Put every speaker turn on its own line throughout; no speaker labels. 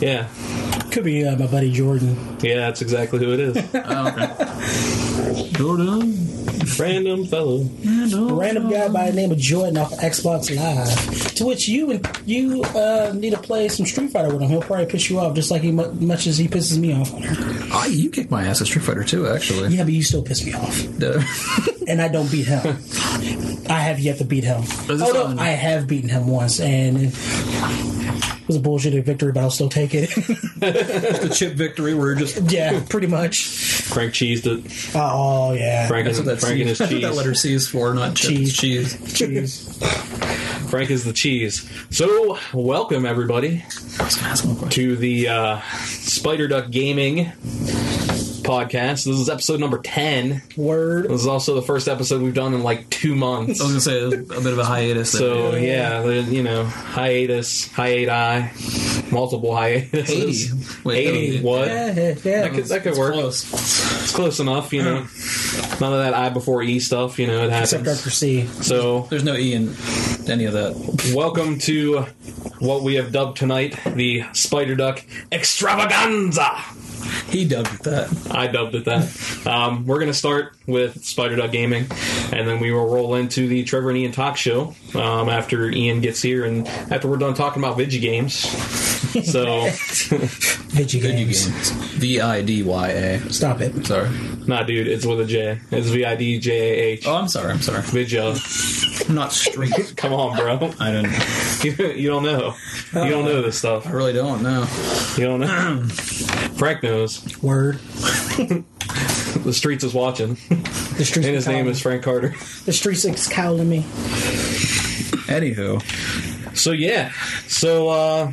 Yeah,
Could be uh, my buddy Jordan.
yeah, that's exactly who it is.
Oh, okay. Jordan. uh,
Random fellow.
A random guy by the name of Jordan off Xbox Live. To which you and you uh, need to play some Street Fighter with him. He'll probably piss you off just like he mu- much as he pisses me off.
Oh, you kicked my ass at Street Fighter too, actually.
Yeah, but you still piss me off,
Duh.
and I don't beat him. I have yet to beat him.
this
Oh no,
on-
I have beaten him once, and it was a bullshitted victory, but I'll still take it.
the chip victory where you're just.
yeah, pretty much.
Frank cheesed it.
Oh yeah,
Frank,
That's
and,
what that,
Frank
C,
and his
that's what
cheese.
that letter C is for, not chip,
Cheese.
it's cheese.
Jeez.
Frank is the cheese. So, welcome everybody
I was gonna ask one question.
to the uh, Spider Duck Gaming podcast. This is episode number ten.
Word.
This is also the first episode we've done in like two months.
I was gonna say a bit of a hiatus. there.
So yeah, there- you know, hiatus, hiati, multiple hiatuses.
80. Wait,
Eighty.
no,
What?
Yeah, yeah.
That could, that could work.
Close. Uh-huh.
It's close enough, you know. None of that I before E stuff, you know, it happens.
Except after C.
So,
There's no E in any of that.
welcome to what we have dubbed tonight the Spider Duck Extravaganza.
He dubbed it that.
I dubbed it that. Um, we're going to start with Spider Duck Gaming, and then we will roll into the Trevor and Ian talk show um, after Ian gets here and after we're done talking about video games. So,
Video
Video
games.
games. V I D Y A.
Stop it.
Sorry.
nah, dude, it's with a J. It's V I D J A H.
Oh, I'm sorry. I'm sorry.
Vidja.
I'm not street.
Come on, bro.
I don't.
You, you don't know. You don't know this stuff.
I really don't know.
You don't know. Frank knows.
Word.
The streets is watching,
The streets.
and his name
cowling-
is Frank Carter.
The streets is cowling me.
Anywho,
So yeah. So uh,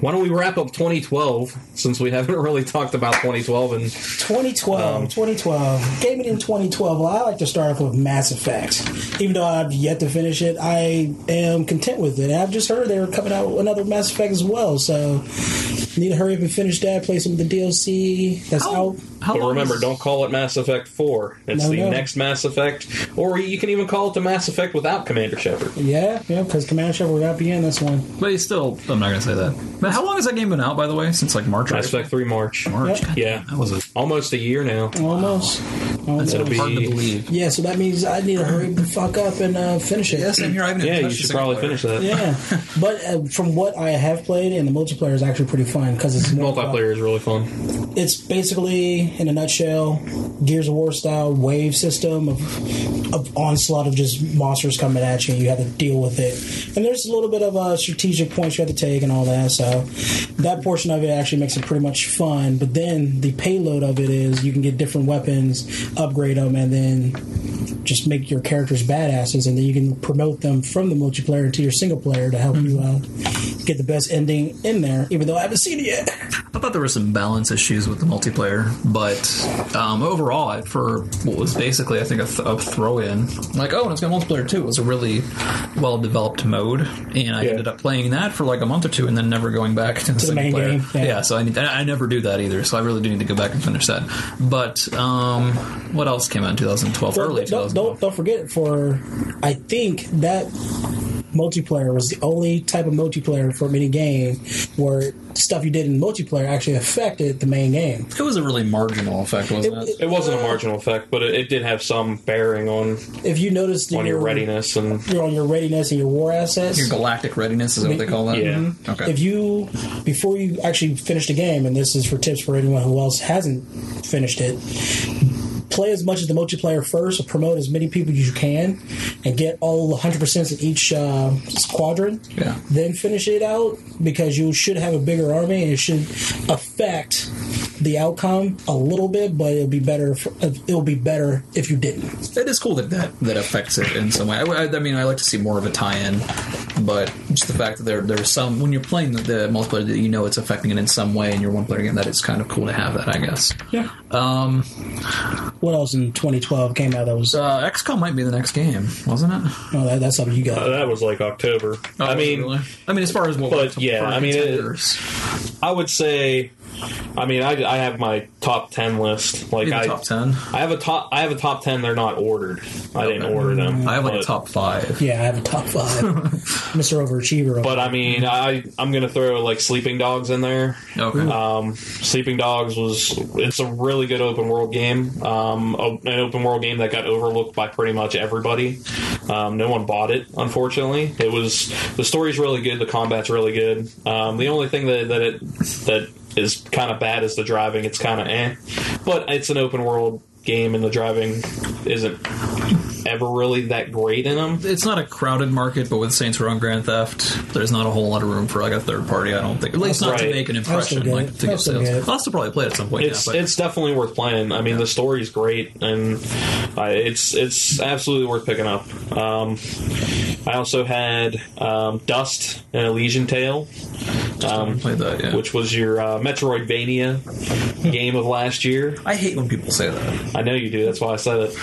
why don't we wrap up 2012 since we haven't really talked about 2012 and
2012,
Um,
2012. Gaming in 2012. Well, I like to start off with Mass Effect. Even though I've yet to finish it, I am content with it. I've just heard they're coming out with another Mass Effect as well, so need to hurry up and finish that. Play some of the DLC
Oh.
that's out.
how
but
long
remember,
is-
don't call it Mass Effect 4. It's
No,
the
no.
next Mass Effect, or you can even call it the Mass Effect without Commander Shepard.
Yeah, yeah, because Command Shepard will not be in this one.
But he's still. I'm not gonna say that. But how long has that game been out, by the way? Since like March. or
Mass Effect 3 March,
March.
Yep.
God,
Yeah.
That was a.
almost a year now.
Almost. Almost.
It'll be-
Hard to believe.
Yeah, so that means I need to hurry the fuck up and uh, finish it.
Yeah, same here. I haven't
Yeah,
even
you
touched the
should
single
probably
player.
finish that.
Yeah, but uh, from what I have played, and the multiplayer is actually pretty fun because it's
Multiplayer is really fun.
It's basically, in a nutshell, Gears of War style wave system of, of onslaught of just monsters coming at you. and You have to deal with it, and there's a little bit of uh, strategic points you have to take and all that. So that portion of it actually makes it pretty much fun. But then the payload of it is you can get different weapons, upgrade them, and then just make your characters badasses, and then you can promote them from the multiplayer to your single player to help you uh, get the best ending in there. Even though I haven't seen it yet.
I thought there were some balance issues with the multiplayer, but um, overall, for what was basically, I think, a, th- a throw-in, like, oh, and it's got multiplayer too, it was a really well-developed mode, and I
Yeah.
ended up playing that for like a month or two, and then never going back to the, single
main
player.
game, yeah.
Yeah. so I need, I I never do that either, so I really do need to go back and finish that. But um, what else came out in 2012?
Well,
Early
don't,
2012.
don't don't forget for I think that multiplayer was the only type of multiplayer from any game where stuff you did in multiplayer actually affected the main game.
It was a really marginal effect, wasn't it?
It wasn't a marginal effect, but it, it did have some bearing on
If you noticed
on your readiness and
you're on your readiness and your war assets.
Your galactic readiness is that what they call that.
Yeah.
Okay.
If you before you actually finish the game, and this is for tips for anyone who else hasn't finished it, play as much as the multiplayer first, promote as many people as you can, and get all 100 percent in each uh, squadron.
yeah.
then finish it out because you should have a bigger army and it should affect the outcome a little bit, but it'll be better. If, it'll be better if you didn't.
It is cool that that, that affects it in some way. I, I- I mean, I like to see more of a tie-in, but just the fact that there there's some when you're playing the, the multiplayer that you know it's affecting it in some way, and you're one player game that it's kind of cool to have that, I guess.
Yeah.
Um,
What else in 2012 came out that was?
uh, XCOM might be the next game, wasn't it?
oh, that, that's something you
uh,
got.
that was like
Oh,
October. I mean,
I mean, as far as what,
But, yeah,
for
I mean, it-
contenders.
I would say I mean, I, I have my top ten list. Like
Maybe
I,
top ten.
I have a top. I have a top ten. They're not ordered. I didn't order them.
I have like a
but-
top five.
Yeah, I have a top five. Mr. Overachiever.
But I mean, I I'm gonna throw like Sleeping Dogs in there.
Okay.
Um, Sleeping Dogs was it's a really good open world game, um, o- an open world game that got overlooked by pretty much everybody. Um, no one bought it, unfortunately. It was the story's really good, the combat's really good. Um, the only thing that that it that is kind of bad is the driving. It's kind of eh, but it's an open world game, and the driving isn't ever really that great in them.
it's not a crowded market, but with Saints Row and Grand Theft, there's not a whole lot of room for like a third party. I don't think, at least not to
Right.
make an
I'll still
impression,
get
like
it.
to
I'll
get
still get
sales.
it.
I'll still probably play it at some point.
It's
yeah, but
it's definitely worth playing. I mean, the story's great, and I, it's it's absolutely worth picking up. Um, I also had um, Dust and Elysian Tale,
I played that. Yeah.
which was your uh, Metroidvania game of last year.
I hate when people say that.
I know you do. That's why I said it.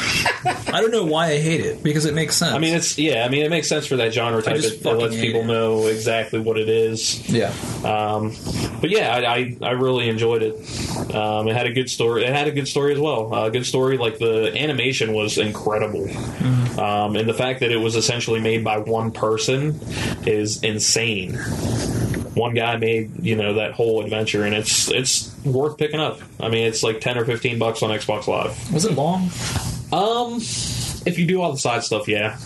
I don't know why I hate it because it makes sense.
I mean, it's yeah. I mean, it makes sense for that genre type.
just
It, it lets
fucking hate
people
it.
know exactly what it is.
yeah,
Um, but yeah, I, I, I really enjoyed it. Um, it had a good story. It had a good story as well. Uh, good story. Like the animation was incredible, um, and the fact that it was essentially made by one person is insane. One guy made you know that whole adventure, and it's it's worth picking up. I mean, it's like ten or fifteen bucks on Xbox Live.
was it long?
Um, if you do all the side stuff, yeah,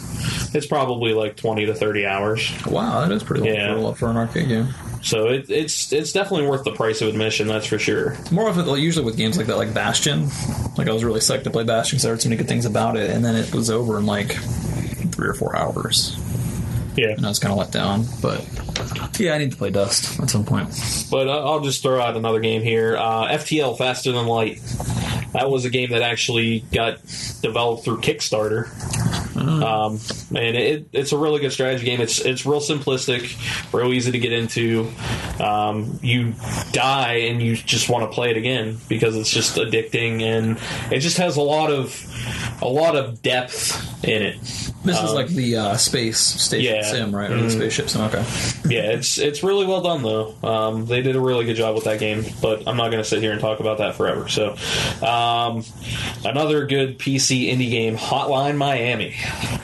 it's probably like twenty to thirty hours.
Wow, that is pretty long
Yeah.
for, a- for an arcade game.
So it, it's it's definitely worth the price of admission. That's for sure.
More of it, like, usually with games like that, like Bastion. Like I was really psyched to play Bastion because I heard so many good things about it, and then it was over in like three or four hours,
Yeah.
and I was kind of let down. But yeah, I need to play Dust at some point.
But I- I'll just throw out another game here. Uh, FTL Faster Than Light. That was a game that actually got developed through Kickstarter, um, and it, it's a really good strategy game. It's it's real simplistic, real easy to get into. Um, you die and you just want to play it again because it's just addicting and it just has a lot of a lot of depth in it.
This is like the uh, space station
yeah. Mm-hmm.
sim, right? Or the spaceship sim. Okay.
Yeah, it's it's really well done though. Um, they did a really good job with that game, but I'm not going to sit here and talk about that forever. So, um, another good PC indie game, Hotline Miami.
I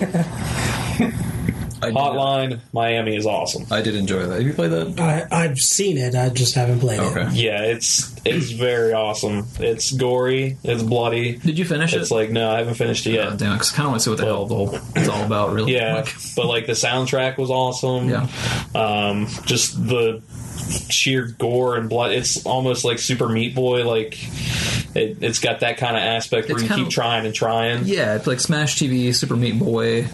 did,
Hotline Miami is awesome.
I did enjoy that. Have you played that?
I, I've seen it. I just haven't played it.
Okay.
Yeah, it's it's very awesome. It's gory, it's bloody.
Did you finish
It's
it?
like no, I haven't finished it
Oh,
yet.
damn, 'cause I kind of want to see what the hell the whole it's all about, really.
Yeah,
Like,
but like the soundtrack was awesome.
yeah.
um, just the sheer gore and blood. It's almost like Super Meat Boy. Like it, it's got that kind of aspect where
It's
you
kinda-
keep trying and trying. Yeah,
Yeah, it's like Smash TV, Super Meat Boy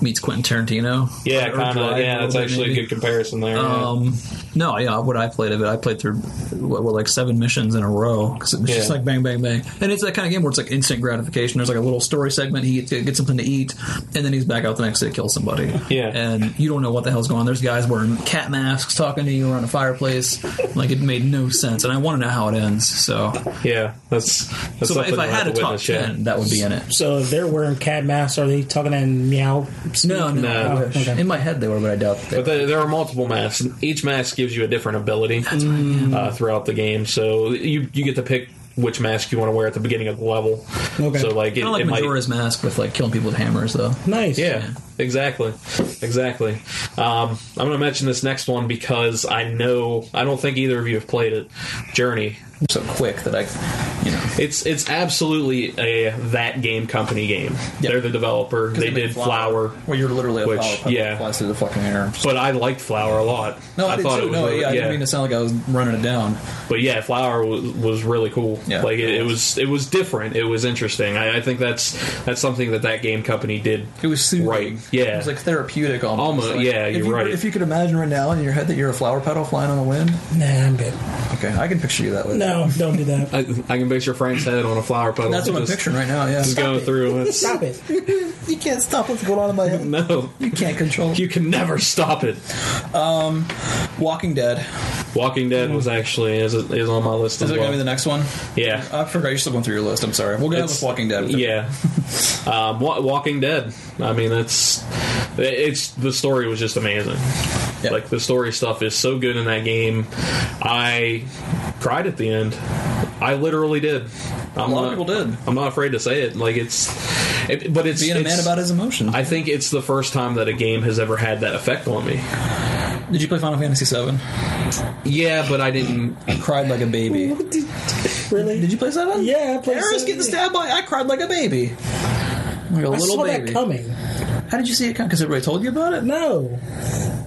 meets Quentin Tarantino.
kind
Or
of. Yeah,
Drive a little
that's
bit,
actually
maybe.
a good comparison there. yeah.
Um, no, yeah, what I played of it, I played through what, what like seven missions in a row because it was just
Yeah.
like bang, bang, bang, and it's that kind of game where it's like instant gratification. There's like a little story segment. He gets, gets something to eat, and then he's back out the next day to kill somebody.
Yeah.
and you don't know what the hell's going on. There's guys wearing cat masks talking to you around a fireplace. like it made no sense, and I want to know how it ends. So,
yeah, that's that's
so
something
if I
you'll have
had a
to
top
witness, yeah.
ten, that would be in it.
So if they're wearing cat masks, are they talking in meow? speak?
No, no,
No.
I wish.
Okay.
in my head they were, but I doubt they.
But there, there are multiple masks, and each mask gives you a different ability uh, throughout the game. So you you get to pick which mask you want to wear at the beginning of the level.
Okay.
So like it,
Kind of like
it might
Majora's Mask with like killing people with hammers, though.
Nice.
Yeah, exactly, exactly. Um, I'm going to mention this next one because I know I don't think either of you have played it. Journey.
So quick that I, you know.
It's it's absolutely a that game company game.
Yeah.
They're the developer. They did Flower.
Well, you're literally a
which-
flower. puppet
yeah.
that flies through the fucking air.
but I liked Flower a lot.
No, I, did
thought
too.
it was
no,
really,
yeah, I didn't mean to sound like I was running it down.
but yeah, Flower was, was really cool.
Yeah.
like it, it was it was different. It was interesting. I, I think that's that's something that that game company did.
It was soothing.
Right, yeah.
It was like therapeutic almost.
Almost,
Like,
yeah,
if
you're
you-
right.
If you could imagine right now in your head that you're a flower petal flying on the wind,
Nah, I'm good.
okay, I can picture you that way.
No, don't do that.
I, I can picture Frank's head on a flower petal.
That's what I'm
just-
picturing right now, yeah.
Just going through. It's,
Stop it.
You can't stop what's going on in my head.
no,
You can't control.
you can never stop it.
Walking Dead.
Walking Dead was actually is, is on my list
Is
as
that going to be
well.
the next one?
yeah,
I forgot you're still going through your list. I'm sorry. We'll go
It's-
with Walking Dead.
yeah. um, Wa- Walking Dead. I mean, that's it's the story was just amazing.
Yeah.
Like the story stuff is so good in that game. I cried at the end. I literally did. I'm
lot
not,
of people did.
I'm not afraid to say it. Like it's, it, but it's
Being a
it's-
man about his emotions.
I think it's the first time that a game has ever had that effect on me.
Did you play Final Fantasy VII?
Yeah, but I didn't.
I cried like a baby.
Really?
Did you play Seven?
Yeah, I played
Eris
seven.
getting stabbed by. I cried like a baby. Like a
I
little
saw
baby.
that coming.
How did you see it come? Because everybody told you about it.
No.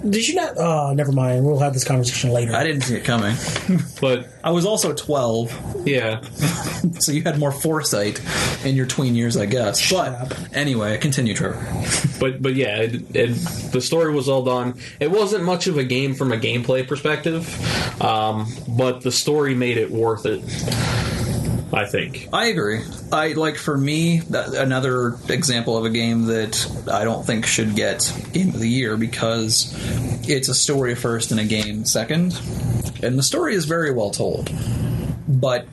Did you not? Oh, never mind. We'll have this conversation later.
I didn't see it coming.
But
I was also twelve,
yeah,
so you had more foresight in your tween years, I guess. but
up.
anyway, continue, Trevor.
but but yeah, it, it, the story was all done. It wasn't much of a game from a gameplay perspective, um, but the story made it worth it. I think.
I agree. I like for me that, another example of a game that I don't think should get game of the year because it's a story first and a game second, and the story is very well told. But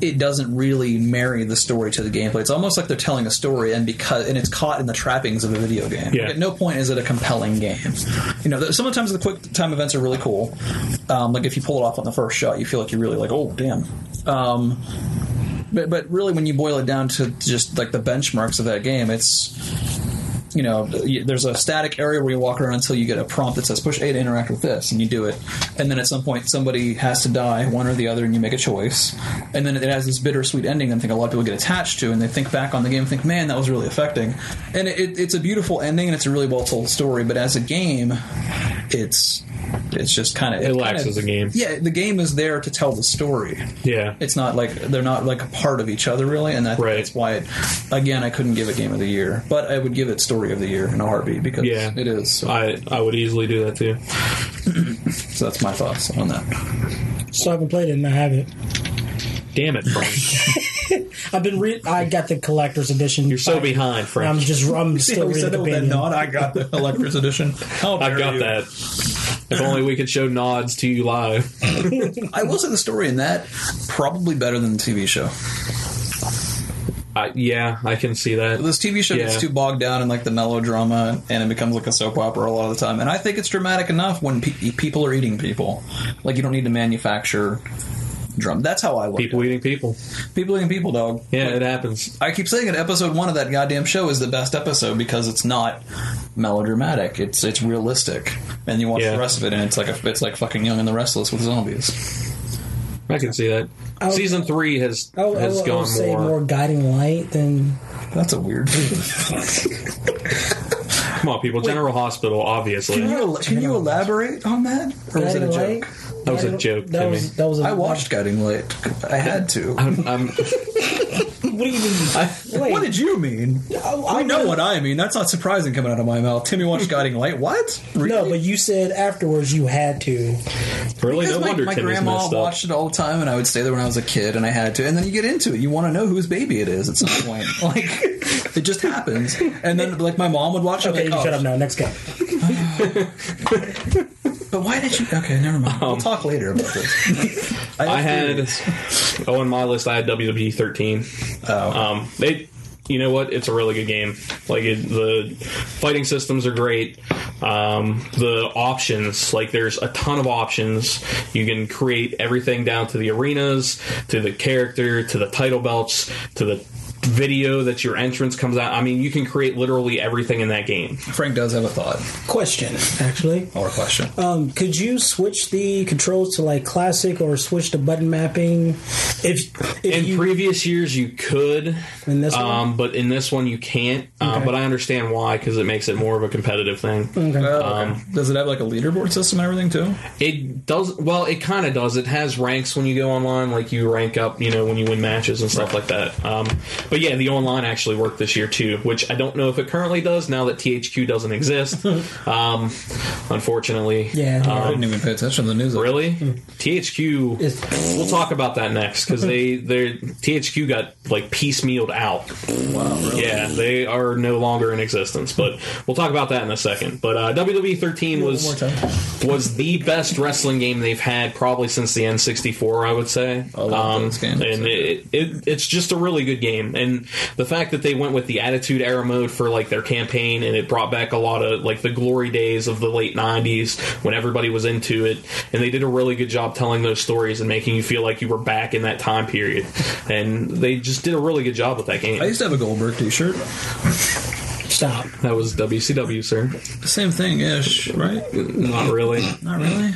it doesn't really marry the story to the gameplay. It's almost like they're telling a story, and because and it's caught in the trappings of a video game.
Yeah.
At no point is it a compelling game. You know, th- sometimes the quick time events are really cool. Um, like if you pull it off on the first shot, you feel like you're really like, oh damn. Um, but but really, when you boil it down to just like the benchmarks of that game, it's you know y- there's a static area where you walk around until you get a prompt that says push A to interact with this, and you do it, and then at some point somebody has to die, one or the other, and you make a choice, and then it has this bittersweet ending. that I think a lot of people get attached to, and they think back on the game and think, man, that was really affecting, and it, it, it's a beautiful ending and it's a really well told story, but as a game, it's it's just kind of
It lacks as a game.
Yeah, the game is there to tell the story
Yeah,
it's not like they're not like a part of each other really and I think
Right.
that's why it, again i couldn't give it game of the year but i would give it story of the year in a heartbeat because
Yeah.
it is so,
I I would easily do that too.
so that's my thoughts on that
so I haven't played it, and I have it.
Damn it, Frank!
I've been. Re- I got the collector's edition.
You're so behind,
I'm
Frank.
just. I'm still reading the opinion.
i got the collector's edition
I've got that. If only we could show nods to you live.
i will say the story in that probably better than the tv show
I, yeah, I can see that.
this tv show gets
Yeah.
too bogged down in like the melodrama and it becomes like a soap opera a lot of the time and i think it's dramatic enough when pe- people are eating people like you don't need to manufacture drum that's how i look at
People eating people.
it. people eating people dog
Yeah, it happens.
I keep saying it. Episode one of that goddamn show is the best episode because it's not melodramatic. It's it's realistic, and you watch
Yeah.
the rest of it, and it's like a, it's like fucking Young and the Restless with zombies.
I can see that.
I'll-
Season three has
I would- I
has
would- I would
gone
Oh, say
more.
more guiding light than
That's a weird.
Come on, people. General Hospital,
can
obviously.
you el- can you elaborate on that, or was it a
guiding light.
joke?
That was a
Guiding-
joke,
That
Timmy.
was that was. A,
I watched Guiding Light. I had to.
I'm, I'm-
What do you mean?
I,
Wait. Oh,
what did you mean?
I-
I know
I-
what I mean. That's not surprising coming out of my mouth. Timmy watched Guiding Light. What?
No,
Really?
but you said afterwards you had to.
really
Because
no
my,
wonder
my
Timmy's
grandma
messed up.
watched it all the time, and I would stay there when I was a kid, and I had to. And then you get into it; you want to know whose baby it is at some point. like it just happens. And then, like my mom would watch it.
Okay,
like,
you
oh,
shut up now. Next game.
But why did you? Okay, never mind. we'll talk later about this. I,
Um,
have
I had
theories.
oh on my list I had WWE 13.
Oh.
Um, they, you know what? It's a really good game. Like it, the fighting systems are great. Um, the options, like there's a ton of options. You can create everything down to the arenas, to the character, to the title belts, to the video that your entrance comes out. I mean, you can create literally everything in that game.
Frank does have a thought
Question. Actually,
or a question.
um, could you switch the controls to like classic or switch the button mapping? If if
In
you
previous years, you could,
In this one?
um, but in this one you can't. Uh,
Okay.
But I understand why because it makes it more of a competitive thing.
Oh, okay. does it have like a leaderboard system and everything too?
It does well. It kind of does. It has ranks when you go online, like you rank up, you know, when you win matches and stuff like that. Um, but yeah, the online actually worked this year too, which I don't know if it currently does now that THQ doesn't exist. um, unfortunately,
yeah,
uh,
I didn't even pay attention to the news.
Really,
Hmm.
THQ.
It's-
we'll talk about that next because they their THQ got like piecemealed out.
Wow, really?
Yeah, they are no longer in existence. But we'll talk about that in a second. But uh, WWE 13
One
was
more time.
was the best wrestling game they've had probably since the N64, I would say. Um,
I love those games.
And it, it, it's just a really good game. And and the fact that they went with the Attitude Era mode for like their campaign, and it brought back a lot of like the glory days of the late '90s when everybody was into it, and they did a really good job telling those stories and making you feel like you were back in that time period, and they just did a really good job with that game.
I used to have a Goldberg T-shirt.
Stop.
that was WCW, sir.
Same thing ish, right?
Not really,
Not really.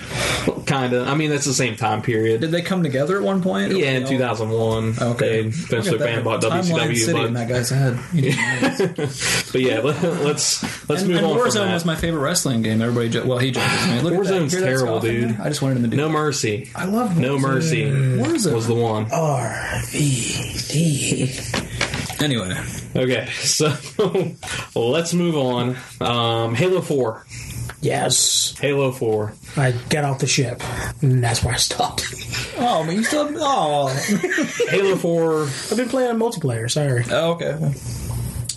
kind of. I mean, that's the same time period.
Did they come together at one point?
Yeah, in 2001,
oh. Okay.
they
Look
eventually
at that.
fan bought
Timeline
WCW.
City
E, But,
in that guy's head.
but yeah, let, let's let's
and,
move
and
on.
Warzone
from that.
was my favorite wrestling game. Everybody, jo- well, he jokes with me. Look at that.
Warzone's
Hear that
terrible,
scoffing
dude.
there? I just wanted him to do.
no mercy.
I love
No
Warzone.
mercy
Warzone.
was the one.
R V D.
Anyway,
Okay, so let's move on. Um, Halo Four.
Yes,
Halo Four.
I got off the ship, and that's where I stopped.
oh, but you still oh
Halo Four.
I've been playing multiplayer. Sorry,
oh okay.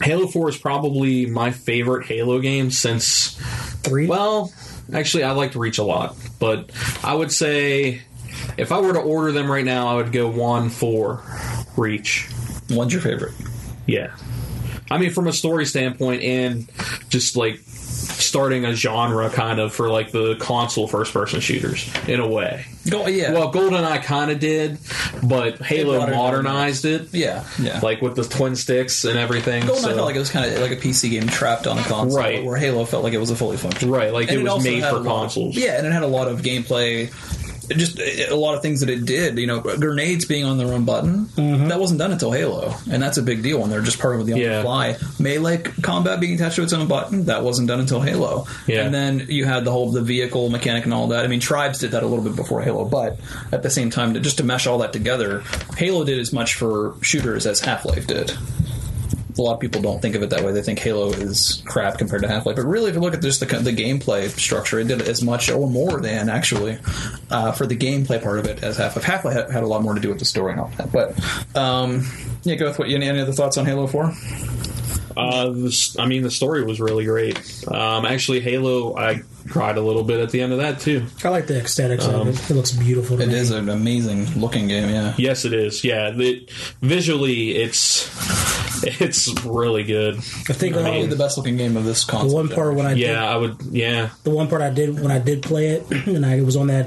Halo Four is probably my favorite Halo game since.
three.
Well, actually, I liked Reach a lot, but I would say if I were to order them right now, I would go one four Reach.
What's your favorite?
Yeah. I mean, from a story standpoint and just like starting a genre kind of for like the console first person shooters in a way.
Go yeah.
Well, GoldenEye kind of did, but Halo
brought it
modernized it.
yeah, yeah.
Like with the twin sticks and everything.
GoldenEye
so-
felt like it was kind of like a PC game trapped on a console,
Right.
Where Halo felt like it was a fully functional,
Right, like it was
also
made
had a
for
lot of-
consoles.
yeah, and it had a lot of gameplay. it Just it- a lot of things that it did, you know, grenades being on their own button. That wasn't done until Halo, and that's a big deal. And they're just part of the on
Yeah.
the fly melee combat being attached to its own button. That wasn't done until Halo.
Yeah.
And then you had the whole the vehicle mechanic and all that. I mean, Tribes did that a little bit before Halo, but at the same time, to, just to mesh all that together, Halo did as much for shooters as Half Life did a lot of people don't think of it that way. They think Halo is crap compared to Half Life, but really, if you look at just the, the gameplay structure, it did as much or more than actually uh, for the gameplay part of it as Half Life. Half Life had, had a lot more to do with the story and all that. But um, yeah, go with what. Any, any other thoughts on Halo Four?
Uh, this, I mean, the story was really great. Um, actually, Halo, I cried a little bit at the end of that too.
I like the aesthetics
um,
of it. It looks beautiful. To
It
me.
is an amazing looking game. Yeah,
Yes, it is. Yeah, it, visually, it's it's really good.
I think um,
probably the best looking game of this
the
console.
one part when I did
Yeah, I would. Yeah,
the one part I did when I did play it, and I was on that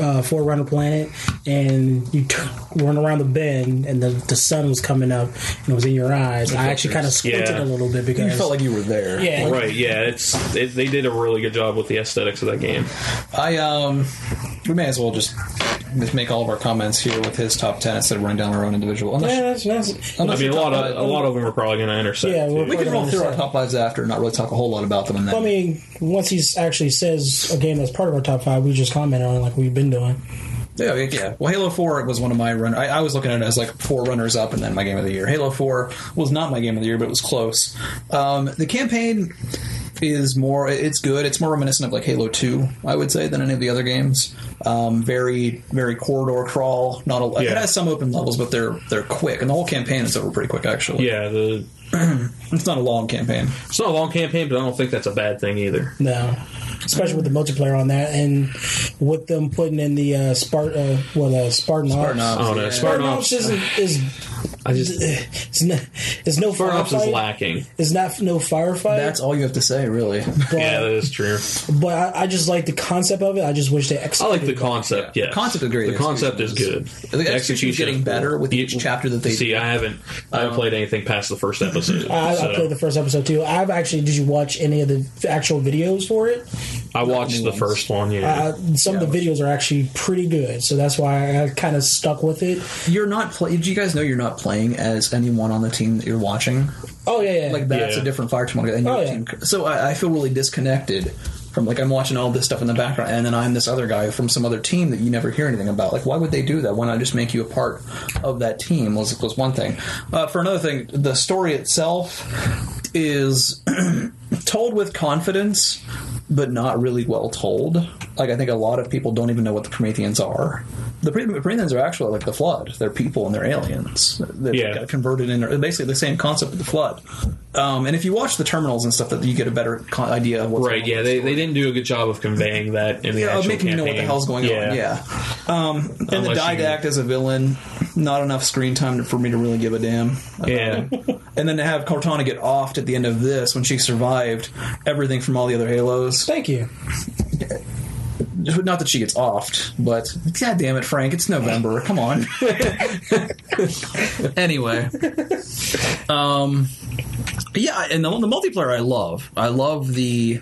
uh, Forerunner planet, and you t- run around the bend, and the, the sun was coming up, and it was in your eyes. I actually kind of squinted
Yeah.
a little bit
you
because
felt like you were there.
yeah,
right. Yeah, it's it, they did a really good job with the aesthetics of that game.
I um, we may as well just just make all of our comments here with his top ten instead of running down our own individual. Unless-
Yeah, that's, that's,
I
unless
mean,
you
a
talk
lot
about it.
of a lot of them are probably going to intersect.
Yeah,
too.
we're-
We can roll through our top fives after, and not really talk a whole lot about them. And then
I mean, once he actually says a game that's part of our top five, we just comment on it like we've been doing.
Yeah, yeah, yeah. Well, Halo Four was one of my run. I, I was looking at it as like four runners up, and then my game of the year. Halo Four was not my game of the year, but it was close. Um, the campaign is more. It's good. It's more reminiscent of like Halo Two, I would say, than any of the other games. Um, very, very corridor crawl. Not a. It
Yeah.
has some open levels, but they're they're quick, and the whole campaign is over pretty quick. Actually,
Yeah, the
it's not a long campaign.
it's not a long campaign, but I don't think that's a bad thing either.
No, especially with the multiplayer on that, and with them putting in the uh, Spart uh, what uh, Spartan
Spartan
Ops.
Ops.
Oh no,
Yeah.
Spartan
Spartan
Ops.
Ops isn't is
I just
it's no it's no
Spartan Ops is
firefight.
lacking.
It's not no firefight.
That's all you have to say, really.
but,
Yeah, that is true.
but I, I just like the concept of it. I just wish they
I
executed.
like the concept. Yeah,
The concept is great.
The concept is
Execution
good.
is- The execution's getting better with each chapter that they Um,
see.
do.
I haven't I haven't played anything past the first episode.
I,
so
I played the first episode too. I've actually. Did you watch any of the f- actual videos for it?
I watched the first one. Yeah,
Uh, some of the videos are actually pretty good, so that's why I kind of stuck with it.
You're not. Play- Did you guys know you're not playing as anyone on the team that you're watching?
Oh yeah, yeah.
like that's
Yeah.
a different fire team altogether.
Oh, yeah.
team. So I, I feel really disconnected from like I'm watching all this stuff in the background, and then I'm this other guy from some other team that you never hear anything about. Like, why would they do that? Why not just make you a part of that team? Was was one thing. Uh, for another thing, the story itself is told with confidence, but not really well told. Like I think a lot of people don't even know what the Prometheans are. The Promet- Prometheans are actually like the Flood. They're people and they're aliens. They
Yeah.
got converted into basically the same concept of the Flood. Um, and if you watch the terminals and stuff, that you get a better co- idea of what's
Right, yeah, they, they didn't do a good job of conveying that in the
Yeah,
actual
making you know what the
campaign.
hell's going on. Yeah. Um, and the
Unless you-
Didact as a villain, not enough screen time for me to really give a damn.
Yeah.
And then to have Cortana get offed at the end of this when she survived everything from all the other Halos.
Thank you.
Not that she gets offed, but god damn it, Frank, it's November. Come on. anyway. Um, yeah, and the, the multiplayer I love. I love the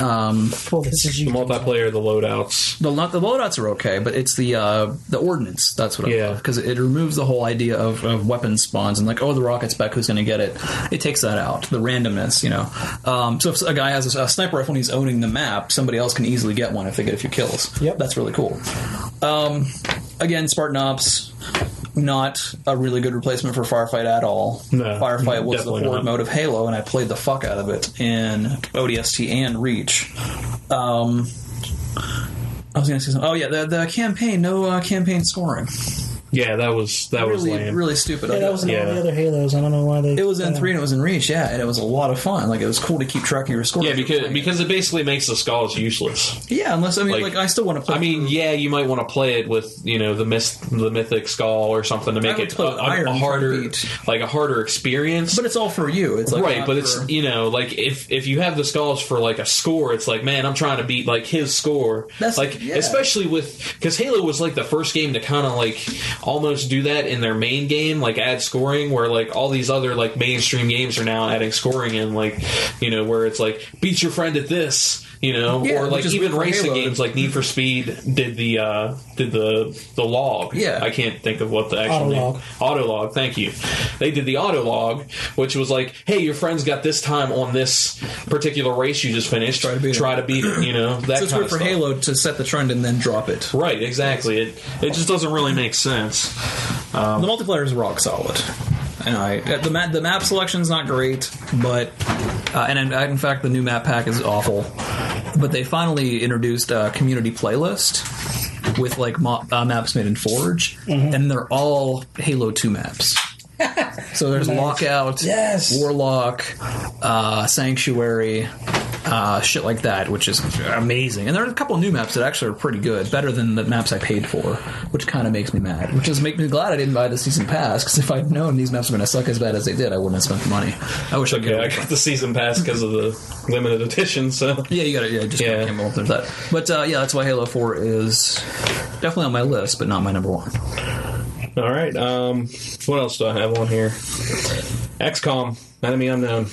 um,
Well, this is
The
you.
multiplayer, the loadouts.
The not the loadouts are okay, but it's the uh, the ordnance that's what
Yeah.
yeah because it removes the whole idea of, of weapon spawns and like oh the rocket's back who's going to get it it takes that out the randomness you know um, so if a guy has a, a sniper rifle and he's owning the map somebody else can easily get one if they get a few kills
Yep.
that's really cool um, again Spartan Ops not a really good replacement for Firefight at all
No,
Firefight was the
definitely not.
horde mode of Halo and I played the fuck out of it in ODST and Reach um, I was going to say something. Oh yeah, the, the campaign, no uh, campaign scoring.
Yeah, that was that was
Really,
lame.
really stupid.
Yeah,
I-
that was in all
Yeah.
the other Halos. I don't know why they.
it was in three and it was in reach. Yeah, and it was a lot of fun. Like it was cool to keep track of your score.
yeah, because because it basically makes the skulls useless.
yeah, unless I mean,
like-
like, I still want to play.
I mean, yeah, you might want to play it with you know the myth, the mythic skull or something to make
would
it a,
play with
a-
iron
a
to
harder,
beat.
like a harder experience.
but it's all for you. It's like
right,
not
but
for-
it's e- you know like if if you have the skulls for like a score, it's like man, I'm trying to beat like his score.
That's-
like
yeah.
especially with because Halo was like the first game to kind of like almost do that in their main game, like add scoring, where like all these other like mainstream games are now adding scoring and like you know where it's like beat your friend at this. You know,
Yeah,
or like
which is
even
good for
racing
Halo.
games like Need for Speed did the uh, did the the log.
Yeah.
I can't think of what the actual name.
Autolog.
Autolog, thank you. They did the Autolog, which was like, hey, your friend's got this time on this particular race you just finished.
Try to beat it.
it, you know? That
so it's
kind
weird
of
for
stuff.
Halo to set the trend and then drop it.
Right, exactly. It it just doesn't really make sense.
the multiplayer is rock solid. And I uh, the map the map selection's not great, but uh, and in, in fact the new map pack is awful. But they finally introduced a community playlist with like mo- uh, maps made in Forge, and they're all Halo Two maps. So there's Lockout,
Yes.
Warlock, uh, Sanctuary, uh, shit like that, which is amazing. And there are a couple new maps that actually are pretty good, better than the maps I paid for, which kind of makes me mad. Which is make me glad I didn't buy the season pass because if I'd known these maps were going to suck as bad as they did, I wouldn't have spent the money. I wish I could.
Yeah, I
have
got the season pass because of the limited edition, so.
yeah, you got to yeah, just
Yeah.
yeah. came up with that. But uh, yeah, that's why Halo Four is definitely on my list, but not my number one.
All right. Um, what else do I have on here? XCOM, Enemy Unknown.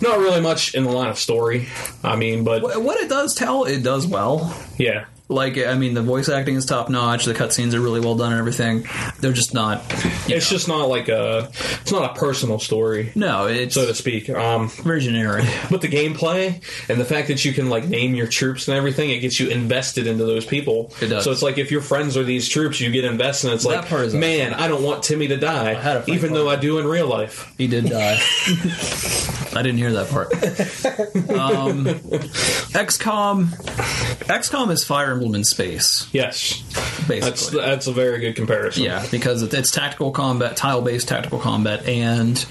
Not really much in the line of story. I mean, but
What what it does tell, it does well.
yeah.
Like I mean, the voice acting is top notch. The cutscenes are really well done and everything. They're just not. you
It's
know.
just not like a it's not a personal story,
no. It's
so to speak. Um,
very generic.
but the gameplay and the fact that you can like name your troops and everything, it gets you invested into those people.
It does.
So it's like if your friends are these troops, you get invested. And it's
That
like,
part is awesome.
man, I don't want Timmy to die,
had a funny
even though I do in real life.
He did die. I didn't hear that part. Um, XCOM. XCOM is Fire Emblem in space,
Yes,
basically.
that's that's a very good comparison.
Yeah, because it- it's tactical combat, tile-based tactical combat, and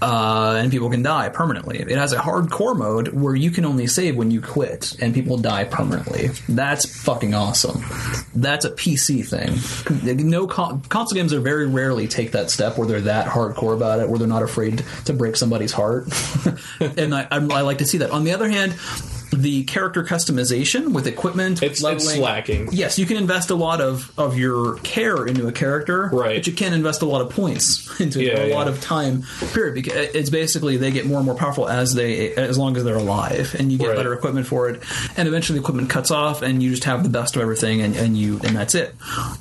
uh, and people can die permanently. It has a hardcore mode where you can only save when you quit, and people die permanently. That's fucking awesome. That's a PC thing. No con- console games are very rarely take that step where they're that hardcore about it, where they're not afraid to break somebody's heart. and I, I'm, I like to see that. On the other hand. The character customization with equipment,
It's- it's lacking.
Yes, you can invest a lot of, of your care into a character,
Right.
But you can't invest a lot of points into
Yeah,
a
yeah.
lot of time. Period. Because it's basically they get more and more powerful as they as long as they're alive, and you get
Right.
better equipment for it. And eventually, the equipment cuts off, and you just have the best of everything, and, and you and that's it.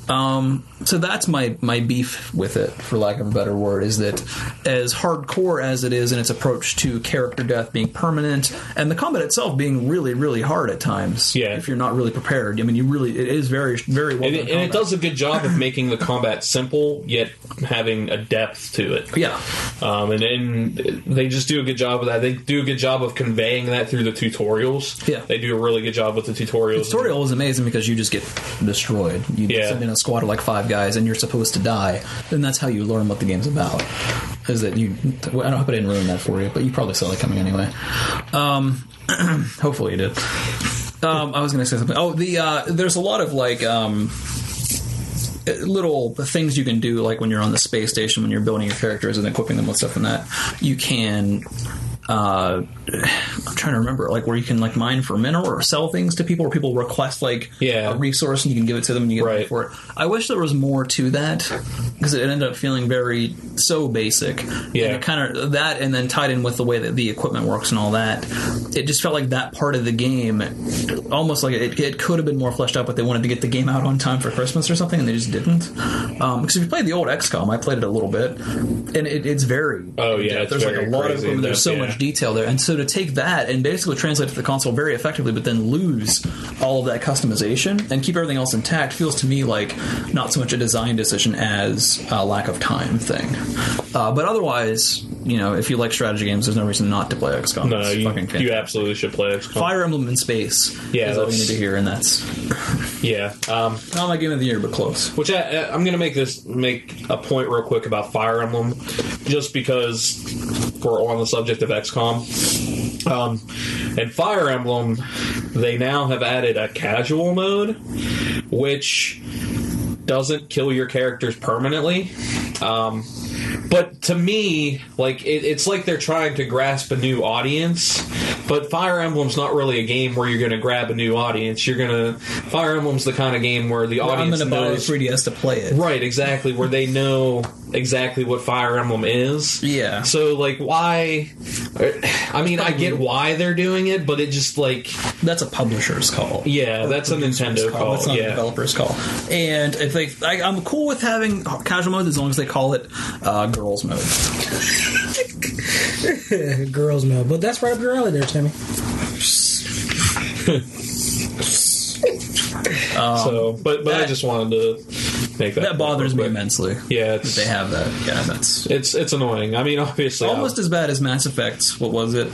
Um, so that's my my beef with it, for lack of a better word, is that as hardcore as it is in its approach to character death being permanent, and the combat itself being really really hard at times.
Yeah.
if you're not really prepared. I mean, you really it is very very well
And
done
it, and it
combat.
does a good job of making the combat simple, yet having a depth to it.
Yeah,
Um, and, and they just do a good job of that. They do a good job of conveying that through the tutorials.
Yeah.
They do a really good job with the tutorials.
tutorial was amazing because you just get destroyed. You
Yeah.
send in a squad of like five guys, and you're supposed to die. And that's how you learn what the game's about. is that you. well, I don't hope I didn't ruin that for you, but you probably saw that coming anyway. Um, hopefully you did. Um, I was going to say something. Oh, the uh, there's a lot of like. Um, little things you can do, like when you're on the space station, when you're building your characters and equipping them with stuff and that, you can. Uh, I'm trying to remember, like where you can like mine for mineral or sell things to people, or people request like
Yeah.
a resource and you can give it to them and you get
Right.
money for it. I wish there was more to that because it ended up feeling very so basic.
Yeah.
and it kind of that, and then tied in with the way that the equipment works and all that. It just felt like that part of the game, almost like it, it could have been more fleshed out, but they wanted to get the game out on time for Christmas or something, and they just didn't. Um, because if you played the old XCOM, I played it a little bit, and it, it's very
Oh, yeah,
in-depth.
it's
there's like
very
a lot of
crazy
equipment. There's so
in-depth,
much
yeah.
detail there, and so to take that and basically translate it to the console very effectively, but then lose all of that customization and keep everything else intact feels to me like not so much a design decision as a lack of time thing. Uh, but otherwise, you know, if you like strategy games, there's no reason not to play XCOM.
No,
It's
you,
fucking fantastic.
you absolutely should play XCOM.
Fire Emblem in space
Yeah,
is all we
that's-
need to hear, and that's
Yeah. Um,
not my game of the year, but close.
which I, I'm going to make this make a point real quick about Fire Emblem, just because we're on the subject of XCOM. Um, and Fire Emblem, they now have added a casual mode, which doesn't kill your characters permanently. Um, but to me, like it, it's like they're trying to grasp a new audience. But Fire Emblem's not really a game where you're going to grab a new audience. You're going to Fire Emblem's the kind of game where the
I'm
audience
going to buy a
knows
3DS to play it.
Right, exactly, where they know exactly what Fire Emblem is.
Yeah.
So, like, why? I mean, I get why they're doing it, but it just, like,
That's a publisher's call.
yeah, that's a Nintendo call.
It's not a
yeah.
developer's call. And if they, I, I'm cool with having casual mode as long as they call it uh, girls mode.
Girls know, but that's right up your alley there, Timmy.
so, but, but I
Um, that-
just wanted to make that.
That bothers me
but-
immensely.
Yeah,
that
it's,
they have that. Yeah, that's
it's it's annoying. I mean, obviously,
almost as bad as Mass Effect. What was it?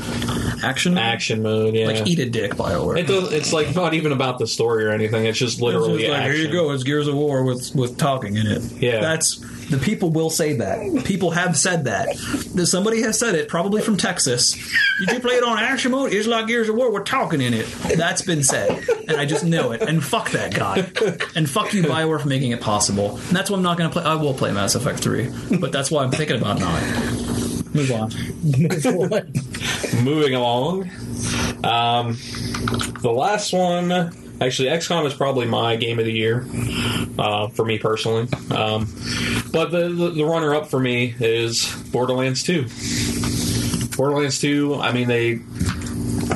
Action.
uh, action mode. Yeah,
Like E- eat a dick, Bioware.
it does. It's like not even about the story or anything. It's just
It's just
literally
like,
action.
here you go. It's Gears of War with with talking in it.
Yeah.
that's the people will say that. People have said that. That Somebody has said it, probably from Texas. Did you play it on action mode? It's like Gears of War with talking in it. That's been said, and I just know it. And fuck that guy. And fuck you, Bioware, for making it possible. And that's why I'm not going to play. I will play Mass Effect Three, but that's why I'm thinking about not. Move on.
moving along. Um, the last one, actually, XCOM is probably my game of the year uh, for me personally. Um, but the, the, the runner up for me is Borderlands 2. Borderlands 2, I mean, they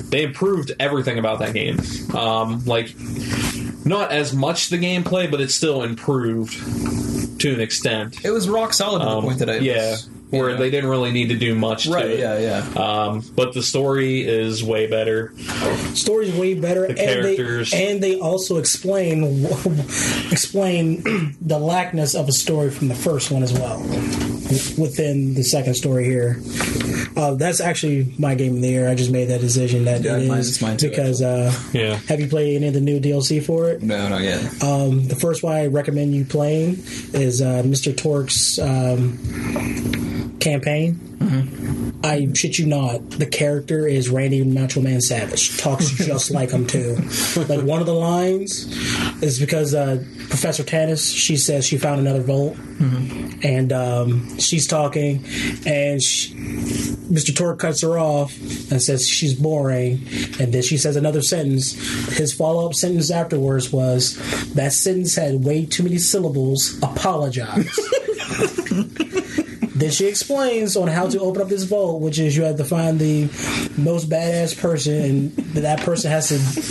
they improved everything about that game. Um, like, not as much the gameplay, but it's still improved to an extent.
It was rock solid to the
Um,
point that I
yeah,
was,
where
yeah.
they didn't really need to do much
right.
to it.
Yeah, yeah.
Um, but the story is way better.
Story's way better,
The characters.
and they and they also explain explain the lackness of a story from the first one as well within the second story here. Uh, that's actually my game of the year. I just made that decision that
Yeah,
it
mine-
is
it's mine too,
because uh,
Yeah.
have you played any of the new DLC for it?
No, not yet.
Um, the first one I recommend you playing is uh, Mr. Torque's um, campaign. I shit you not, the character is Randy Macho Man Savage. Talks just like him too. Like one of the lines is because uh, Professor Tannis, she says she found another vault, and um, she's talking, and she, Mr. Torque cuts her off and says she's boring, and then she says another sentence. His follow up sentence afterwards was that sentence had way too many syllables. Apologize. Then she explains on how to open up this vault, which is you have to find the most badass person, and that person has to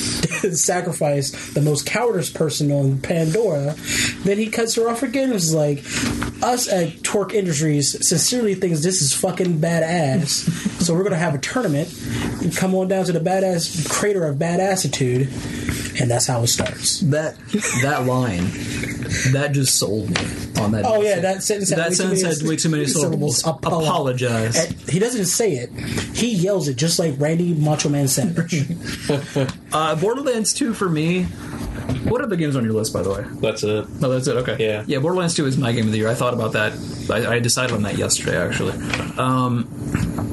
sacrifice the most cowardice person on Pandora. Then he cuts her off again. and is like, us at Torque Industries sincerely thinks this is fucking badass, so we're gonna have a tournament. You come on down to the badass crater of badassitude, and that's how it starts.
That that line, that just sold me on that.
Oh yeah, that sentence. had
That
way too
sentence
many-
had way too many syllables.
Apolo-
Apologize.
And He doesn't say it. He yells it just like Randy Macho Man Savage.
Uh, Borderlands Two for me What other games on your list, by the way?
That's it.
No, that's it. Okay.
Yeah.
Yeah. Borderlands Two is my game of the year. I thought about that. I, I decided on that yesterday, actually. Um,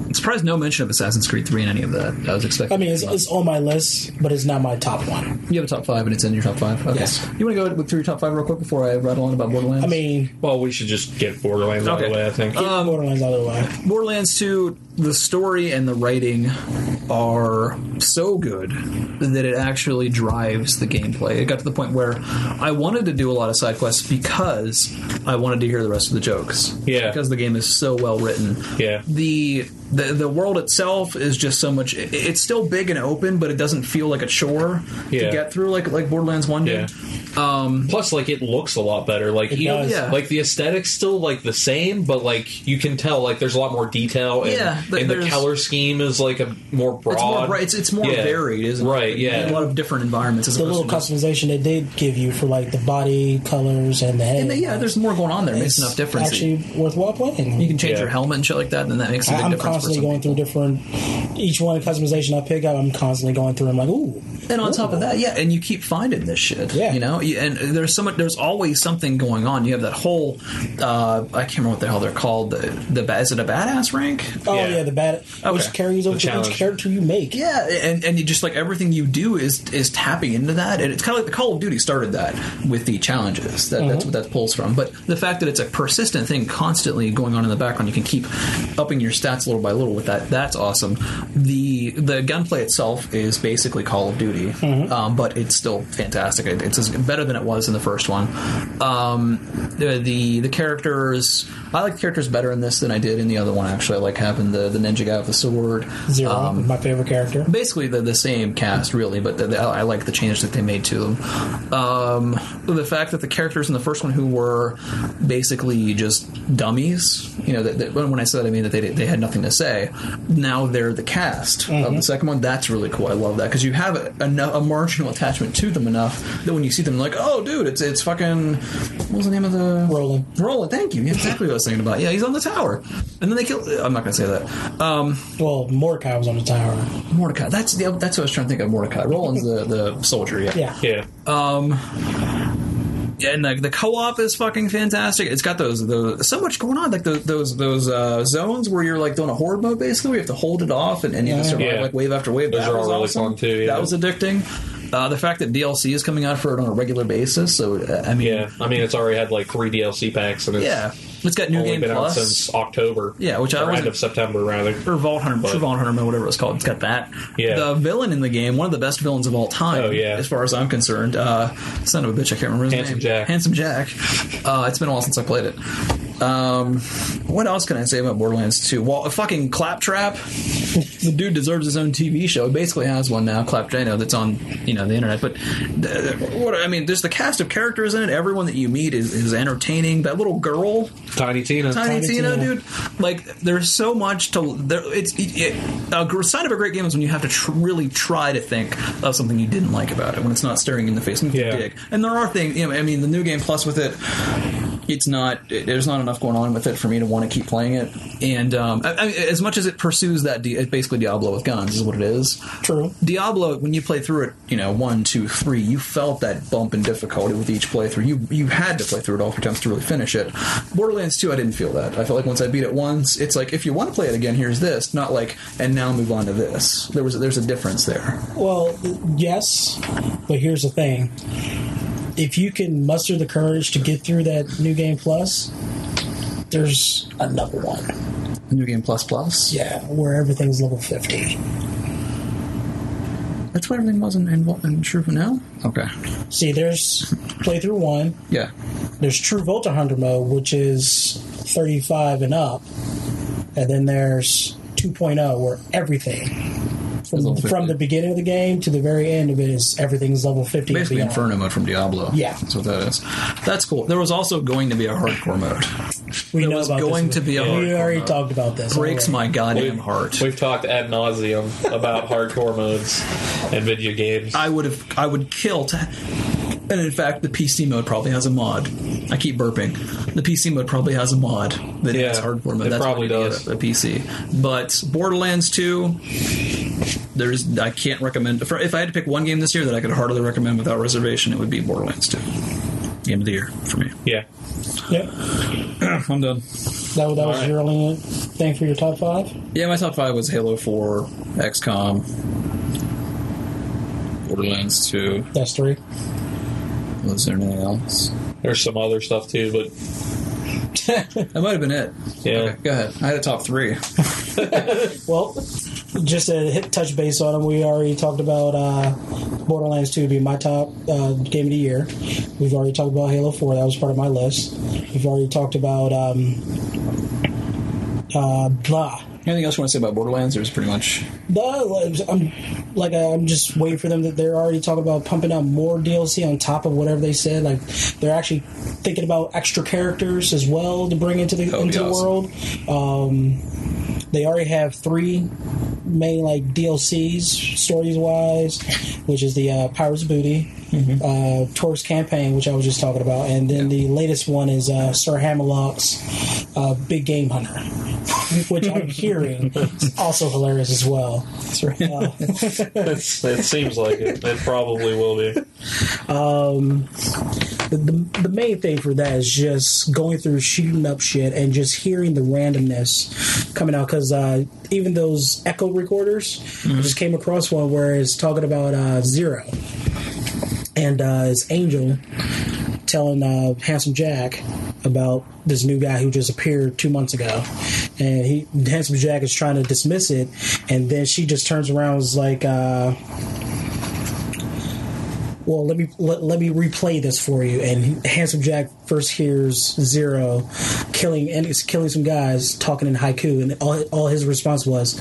I'm surprised no mention of Assassin's Creed Three in any of that. I was expecting.
I mean, it's, it's on my list, but it's not my top one.
you have a top five, and it's in your top five. Okay.
Yes.
You want to go with- through your top five real quick before I rattle on about Borderlands?
I mean,
Well, we should just get Borderlands out of
Okay. Uh,
the way. I think.
Um,
Borderlands out of the way.
Borderlands 2, the story and the writing are so good that it actually drives the gameplay. It got to the point where I wanted to do a lot of side quests because I wanted to hear the rest of the jokes.
Yeah.
Because the game is so well written.
Yeah.
The the, the world itself is just so much. It, it's still big and open, but it doesn't feel like a chore to
Yeah.
get through like like Borderlands One did.
Plus, like it looks a lot better. Like you know,
does.
um, Yeah.
like the aesthetics still like the same, but like you can tell like there's a lot more detail. And,
Yeah, but
and the
there's-
color scheme is like a more broad.
It's more bri- it's, it's more
Yeah.
varied, isn't it?
Right, yeah.
a lot of different environments. As
The
opposed
little
to just-
customization they did give you for like the body colors and the head.
And yeah, there's more going on there. It makes
it's
enough difference.
Actually, worthwhile playing.
you can change
Yeah.
your helmet and shit like that, and that makes a big
I'm
difference.
constantly
for some
going through
people.
different. Each one of the customization I pick up, I'm constantly going through. I'm like, ooh.
And on top of that, yeah, and you keep finding this shit.
Yeah.
you know, You- and there's so much. There's always something going on. You have that whole. Uh, I can't remember what the hell they're called. The, the ba- is it a badass rank?
Oh
Yeah.
yeah, the bad
Okay.
which carries over to
challenge.
each character you make.
Yeah, and and you just like everything you do is is tapping into that, and it's kind of like the Call of Duty started that with the challenges. That, That's what that pulls from. But the fact that it's a persistent thing, constantly going on in the background, you can keep upping your stats little by little with that. That's awesome. The the gunplay itself is basically Call of Duty, um, but it's still fantastic. It, it's as, better than it was in the first one. Um, the, the the characters, I like the characters better in this than I did in the other one. Actually, I like having the the ninja guy with the sword.
Zero,
Um,
my favorite character.
basically the, the same cast really but the, the, i like the change that they made to them um, the fact that the characters in the first one who were basically just dummies you know that, that, when when i said that i mean that they, they had nothing to say now they're the cast of the second one that's really cool i love that because you have a, a, no- a marginal attachment to them enough that when you see them like oh dude it's it's fucking what was the name of the
Roland.
roland thank you Yeah, exactly what i was thinking about yeah he's on the tower and then they kill i'm not gonna say that um
Well, Mordecai was on the tower.
Mordecai. That's the, that's what I was trying to think of. Mordecai. Roland's the, the soldier. Yeah.
Yeah.
Yeah,
And like the co-op is fucking fantastic. It's got those those so much going on. Like those those those uh, zones where you're like doing a horde mode. Basically, we have to hold it off and, and you have to survive
Yeah.
like wave after wave.
Those
that
are all
was
really
awesome.
fun, too, yeah.
That was addicting. Uh, the fact that DLC is coming out for it on a regular basis. So uh, I mean,
yeah. I mean, it's already had like three DLC packs, and it's
yeah. it's got new
only
game
been
plus.
out since October.
Yeah, which I
or end
wasn't-
of September rather.
or Vault Hunter, True Vault Hunter, whatever it's called. It's got that.
Yeah.
The villain in the game, one of the best villains of all time.
Oh, yeah.
As far as I'm concerned, uh, son of a bitch, I can't remember his
Handsome
name.
Jack.
Handsome Jack. Uh, it's been a while since I played it. Um, what else can I say about Borderlands 2? Well, a fucking claptrap. the dude deserves his own TV show. He basically has one now, Claptrap. I know that's on you know the internet, but the, what I mean, there's the cast of characters in it. Everyone that you meet is, is entertaining. That little girl
Tiny Tina.
Tiny,
Tiny
Tina,
Tina.
dude. Like, there's so much to. There, it's it, it, a gr- sign of a great game is when you have to tr- really try to think of something you didn't like about it when it's not staring you in the face. And you can
Yeah.
dig. And there are things. You know, I mean, the new game plus with it, it's not. it- there's not enough going on with it for me to want to keep playing it. And um, I, I mean, as much as it pursues that, di- it's basically Diablo with guns is what it is.
True.
Diablo, when you play through it, you know one, two, three, you felt that bump in difficulty with each playthrough. You you had to play through it all four times to really finish it. Borderlands two, I didn't feel that. I felt like once I beat it once, it's like if you want to play it again, here's this, not like and now move on to this. There was there's a difference there.
Well, yes, but here's the thing. If you can muster the courage to get through that new game plus, there's another one.
New game plus plus.
Yeah, where everything's level fifty.
that's why everything wasn't involved in True for now. Okay,
See, there's playthrough one.
yeah,
There's True Volta Hunter mode, which is 35 and up, and then there's 2.0, where everything from,
level 50.
from the beginning of the game to the very end of it is everything's level 50. and
basically
beyond.
Inferno mode from Diablo.
Yeah.
that's what that is. That's cool. There was also going to be a hardcore mode.
we
there
know
was
about this.
going to be a
We
hardcore
already
mode.
talked about this.
Breaks
already.
my goddamn heart.
We've talked ad nauseum about hardcore modes and video games.
I would have I would kill to And in fact, the PC mode probably has a mod. I keep burping. The PC mode probably has a mod that
Yeah,
has hardcore
it
mode. That's
probably
what it
does.
is, A PC, but Borderlands Two. There's I can't recommend. If if I had to pick one game this year that I could heartily recommend without reservation, it would be Borderlands Two. Game of the year for me.
Yeah.
Yep.
I'm done.
That, that was
right.
your only thing for your top five.
Yeah, my top five was Halo Four, XCOM, Borderlands Two.
That's three.
Was there anything else?
There's some other stuff too, but
That might have been it.
Yeah.
Okay, go ahead. I had a top three.
Well, just to hit touch base on them, we already talked about uh, Borderlands 2 being my top uh, game of the year. We've already talked about Halo 4. That was part of my list. We've already talked about um, uh, blah.
Anything else you want to say about Borderlands? Or is it pretty much
No, I'm like I'm just waiting for them that they're already talking about pumping out more DLC on top of whatever they said. Like they're actually thinking about extra characters as well to bring into the
would be
into the
awesome.
world. Um, they already have three main like DLCs stories wise, which is the uh, Pirates of Booty,
Mm-hmm.
uh, Taurus campaign, which I was just talking about, and then the latest one is uh, Sir Hammerlock's uh, Big Game Hunter, which I'm hearing is also hilarious as well. Uh,
it's, it seems like it. It probably will be.
the, the, the main thing for that is just going through shooting up shit and just hearing the randomness coming out because uh, even those echo recorders I just came across one where it's talking about uh, zero and uh, it's angel telling uh, handsome jack about this new guy who just appeared two months ago and he handsome jack is trying to dismiss it and then she just turns around and is like uh, well let me let, let me replay this for you and handsome jack first hears zero killing and he's killing some guys talking in haiku and all, all his response was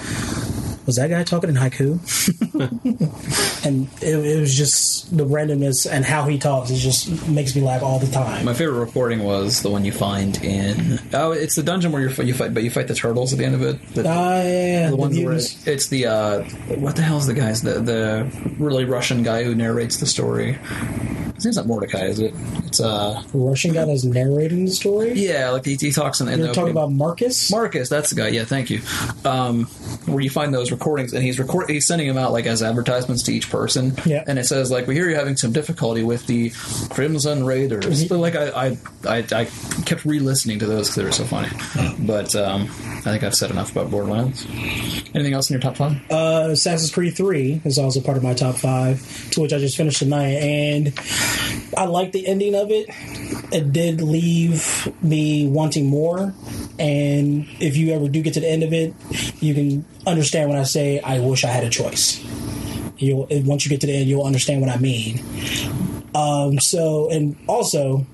was that guy talking in haiku and it, it was just the randomness and how he talks it just makes me laugh all the time
my favorite recording was the one you find in oh it's the dungeon where you fight, you fight but you fight the turtles at the end of it. The,
Ah, yeah,
the
the
ones where
mutants.
it- it's the uh, what the hell is the guy's the the really Russian guy who narrates the story. His name's not Mordecai, is it? It's uh
The Russian guy that's narrating the story.
yeah, like he, he talks in, the- in
You're
the
talking
opening.
about Marcus.
Marcus, that's the guy. Yeah, thank you. Um, where you find those recordings, and he's record he's sending them out like as advertisements to each person.
Yeah.
and it says like we hear you're having some difficulty with the Crimson Raiders. But like I I, I, I kept re-listening to those because they were so funny. But um, I think I've said enough about Borderlands. Anything else in your top five?
uh, Assassin's Creed 3 is also part of my top five, to which I just finished tonight. And I like the ending of it. It did leave me wanting more. And if you ever do get to the end of it, you can understand when I say, I wish I had a choice. You'll, and once you get to the end, you'll understand what I mean. Um, so, and also,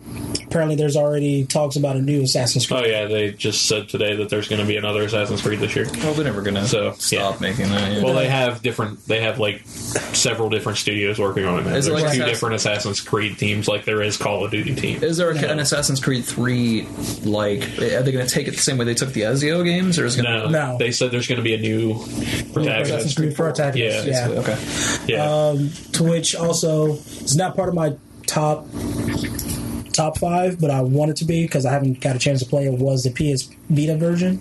apparently there's already talks about a new Assassin's Creed.
Oh yeah, they just said today that there's going to be another Assassin's Creed this year.
Well, they're never gonna
So,
stop
yeah.
making that. yeah.
Well, they have different. They have like several different studios working on it. Now. There's
Is it
two
like Assassin-
different Assassin's Creed teams, like there is Call of Duty team.
Is there a, an Assassin's Creed three? Like, are they going to take it the same way they took the Ezio games, or is it
No,
going
No.
They said there's going to be a new
Assassin's
protagonist.
Creed protagonist.
Yeah.
yeah.
okay?
Yeah,
to which also it's not part of my top top five, but I want it to be because I haven't got a chance to play it. Was the PS Vita version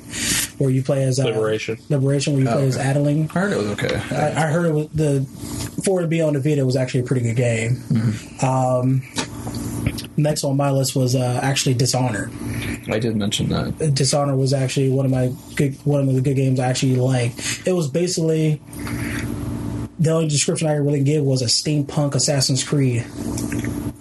where you play as uh,
Liberation.
Liberation, where you play as
okay.
Adeline.
I heard it was okay.
I, I heard it was the for it to be on the Vita was actually a pretty good game. Um, next on my list was uh, actually Dishonored.
I did mention that.
Dishonored was actually one of my good one of the good games I actually liked. It was basically the only description I could really give was a steampunk Assassin's Creed,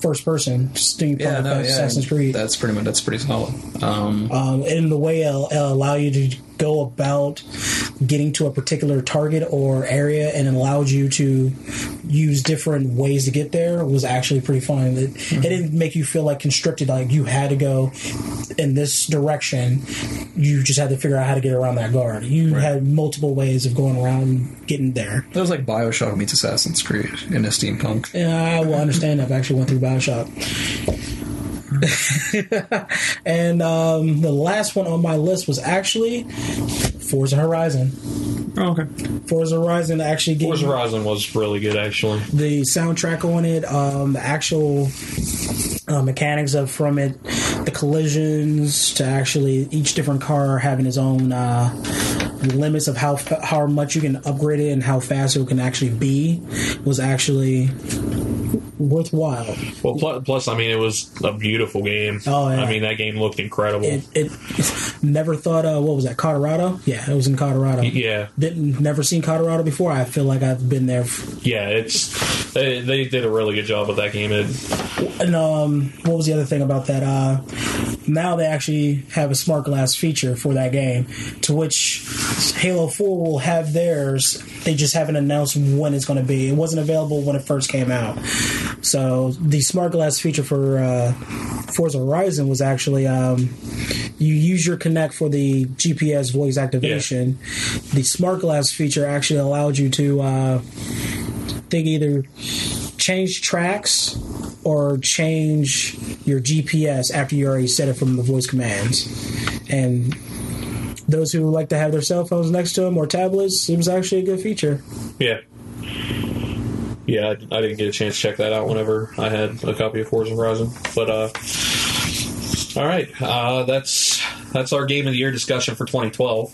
first person steampunk
Yeah, no, yeah,
Assassin's Creed.
That's pretty much that's pretty solid. Um,
Um, and the way it'll, it'll allow you to go about getting to a particular target or area, and it allowed you to use different ways to get there was actually pretty fun. It, it didn't make you feel like constricted, like you had to go in this direction. You just had to figure out how to get around that guard. You had multiple ways of going around and getting there.
that was like Bioshock meets Assassin's Creed in a steampunk.
And I will understand. I've actually went through Bioshock. and um, the last one on my list was actually Forza Horizon.
Oh, okay.
Forza Horizon actually gave
Forza Horizon was really good, actually.
the soundtrack on it, um, the actual uh, mechanics of from it, the collisions to actually each different car having its own uh, limits of how fa- how much you can upgrade it and how fast it can actually be was actually worthwhile.
Well, plus, plus, I mean, it was a beautiful game.
Oh, yeah.
I mean, that game looked incredible.
It, it never thought uh, what was that Colorado? Yeah, it was in Colorado.
yeah,
Didn't never seen Colorado before. I feel like I've been there f-
yeah, it's they, they did a really good job with that game. It,
And um, what was the other thing about that? Uh, now they actually have a smart glass feature for that game, to which Halo Four will have theirs. They just haven't announced when it's going to be. It wasn't available when it first came out. So the smart glass feature for uh, Forza Horizon was actually um, you use your Connect for the GPS voice activation. The smart glass feature actually allowed you to. Uh, think either change tracks or change your GPS after you already set it from the voice commands. And those who like to have their cell phones next to them or tablets, it was actually a good feature.
yeah, yeah. I, I didn't get a chance to check that out whenever I had a copy of Forza Horizon, but uh, all right, uh, that's that's our game of the year discussion for 2012.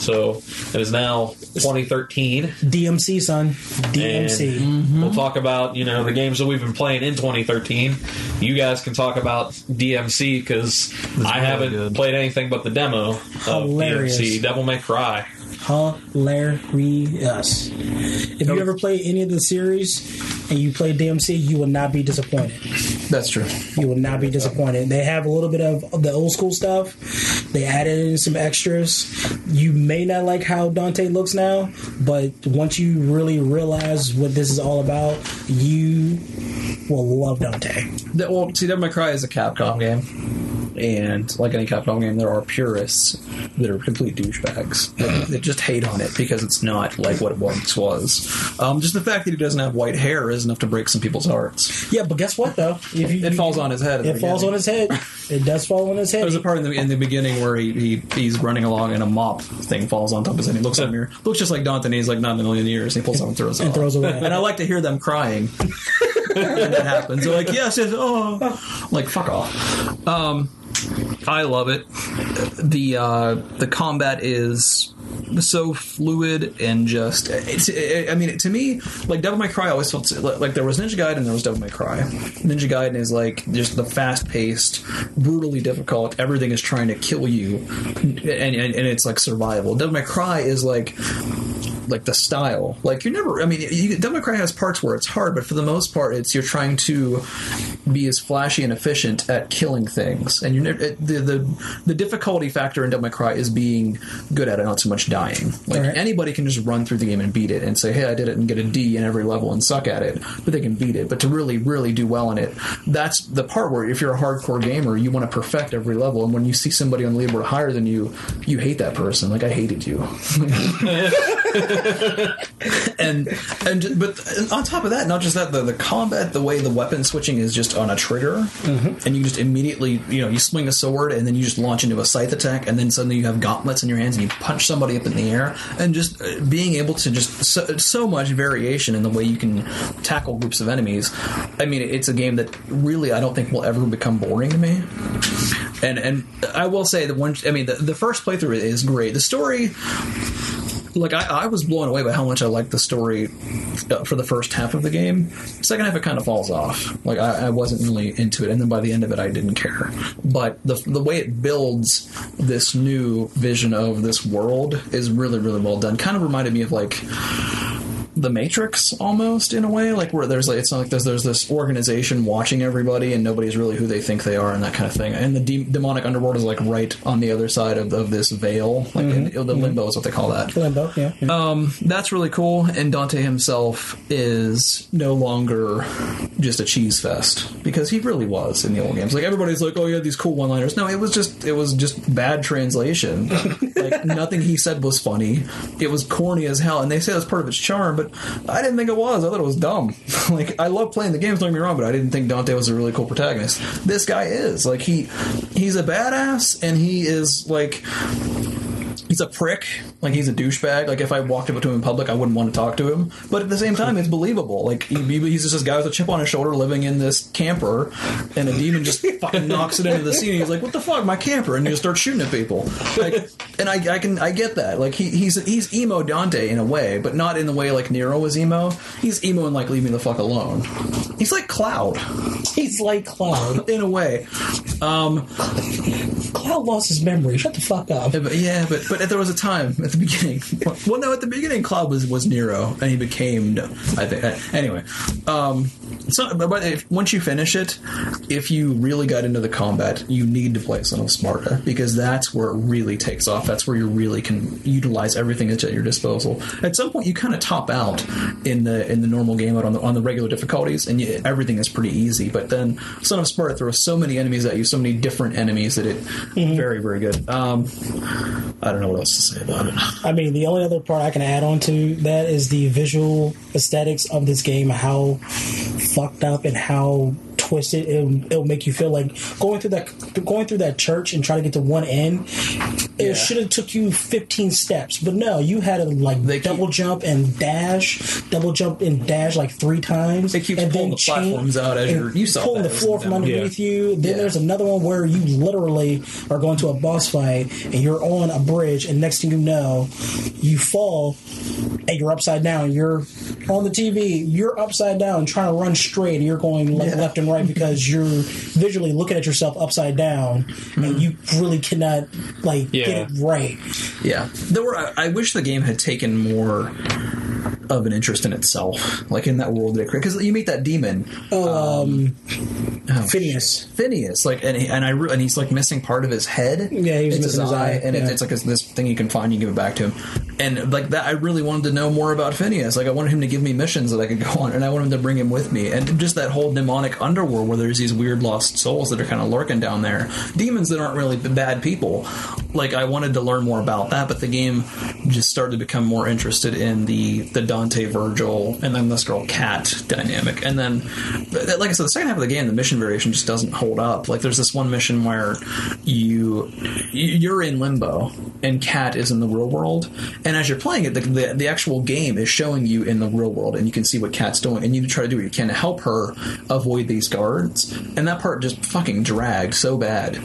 So it is now 2013.
DMC, son.
and
DMC.
Mm-hmm.
We'll talk about you know the games that we've been playing in 2013. You guys can talk about DMC because I
really
haven't
good.
played anything but the demo of
Hilarious.
DMC. Devil May Cry.
Hilarious. If you ever play any of the series and you play DMC, you will not be disappointed.
That's true.
you will not be disappointed. They have a little bit of the old school stuff. They added in some extras. You may not like how Dante looks now, but once you really realize what this is all about, you will love Dante.
That, well, see, Devil May Cry is a Capcom game, and like any Capcom game, there are purists that are complete douchebags that, that just hate on it because it's not like what it once was. Um, just the fact that he doesn't have white hair is enough to break some people's hearts.
Yeah, but guess what though? If you,
It falls on his head. at the
it falls
beginning.
on his head. It does fall on his head.
There's a part in the, in the beginning where he, he he's running along and a mop thing falls on top of his head. He looks at a mirror, looks just like Dante, and he's like, not in a million years. And he pulls out and throws it
And
off.
throws away.
And I like to hear them crying when that happens. They're like, yes, yes, oh, like fuck off. Um, I love it. The uh, the combat is so fluid and just it's i I mean to me like Devil May Cry always felt like there was Ninja Gaiden and there was Devil May Cry Ninja Gaiden is like just the fast paced brutally difficult everything is trying to kill you and, and, and it's like survival Devil May Cry is like like the style. Like you're never. I mean, you, Devil May Cry has parts where it's hard, but for the most part, it's you're trying to be as flashy and efficient at killing things. And you're never, it, the, the the difficulty factor in Devil May Cry is being good at it, not so much dying. Like
Right.
anybody can just run through the game and beat it and say, "Hey, I did it," and get a D in every level and suck at it, but they can beat it. But to really, really do well in it, that's the part where if you're a hardcore gamer, you want to perfect every level. And when you see somebody on the leaderboard higher than you, you hate that person. Like I hated you. and and but on top of that, not just that, the, the combat, the way the weapon switching is just on a trigger, and you just immediately, you know, you swing a sword and then you just launch into a scythe attack, and then suddenly you have gauntlets in your hands and you punch somebody up in the air, and just uh, being able to just so, so much variation in the way you can tackle groups of enemies. I mean, it's a game that really I don't think will ever become boring to me and and I will say that one. I mean, the, the first playthrough is great. The story, like I, I was blown away by how much I liked the story uh, for the first half of the game. Second half, it kind of falls off. Like I, I wasn't really into it, and then by the end of it, I didn't care. But the the way it builds this new vision of this world is really really well done. Kind of reminded me of like the Matrix almost in a way, like where there's like it's not like there's there's this organization watching everybody and nobody's really who they think they are and that kind of thing. And the de- demonic underworld is like right on the other side of, of this veil, like in, the limbo is what they call that.
Limbo, yeah.
Um, that's really cool. And Dante himself is no longer just a cheese fest because he really was in the old games. Like everybody's like, oh yeah, these cool one-liners. No, it was just it was just bad translation. like nothing he said was funny. It was corny as hell. And they say that's part of its charm, but I didn't think it was. I thought it was dumb. like I love playing the games. Don't get me wrong, but I didn't think Dante was a really cool protagonist. This guy is like he he's a badass and he is like he's a prick, like he's a douchebag. Like if I walked up to him in public, I wouldn't want to talk to him. But at the same time, it's believable. Like he, he's just this guy with a chip on his shoulder living in this camper, and a demon just fucking knocks it into the scene. And he's like, "What the fuck, my camper?" And he just starts shooting at people. Like, and I, I can I get that. Like he, he's he's emo Dante in a way, but not in the way like Nero was emo. He's emo and like leave me the fuck alone. He's like Cloud
He's like Cloud.
in a way.
Cloud lost his memory. Shut the fuck up.
Yeah, but, yeah, but but there was a time at the beginning. Well, no, at the beginning, Cloud was was Nero, and he became. I think uh, anyway. Um, so, but- but if, once you finish it, if you really got into the combat, you need to play Son of Sparta because that's where it really takes off. That's where you really can utilize everything that's at your disposal. At some point, you kind of top out in the in the normal game mode on the on the regular difficulties, and you, everything is pretty easy. But then Son of Sparta throws so many enemies at you, so many different enemies that it very very good. Um, I don't know what else to say about it.
I mean, the only other part I can add on to that is the visual aesthetics of this game, how fucked up and how twisted it'll, it'll make you feel like going through that going through that church and trying to get to one end it
Yeah.
should have took you 15 steps but no you had to like
They keep-
double jump and dash double jump and dash like three times
It keeps
and
pulling the platforms out as
and
you're- you saw
pulling
that,
the floor
isn't
from
that-
underneath you then
Yeah.
there's another one where you literally are going to a boss fight and you're on a bridge and next thing you know you fall and you're upside down you're on the tv you're upside down trying to run straight and you're going le-
Yeah.
left and right because you're visually looking at yourself upside down
Hmm.
and you really cannot like
Yeah.
get it right
Yeah, there were. I, I wish the game had taken more of an interest in itself, like in that world that it created. Because you meet that demon, Oh,
phineas
Phineas, like, and he, and I re- and he's like missing part of his head.
Yeah, he was
It's
missing his eye,
and
yeah.
it, it's like this, this thing you can find, you give it back to him, and like that. I really wanted to know more about Phineas. Like, I wanted him to give me missions that I could go on, and I wanted him to bring him with me, and just that whole demonic underworld where there's these weird lost souls that are kind of lurking down there, demons that aren't really b- bad people. Like, I wanted to learn more about that, but the game just started to become more interested in the the Dante Virgil and then this girl Cat dynamic, and then but, like I said, the second half of the game, the mission variation just doesn't hold up. Like there's this one mission where you you're in limbo and Cat is in the real world, and as you're playing it, the, the the actual game is showing you in the real world, and you can see what Cat's doing, and you try to do what you can to help her avoid these guards, and that part just fucking dragged so bad.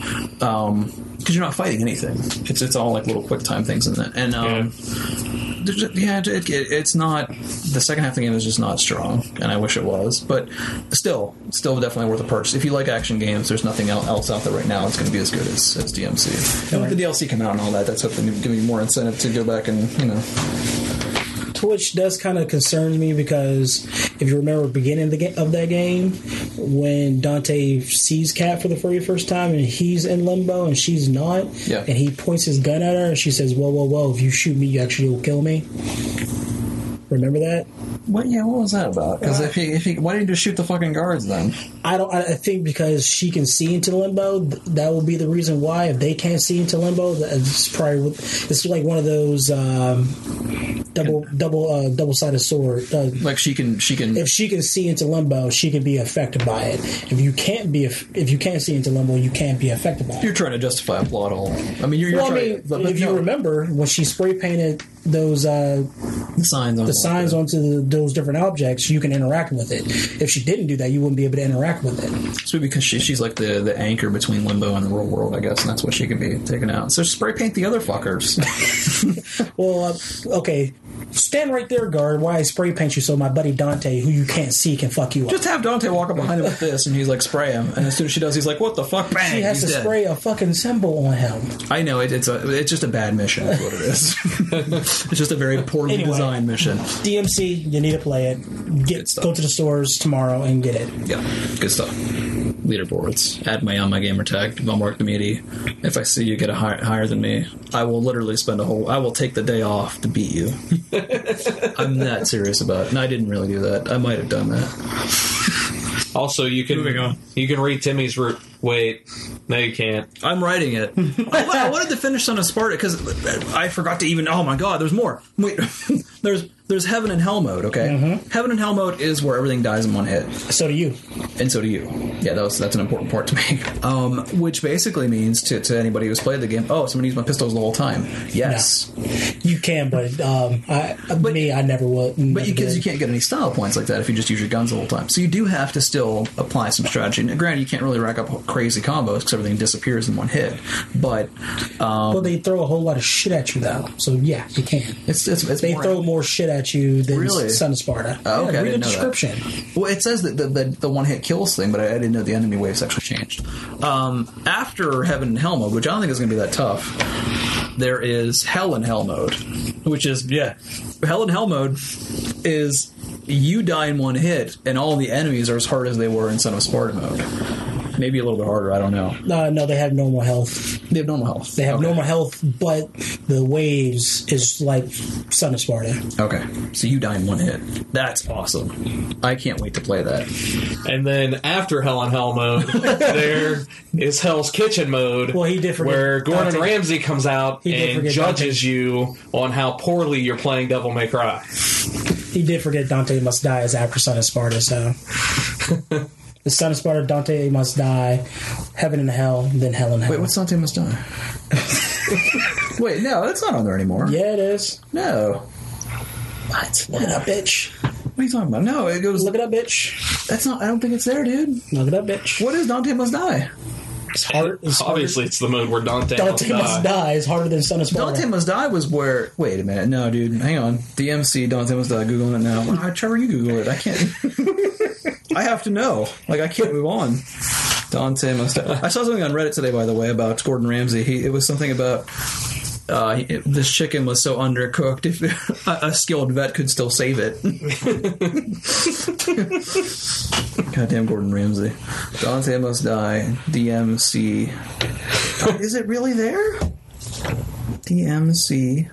Um, because you're not fighting anything. It's it's all like little quick time things in that, and um,
Yeah.
there's ju- yeah, it, it, it's not the second half of the game is just not strong, and I wish it was, but still, still definitely worth a purchase. If you like action games, there's nothing el- else out there right now that's going to be as good as, as DMC. And with the DLC coming out and all that, that's hopefully giving you more incentive to go back and you know.
Twitch does kind of concern me because if you remember the beginning of, the ga- of that game, when Dante sees Kat for the very first time and he's in limbo and she's not,
Yeah.
and he points his gun at her and she says, "Whoa, whoa, whoa! If you shoot me, you actually will kill me." Remember that?
What yeah, what was that about? Because if he if he why didn't you just shoot the fucking guards then?
I don't. I I think because she can see into limbo, th- that will be the reason why. If they can't see into limbo, that's probably what- it's like one of those um, double double uh, double sided sword. Uh,
Like she can she can
if she can see into limbo, she can be affected by it. If you can't be, aff- if you can't see into limbo, you can't be affected by
you're
it.
trying to justify a plot hole. I mean you're, you're
Well, I
trying
mean,
but- but
if you
no,
remember when she spray painted those uh,
the signs on
the signs onto the, those different objects, you can interact with it. If she didn't do that, you wouldn't be able to interact with it.
So because she, she's like the, the anchor between limbo and the real world, I guess, and that's what she can be taken out. So spray paint the other fuckers.
Well, uh, okay, stand right there, guard. Why I spray paint you so my buddy Dante, who you can't see, can fuck you up.
Just have Dante walk up behind him with this, and he's like spray him. And as soon as she does, he's like, "What the fuck?" Bang!
she has to
he's dead.
spray a fucking symbol on him.
I know it, it's a it's just a bad mission. Is what it is. it's just a very poorly
Anyway.
designed mission.
DMC, you need to play it.
Good
Get
stuff.
go to the stores tomorrow and get it.
Yeah, good stuff. Leaderboards. Add me on my gamer tag, Von Mark Community. If I see you get a high, higher than me, I will literally spend a whole. I will take the day off to beat you. I'm that serious about it. And I didn't really do that. I might have done that.
Also, you can
Moving on.
you can read Timmy's route. Wait, no, you can't.
I'm writing it. I, I wanted to finish on a Sparta because I forgot to even. Oh my god, there's more. Wait, there's there's heaven and hell mode. Okay, heaven and hell mode is where everything dies in one hit
So do you.
and so do you. Yeah, that was, that's an important part to me. Um, which basically means to, to anybody who's played the game, oh, somebody used my pistols the whole time. Yes,
You can, but um, I,
But-
me, I never would.
but you, cause you can't get any style points like that if you just use your guns the whole time. So you do have to still apply some strategy. Now, granted, you can't really rack up crazy combos because everything disappears in one hit. But um,
Well, they throw a whole lot of shit at you though. So yeah, you can.
it's it's, it's
They
more-
throw more shit at you than
Really?
Son of Sparta.
Oh, okay,
yeah,
I
read
didn't
the
know that.
description.
Well, it says that the, the, the one hit kills thing, but I, I didn't know the enemy waves actually changed. Um, after Heaven and Hell mode, which I don't think is going to be that tough, there is Hell and Hell mode, which is, yeah, Hell and Hell mode is you die in one hit, and all the enemies are as hard as they were in Son of Sparta mode. Maybe a little bit harder, I don't know.
Uh, no, they have normal health.
They have normal health.
They have
okay.
normal health, but the waves is like Son of Sparta.
Okay, so you die in one hit. That's awesome. I can't wait to play that.
And then after Hell on Hell mode, there is Hell's Kitchen mode.
Well, he did forget
where Gordon
Dante.
Ramsay comes out
He did
and
forget
judges you on how poorly you're playing Devil May Cry.
He did forget Dante must die is after Son of Sparta, so. the Son of Sparta, Dante must die, Heaven and Hell, then Hell and Hell.
Wait, what's Dante Must Die? Wait, no, that's not on there anymore.
yeah, it is.
No.
What? Look it up, bitch.
What are you talking about? No, it goes.
Look it up, bitch.
That's not. I don't think it's there, dude.
Look it up, bitch.
What is Dante Must Die?
It's hard. It's harder-
Obviously, it's the mode where Dante,
Dante
Uh,
must die is harder than Son of Sparta.
Dante Must Die was where. Wait a minute. No, dude. Hang on. DMC Dante Must Die. Googling it now. Ah, Trevor, you Google it. I can't. I have to know. Like, I can't move on. Dante Must Die. I saw something on Reddit today, by the way, about Gordon Ramsay. He, it was something about. Uh, he- this chicken was so undercooked. If a, a skilled vet could still save it. Goddamn Gordon Ramsay. Dante must die. DMC. Is it really there? DMC.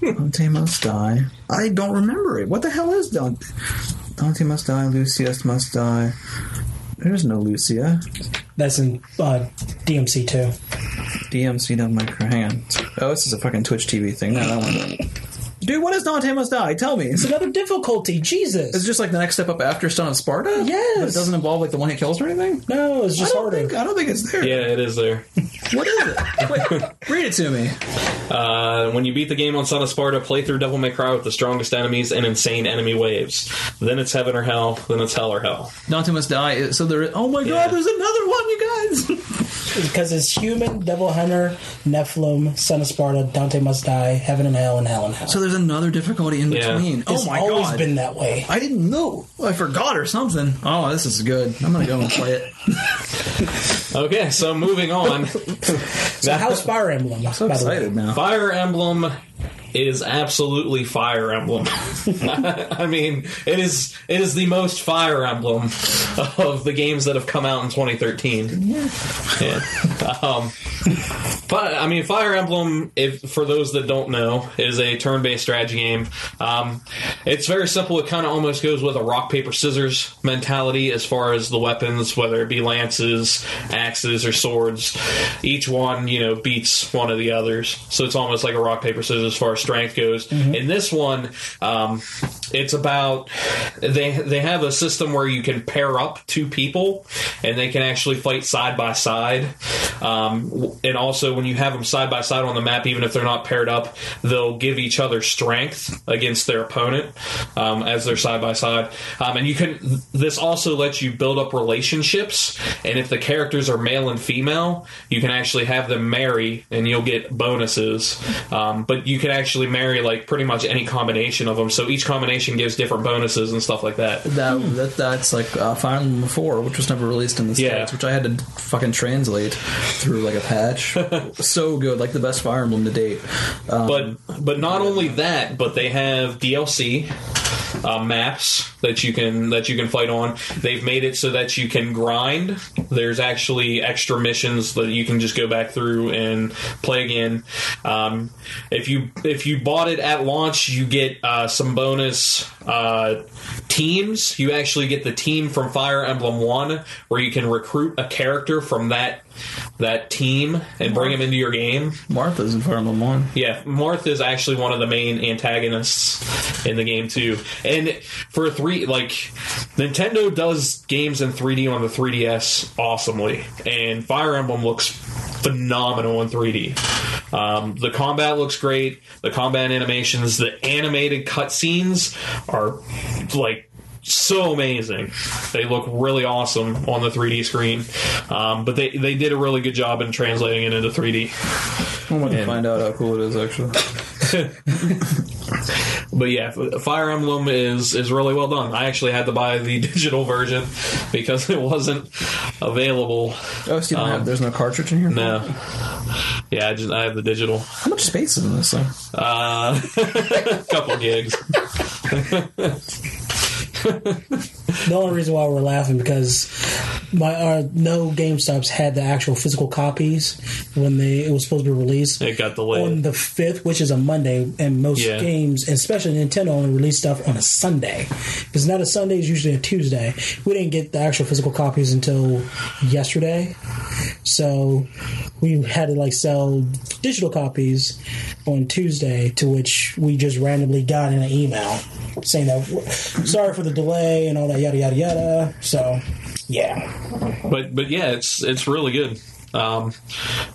Dante must die. I don't remember it. What the hell is Dante? Dante must die. Lucius must die. There's no Lucia.
That's in uh, DMC too.
DMC down my cr- hang on. Oh, this is a fucking Twitch TV thing. No, that one. Dude, what is Dante must die? Tell me.
It's another difficulty.
It's
Jesus.
just like the next step up after Son of Sparta.
Yes.
but it doesn't involve like the one hit kills or anything.
No, it's
I
just
don't
harder.
think. I don't think it's there.
Yeah, it is there.
What is it? Wait, read it to me.
Uh, when you beat the game on Son of Sparta, play through Devil May Cry with the strongest enemies and insane enemy waves. Then it's heaven or hell. Then it's hell or hell.
Dante must die. So there. Oh my
Yeah.
god! There's another one, you guys.
Because it's human, devil hunter, Nephilim, son of Sparta, Dante must die, heaven and hell, and hell and hell.
So there's another difficulty in
Yeah.
between. Oh
it's
my
always
god!
been that way.
I didn't know. Oh, I forgot or something. Oh, this is good. I'm gonna go and play it.
Okay, so moving on.
So how's Fire Emblem?
So excited now.
Fire Emblem is absolutely Fire Emblem. I mean, it is it is the most Fire Emblem of the games that have come out in 2013. Yeah. Um, but I mean, Fire Emblem, if for those that don't know, is a turn-based strategy game. Um, it's very simple. It kind of almost goes with a rock paper scissors mentality as far as the weapons, whether it be lances, axes, or swords. Each one, you know, beats one of the others. So it's almost like a rock paper scissors as far as strength goes. In this one, um, it's about they they have a system where you can pair up two people and they can actually fight side by side. Um, w- and also, when you have them side by side on the map, even if they're not paired up, they'll give each other strength against their opponent um, as they're side by side. Um, and you can. This also lets you build up relationships. And if the characters are male and female, you can actually have them marry, and you'll get bonuses. Um, but you can actually marry like pretty much any combination of them. So each combination gives different bonuses and stuff like that.
That, that that's like uh, Fire Emblem Four, which was never released in the
Yeah.
states, which I had to fucking translate through like a patch. so good, like the best Fire Emblem to date. Um,
but but not only that, but they have DLC uh, maps that you can that you can fight on. They've made it so that you can grind. There's actually extra missions that you can just go back through and play again. Um, if you if you bought it at launch, you get uh, some bonus uh, teams. You actually get the team from Fire Emblem One, where you can recruit a character from that that team and bring them into your game.
Martha's in front of one.
Yeah, Martha is actually one of the main antagonists in the game too. And for a three, like Nintendo does games in 3D on the 3DS awesomely, and Fire Emblem looks phenomenal in 3D. Um, the combat looks great. The combat animations, the animated cutscenes are like so amazing. They look really awesome on the 3D screen, um, but they they did a really good job in translating it into 3D.
I want to
And-
find out how cool it is actually.
But yeah, F- Fire Emblem is is really well done. I actually had to buy the digital version because it wasn't available.
Oh, so you don't have, there's no cartridge in here.
Um, No. Yeah, I just I have the digital.
How much space is in this thing?
Uh, couple gigs.
The only reason why we're laughing because my uh, no GameStops had the actual physical copies when they it was supposed to be released
It got
on
delayed.
the fifth, which is a Monday, and most
Yeah.
games, especially Nintendo, only release stuff on a Sunday. If it's not a Sunday; it's usually a Tuesday. We didn't get the actual physical copies until yesterday, so we had to like sell digital copies on Tuesday, to which we just randomly got in an email saying that sorry for the delay and all that yada yada yada. So yeah,
But but yeah, it's it's really good. Um,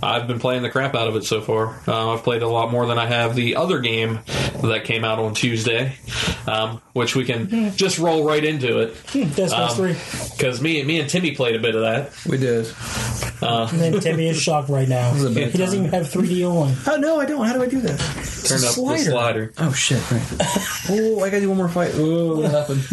I've been playing the crap out of it so far. Um, I've played a lot more than I have the other game that came out on Tuesday, um, which we can just roll right into it.
that's um, three.
Because me, me and Timmy played a bit of that.
We did.
And then Timmy is shocked right now.
a bad
He doesn't even have 3D on.
Oh no, I don't. How do I do that? Turn
up the slider.
Oh shit! Right. oh, I gotta do one more fight. Oh, what happened?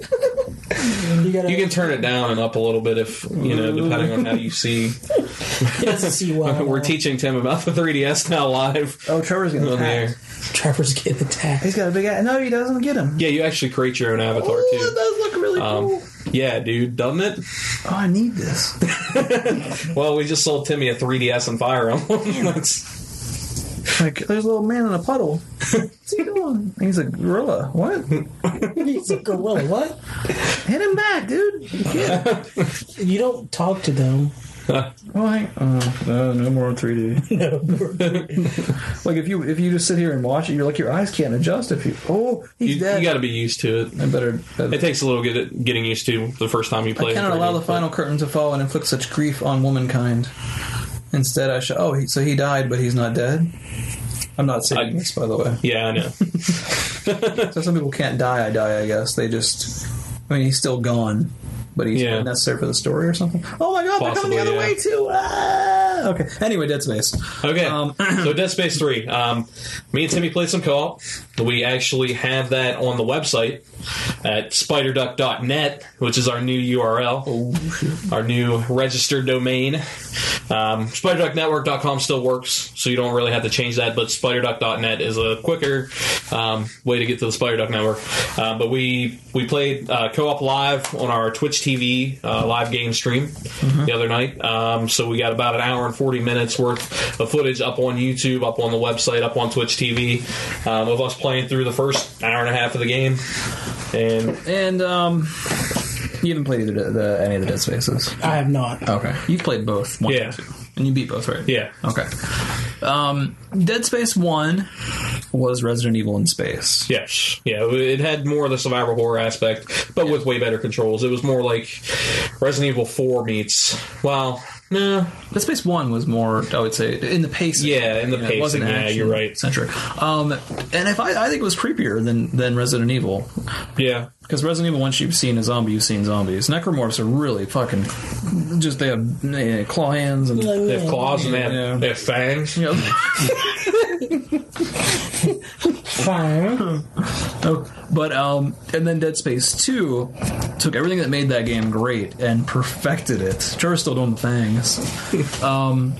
You, gotta,
You can turn it down and up a little bit if you know, depending on how you see.
He doesn't see why.
We're teaching Tim about the 3ds now live
Oh, Trevor's gonna
on the
attack.
air.
Trevor's getting attacked.
He's got a big ass. No, he doesn't get him.
Yeah, you actually create your own avatar
Ooh, that
too.
does look really
Um,
cool.
yeah, dude, doesn't it?
Oh, I need this.
Well, we just sold Timmy a 3ds and Fire Emblem. That's-
Like, there's a little man in a puddle. What's he doing? He's a gorilla. What? Hit
He's a gorilla. What?
him back, dude. You can't.
You don't talk to them.
Well, hang- oh, no, no more 3D.
No.
Like, if you if you just sit here and watch it, you're like your eyes can't adjust. If you oh, he's
you
dead.
you got to be used to it.
I better. better
It takes a little get, getting used to the first time you play.
I
in
cannot allow
3D,
the final curtain to fall and inflict such grief on womankind. Instead, I shall. Oh, he, so he died, but he's not dead. I'm not saying
I-
this, by the way.
but- Yeah, I know.
So some people can't die. I die. I guess they just. I mean, he's still gone, but he's
Yeah.
necessary for the story or something. Oh my god,
Possibly,
they're coming the other
yeah.
way too. Ah! Okay. Anyway, Dead Space.
Okay,
Um,
so Dead Space Three. Um, me and Timmy played some co-op. We actually have that on the website at spiderduck.net, which is our new URL,
Oh, shit.
our new registered domain. Um, SpiderDuckNetwork.com still works, so you don't really have to change that. But SpiderDuck.net is a quicker um, way to get to the SpiderDuck Network. Uh, but we we played uh, co-op live on our Twitch TV uh, live game stream the other night. Um, so we got about an hour and forty minutes worth of footage up on YouTube, up on the website, up on Twitch TV um, of us playing through the first hour and a half of the game. And
And um, you haven't played either the, the, any of the Dead Spaces.
I have not.
Okay. You've played both. One,
Yeah.
and two. And you beat both, right?
yeah,
Okay. Um, Dead Space 1 was Resident Evil in space.
Yes, yeah, it had more of the survival horror aspect, but with way better controls. It was more like Resident Evil Four meets. Well, no,
Dead Space 1 was more, I would say, in the pacing.
Yeah, in the
It wasn't
pacing, yeah,
action
you're right.
Centric. Um, and if I, I think it was creepier than, than Resident Evil.
yeah,
Because Resident Evil, once you've seen a zombie, you've seen zombies. Necromorphs are really fucking. Just, they have eh, claw hands and.
Like,
they have
yeah.
claws and they have,
Yeah.
they have fangs.
you know.
Fine.
Oh, but um, and then Dead Space Two took everything that made that game great and perfected it. Trevor's still doing the things, um,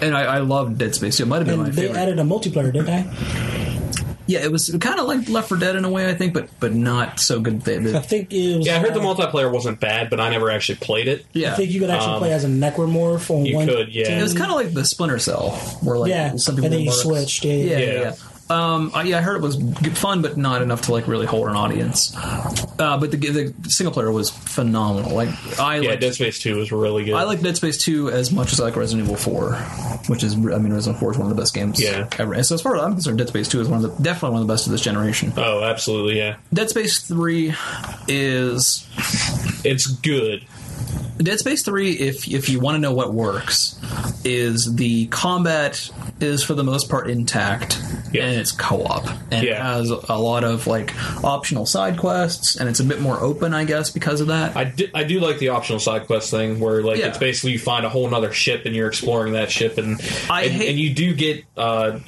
and I, I loved Dead Space Two. It might have been
And
my
they
favorite.
added a multiplayer, didn't they?
yeah, it was kind of like Left 4 Dead in a way, I think, but but not so good. That,
I
that,
think it was.
Yeah, I heard the multiplayer wasn't bad, but I never actually played it.
yeah,
I think you could actually
Um,
play as a necromorph on
you
one.
could, yeah.
it was kind of like the Splinter Cell, where like
Yeah,
some people
and then
were
you
marks.
switched, yeah,
yeah,
yeah.
yeah. yeah. Um, I, yeah, I heard it was g- fun, but not enough to like really hold an audience. Uh, but the, g- the single player was phenomenal. Like I
Yeah,
liked,
Dead Space Two was really good.
I like Dead Space Two as much as I like Resident Evil Four, which is I mean Resident Evil Four is one of the best games
Yeah.
ever. And so as far as I'm concerned, Dead Space Two is one of the definitely one of the best of this generation.
Oh, absolutely, yeah.
Dead Space Three is
It's good.
Dead Space Three, if if you want to know what works, is the combat is for the most part intact,
Yeah.
and it's co-op, and it
Yeah.
has a lot of like optional side quests, and it's a bit more open, I guess, because of that.
I do, I do like the optional side quest thing where like
Yeah.
it's basically you find a whole nother ship and you're exploring that ship and
I
and,
hate-
and you do get uh,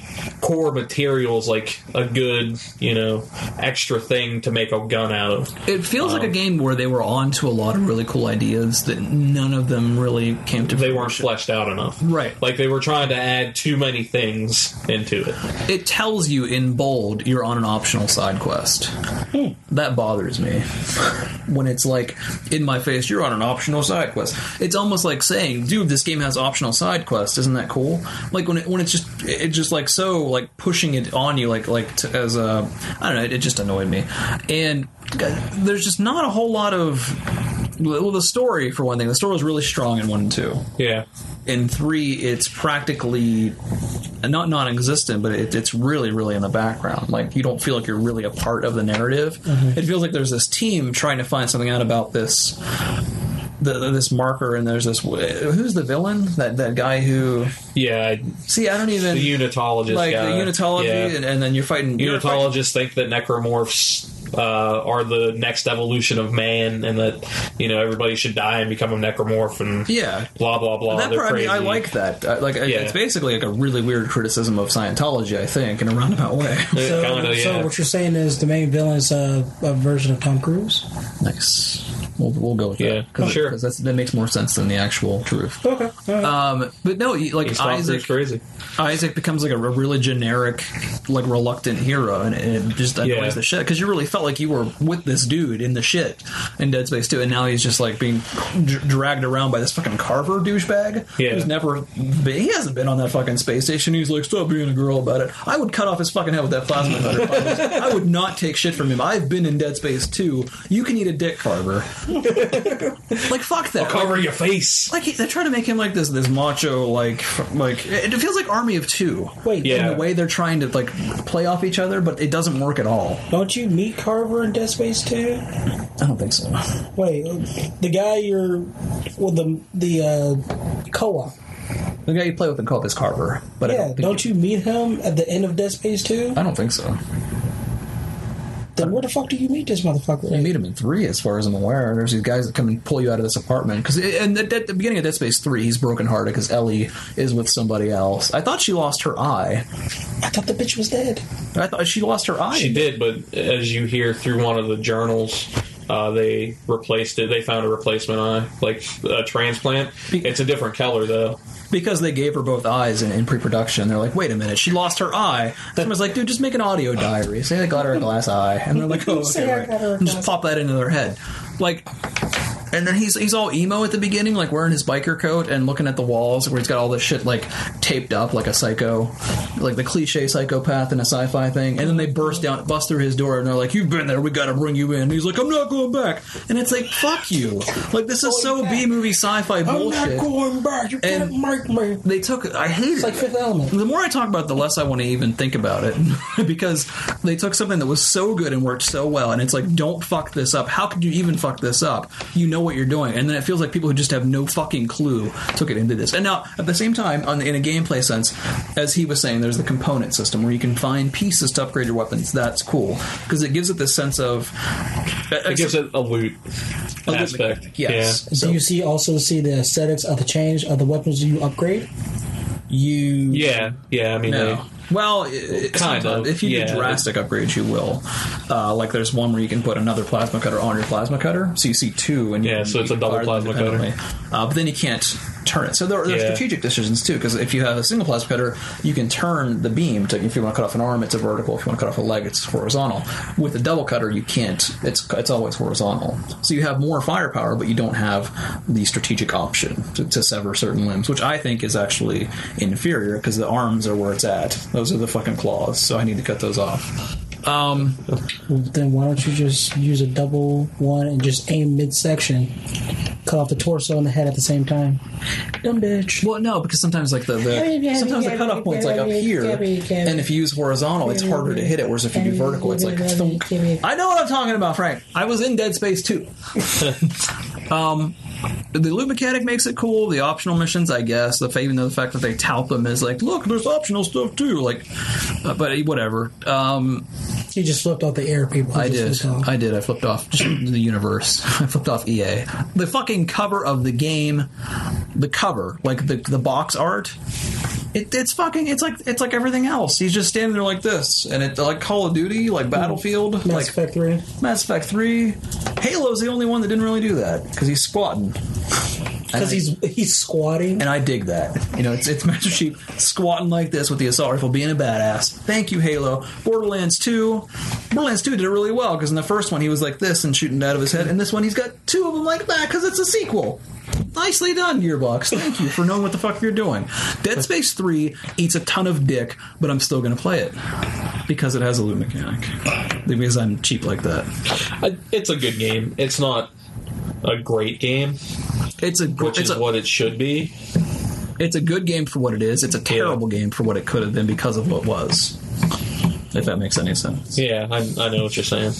core materials like a good you know extra thing to make a gun out of.
it feels like a game where they were on to a lot of really cool ideas that none of them really came to.
They weren't
fruition.
fleshed out enough,
Right.
Like they were trying to add too many things into it.
It tells you in bold you're on an optional side quest. That bothers me. when it's like in my face, you're on an optional side quest. It's almost like saying, "Dude, this game has optional side quests. Isn't that cool?" Like when it, when it's just it just like so like pushing it on you like like to, as a I don't know. It, it just annoyed me. And uh, there's just not a whole lot of well the story for one thing. The story was really strong in one and two
Yeah,
in three, it's practically not non-existent, but it, it's really, really in the background. Like you don't feel like you're really a part of the narrative. It feels like there's this team trying to find something out about this. The, the- this marker and there's this who's the villain that that guy who
yeah.
see I don't even
The unitologist,
like
guy.
the unitology
Yeah.
and, and then you're fighting you're fighting-
Unitologists think that necromorphs uh, are the next evolution of man, and that you know everybody should die and become a necromorph, and
Yeah.
blah blah blah.
that
oh, They're
part, I, mean,
crazy.
I like that. I, like, I-
Yeah.
it's basically like a really weird criticism of Scientology, I think, in a roundabout way.
So,
Uh, kinda,
so
yeah.
what you're saying is the main villain is a, a version of Tom Cruise?
Nice. We'll, we'll go with
Yeah,
that. Cause
sure.
Because that's- that makes more sense than the actual truth.
Okay. all right.
Um, but no, you- like
It's Tom Cruise
Isaac,
crazy.
Isaac becomes like a re- really generic, like reluctant hero, and it just annoys
Yeah.
the shit because you really felt like you were with this dude in the shit in Dead Space 2, and now he's just like being d- dragged around by this fucking Carver douchebag.
Yeah.
who's never been, he hasn't been on that fucking space station. He's like, stop being a girl about it. I would cut off his fucking head with that plasma cutter. if I was- I would not take shit from him. I've been in Dead Space 2. You can eat a dick, Carver. like fuck that.
Cover your face.
Like he, they try to make him like this this macho like f- like it it feels like Army of Two.
Wait,
yeah.
in the way they're trying to like play off each other, but it doesn't work at all.
don't you meet Carver in Dead Space 2?
I don't think so.
Wait, the guy you're with the the uh, co-op.
The guy you play with in co-op is Carver, but I
Yeah,
don't,
don't,
think
you meet him at the end of Dead Space 2?
I don't think so.
Then where the fuck do you meet this motherfucker?
You meet him in three, as far as I'm aware. There's these guys that come and pull you out of this apartment because, and at the, the beginning of Dead Space three, he's broken hearted because Ellie is with somebody else. I thought she lost her eye.
I thought the bitch was dead.
I thought she lost her eye.
She did, but as you hear through one of the journals, uh, they replaced it. They found a replacement eye, like a transplant.
Be-
It's a different color, though.
because they gave her both eyes in, in pre-production. They're like, wait a minute, she lost her eye. Someone's like, dude, just make an audio diary. Say I got her a glass eye, and they're like, oh,
Say
okay,
I
right.
got her a
And just
glass-
pop that into their head, like. And then he's he's all emo at the beginning, like wearing his biker coat and looking at the walls where he's got all this shit like taped up like a psycho, like the cliche psychopath in a sci-fi thing. And then they burst down, bust through his door, and they're like, "You've been there. We got to bring you in." And he's like, "I'm not going back." And it's like, "Fuck you!" Like this is so
back.
B movie sci-fi
I'm not
bullshit.
going back. You can't
And-
mark me.
They took. I hate
It's
it
like Fifth Element.
the more I talk about it, the less I want to even think about it because they took something that was so good and worked so well, and it's like, don't fuck this up. How could you even fuck this up? You know what you're doing, and then it feels like people who just have no fucking clue took it into this. And now, at the same time, on the, in a gameplay sense, as he was saying, there's the component system where you can find pieces to upgrade your weapons. That's cool because it gives it this sense of
It gives it a loot
loot
aspect.
mechanic, yes.
Do you see also see the aesthetics of the change of the weapons you upgrade?
you
Yeah, yeah, yeah. I mean,
No. Well, it,
Kind
kind of.
of,
If you
yeah.
do drastic upgrades, you will. Uh, like there's one where you can put another plasma cutter on your plasma cutter, so you see two, and you
Yeah,
can-
so it's
you
a
can
double
fire them
plasma cutter.
independently. Uh, but then you can't turret. So there, there are
Yeah.
strategic decisions too, because if you have a single plasma cutter, you can turn the beam. To, if you want to cut off an arm, it's a vertical. If you want to cut off a leg, it's horizontal. With a double cutter, you can't. It's it's always horizontal. So you have more firepower, but you don't have the strategic option to, to sever certain limbs, which I think is actually inferior because the arms are where it's at. Those are the fucking claws. So I need to cut those off. Um,
Then why don't you just use a double one and just aim midsection, cut off the torso and the head at the same time? Dumb bitch.
Well, no, because sometimes like the, the sometimes the cutoff point's like up here, and if you use horizontal, it's harder to hit it. Whereas if you do vertical, it's like thunk. I know what I'm talking about, Frank. I was in Dead Space too. um, the loot mechanic makes it cool. The optional missions, I guess, the even though the fact that they tout them is like, look, there's optional stuff too. Like, uh, but whatever. Um,
You just flipped off the air, people.
I
You
did.
just flipped off.
I did. I flipped off just the universe. I flipped off EA. The fucking cover of the game, the cover, like the the box art. It, it's fucking. It's like it's like everything else. He's just standing there like this, and it like Call of Duty, like Battlefield,
Mm. Mass
like
Effect 3.
Mass Effect Three. Halo's the only one that didn't really do that because he's squatting.
Because he's, he's squatting.
And I dig that. You know, it's it's Master Chief squatting like this with the assault rifle, being a badass. Thank you, Halo. Borderlands 2. Borderlands 2 did it really well because in the first one he was like this and shooting out of his head, and this one he's got two of them like that because it's a sequel. Nicely done, Gearbox. Thank you for knowing what the fuck you're doing. Dead Space 3 eats a ton of dick, but I'm still going to play it because it has a loot mechanic. Because I'm cheap like that.
I, it's a good game. It's not a great game,
It's a
which
it's
is
a,
what it should be.
it's a good game for what it is. It's a terrible game for what it could have been because of what was. If that makes any sense.
Yeah, I, I know what you're saying.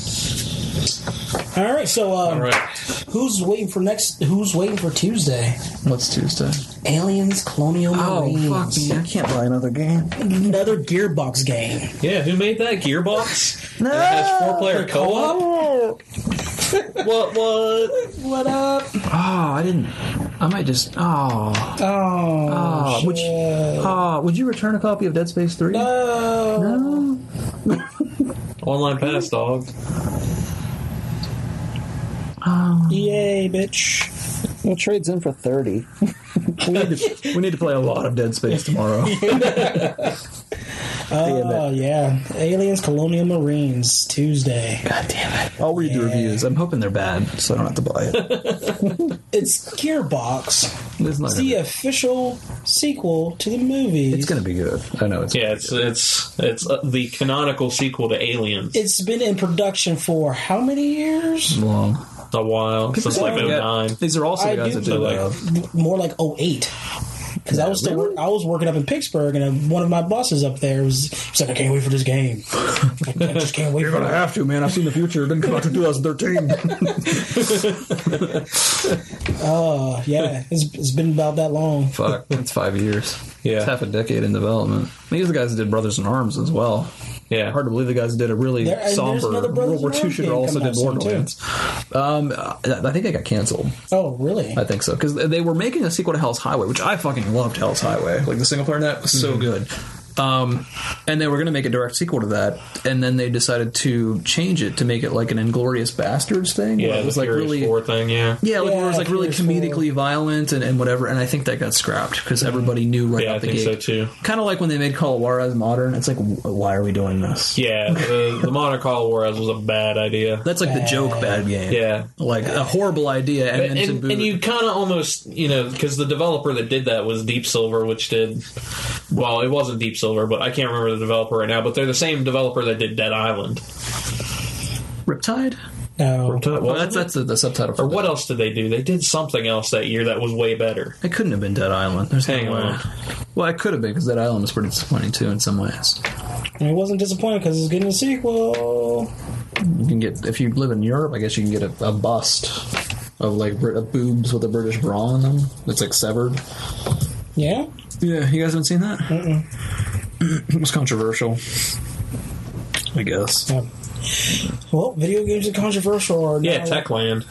All right, so um,
All right.
who's waiting for next? Who's waiting for Tuesday?
What's Tuesday?
Aliens, Colonial
Oh,
Marines.
I can't buy another game.
Another Gearbox game.
Yeah, who made that Gearbox?
No.
It has four
Ah,
player co-op. What? What?
What up?
Oh, I didn't. I might just. Oh.
Oh,
Oh, would you,
shit.
oh, would you return a copy of Dead Space 3?
Oh.
No.
Online pass, dog.
Yay, bitch.
Well, trade's in for 30. we, need to, we need to play a lot of Dead Space tomorrow.
Oh,
it.
yeah. Aliens, Colonial Marines, Tuesday.
God damn it. I'll read the reviews. I'm hoping they're bad, so I don't have to buy it.
It's Gearbox,
It's, not
It's
gonna
the
be-
official sequel to the movies.
it's going to be good. I know it's
Yeah, it's it's it's uh, the canonical sequel to Alien.
it's been in production for how many years?
long.
a while since like
don't
09.
These are also
I
guys
do
that do
like-
uh,
More like 08. Because I was still,
Really?
I was working up in Pittsburgh, and uh, one of my bosses up there was, was like, "I can't wait for this game. I just can't wait for it."
have to, man. I've seen the future. It didn't come out till 2013.
Uh, yeah, it's, it's been about that long.
Fuck, that's five years.
Yeah.
it's half a decade in development. These are the guys that did Brothers in Arms as well.
Yeah.
hard to believe the guys that did a really
There- and there's
somber
another Brothers
World War
in
II
Arms
shooter.
game
Also
coming out
did
soon, too.
Borderlands. Um, I I think they got canceled.
Oh, really?
I think so because they were making a sequel to Hell's Highway, which I fucking loved. Hell's Highway, like the single player in that was
Mm-hmm.
so good. Um, and they were going to make a direct sequel to that, and then they decided to change it to make it like an Inglorious Bastards thing. where
Yeah,
it was
the
like
Furious
really
Four thing. Yeah,
yeah, like where it
Yeah,
was like really
Furious Four.
comedically violent and, and whatever, and I think that got scrapped because everybody knew
Mm-hmm.
right
yeah,
out
I
the
think
gate.
so too.
Kind of like when they made Kalawara as modern. It's like, wh- why are we doing this?
Yeah, the, the modern Call of Juarez was a bad idea.
That's like the joke bad game.
Yeah.
like a horrible idea, and,
And,
then to
and,
boot.
you kind of almost, you know, because the developer that did that was Deep Silver, which did, well, it wasn't Deep Silver, but I can't remember the developer right now, but they're the same developer that did Dead Island.
Riptide.
No,
Well, that's that's the, the subtitle. For
or what
that.
else did they do? They did something else that year that was way better.
It couldn't have been Dead Island. There's
Hang
no way.
on.
Well, it could have been because Dead Island was pretty disappointing too in some ways.
And it wasn't disappointed because it's getting a sequel.
You can get if you live in Europe, I guess you can get a, a bust of like Brit- of boobs with a British bra on them. That's like severed.
Yeah,
Yeah, you guys haven't seen that? it was controversial. I guess.
Um, well, video games are controversial. Are
Yeah,
now-
Techland.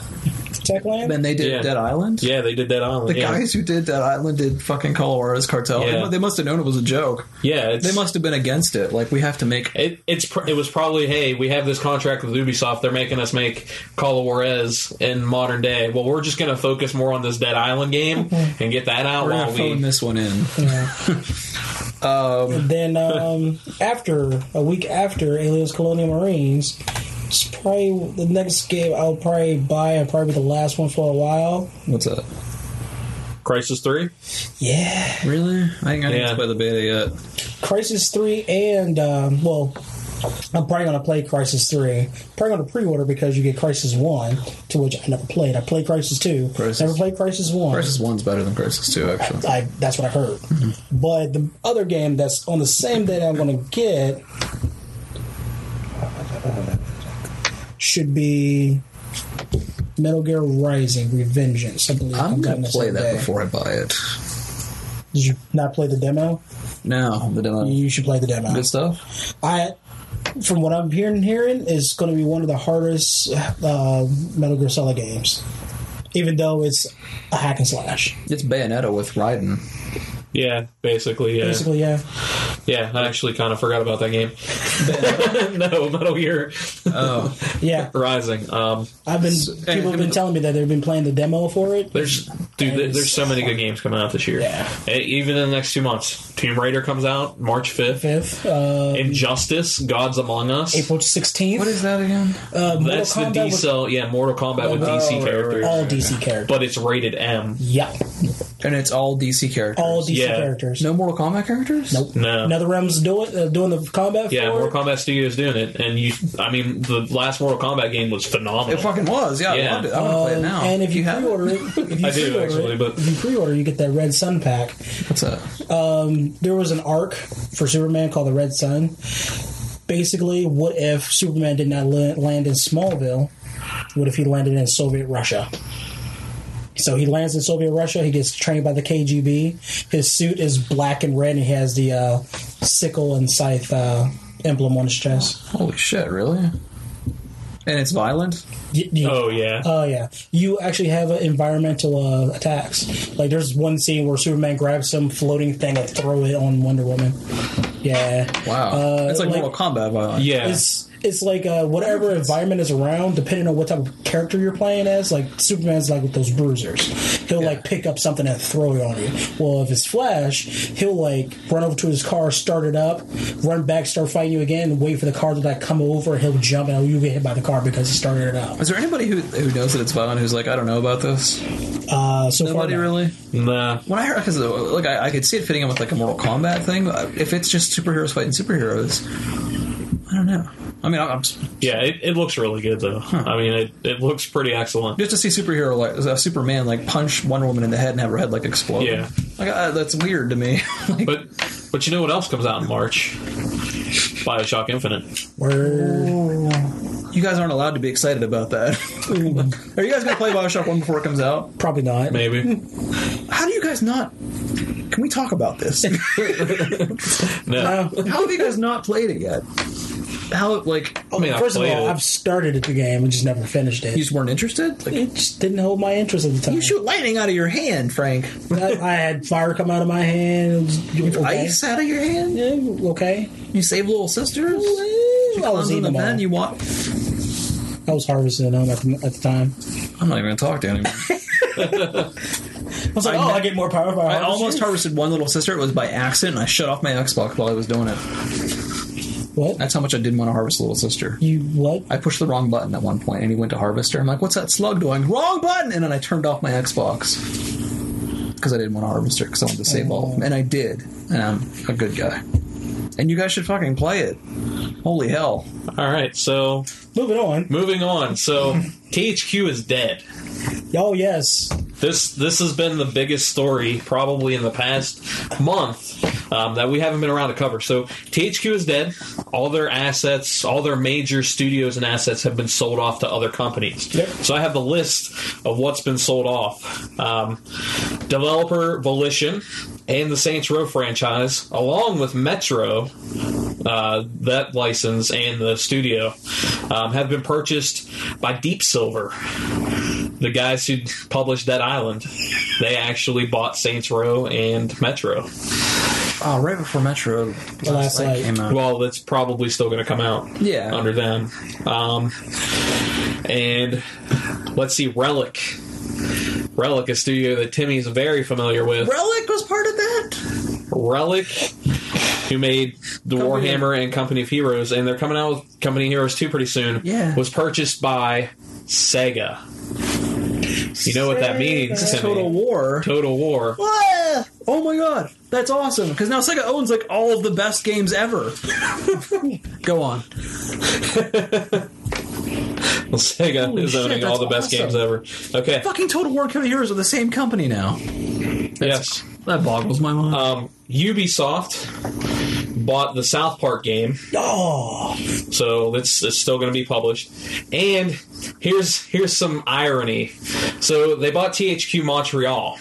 Techland.
Then they did
Yeah.
Dead Island.
Yeah, they did that on
The
yeah.
guys who did Dead Island did fucking Colorado's cartel.
Yeah.
They mu- They must have known it was a joke.
Yeah, it's,
They must have been against it. Like we have to make
It, it's pr- it was probably hey we have this contract with Ubisoft they're making us make Call of Juarez in modern day well we're just gonna focus more on this Dead Island game and get that out
Mm-hmm. we're
while
gonna phone
we
this one in.
Yeah. and then um, after a week after Aliens Colonial Marines, it's probably the next game I'll probably buy and probably be the last one for a while.
What's up?
Crisis Three
Yeah,
Really? I ain't got
Yeah.
to play the beta yet.
Crisis Three and um, well. I'm probably gonna play Crisis Three. Probably gonna pre-order because you get Crisis One, to which I never played. I played Crisis Two.
Crisis-
Never played Crisis One.
Crisis One's better than Crisis Two, actually.
I, that's what I heard.
Mm-hmm.
But the other game that's on the same day that I'm going to get should be Metal Gear Rising: Revengeance. I believe
I'm
coming
gonna
the
play
same
that
day.
before I buy it.
Did you not play the demo?
No, the demo.
You should play the demo.
Good stuff.
I, from what I'm hearing, hearing is going to be one of the hardest uh, Metal Gear Solid games, even though it's a hack and slash.
It's Bayonetta with Raiden.
yeah basically yeah
Basically, yeah.
yeah I actually kind of forgot about that game no Metal Gear
Oh,
Yeah,
Rising um
I've been
hey,
people have been
give-
telling me that they've been playing the demo for it.
there's dude there- there's so many good games coming out this year
Yeah.
Eh, even in the next two months Tomb Raider comes out March fifth
Fifth, uh,
Injustice Gods Among Us
April sixteenth.
what is that again?
uh, Mortal
that's the
Kombat with
DC yeah Mortal Kombat with
Oh,
DC
right,
characters
all DC characters?
but it's rated M
yeah,
And it's all DC characters.
all DC
Yeah.
characters.
No Mortal Kombat characters?
Nope.
No.
Another realms do it, uh, doing the combat.
Yeah,
for
Mortal Kombat Studios doing it, and you. I mean, the last Mortal Kombat game was phenomenal.
It fucking was. Yeah,
Yeah.
I loved it. I want to
Um,
play it now.
And if you,
have it?
pre-order it, if you
I do,
pre-order
actually,
it,
but-
if you pre-order, you get that Red Sun pack.
What's up?
There was an arc for Superman called the Red Sun. Basically, what if Superman did not la- land in Smallville? What if he landed in Soviet Russia? So he lands in Soviet Russia. He gets trained by the KGB. His suit is black and red, and he has the uh, sickle and scythe uh, emblem on his chest.
Holy shit! Really? And it's violent.
Y- y-
Oh yeah,
Oh yeah, you actually have uh, environmental uh, attacks. Like there's one scene where Superman grabs some floating thing and throw it on Wonder Woman. Yeah,
Wow.
Uh,
it's like,
like-
Mortal Kombat violent.
yeah.
it's it's like uh, whatever environment is around, depending on what type of character you're playing as. Like Superman's like with those bruisers, he'll like pick up something and throw it on you. Well, if it's Flash, he'll like run over to his car, start it up, run back, start fighting you again, wait for the car to like come over, and he'll jump and you get hit by the car because he started it up.
Is there anybody who who knows that it's violent who's like I don't know about this?
Uh, so
Nobody
far, no.
really.
nah.
When I heard because like I, I could see it fitting in with like a Mortal Kombat thing. but If it's just superheroes fighting superheroes, I don't know. I mean, I'm
Yeah, it, it looks really good though. I mean, it, it looks pretty excellent.
just to see superhero like uh, Superman like punch Wonder Woman in the head and have her head like explode.
Yeah.
like uh, that's weird to me. like,
But but you know what else comes out in March? Bioshock Infinite.
Word.
you guys aren't allowed to be excited about that. Are you guys gonna play Bioshock One before it comes out?
Probably not.
Maybe
How do you guys not? Can we talk about this?
no.
Uh,
How have you guys not played it yet? How like
I mean, I
First of all,
played it.
I've started at the game and just never finished it.
you just weren't interested? Like
it just didn't hold my interest at the time.
you shoot lightning out of your hand, Frank.
I, I had fire come out of my hand. It was- okay.
Ice out of your hand.
Yeah, okay.
You save little sisters.
I was
Climbs on
eating
the
them all.
bed, You walk.
I was harvesting them at the, at the time.
I'm not even gonna talk to anyone.
I was like,
I
oh,
ne-
I get more power if I,
I
harvest
almost
you.
harvested one little sister. It was by accident, and I shut off my Xbox while I was doing it.
What?
That's how much I didn't want to harvest little sister.
You what?
I pushed the wrong button at one point, and he went to harvest her. I'm like, "What's that slug doing?" Wrong button, and then I turned off my Xbox because I didn't want to harvest her because I wanted to save all of them, and I did. And I'm a good guy. And you guys should fucking play it. Holy hell!
all right, so
Moving on.
moving on. So THQ is dead.
Oh, yes.
This this has been the biggest story probably in the past month um, that we haven't been around to cover. So THQ is dead. All their assets, all their major studios and assets have been sold off to other companies.
Yep.
So I have the list of what's been sold off. Um, developer Volition and the Saints Row franchise, along with Metro, uh, that license and the studio, um, have been purchased by Deep Silver. the guys who published Dead Island, they actually bought Saints Row and Metro.
Oh, right before Metro
Last Light.
came out.
Well, that's probably still going to come out.
Yeah.
Under them. Um, and let's see, Relic. Relic, a studio that Timmy's very familiar with.
Relic was part of that.
Relic, who made the
Company-
Warhammer and Company of Heroes, and they're coming out with Company of Heroes 2 pretty soon,
Yeah.
was purchased by Sega. You know what that means,
It's
Timmy.
Total War.
Total War.
Ah! Oh my god, that's awesome! Because now Sega owns like all of the best games ever. Go on.
Well, Sega
Holy
is
shit,
owning all the
that's
best games ever. Okay.
Fucking Total War and Company of Heroes are the same company now.
Yes.
That boggles my mind.
Um, Ubisoft bought the South Park game,
Oh,
so it's, it's still going to be published. And here's here's some irony. So they bought THQ Montreal,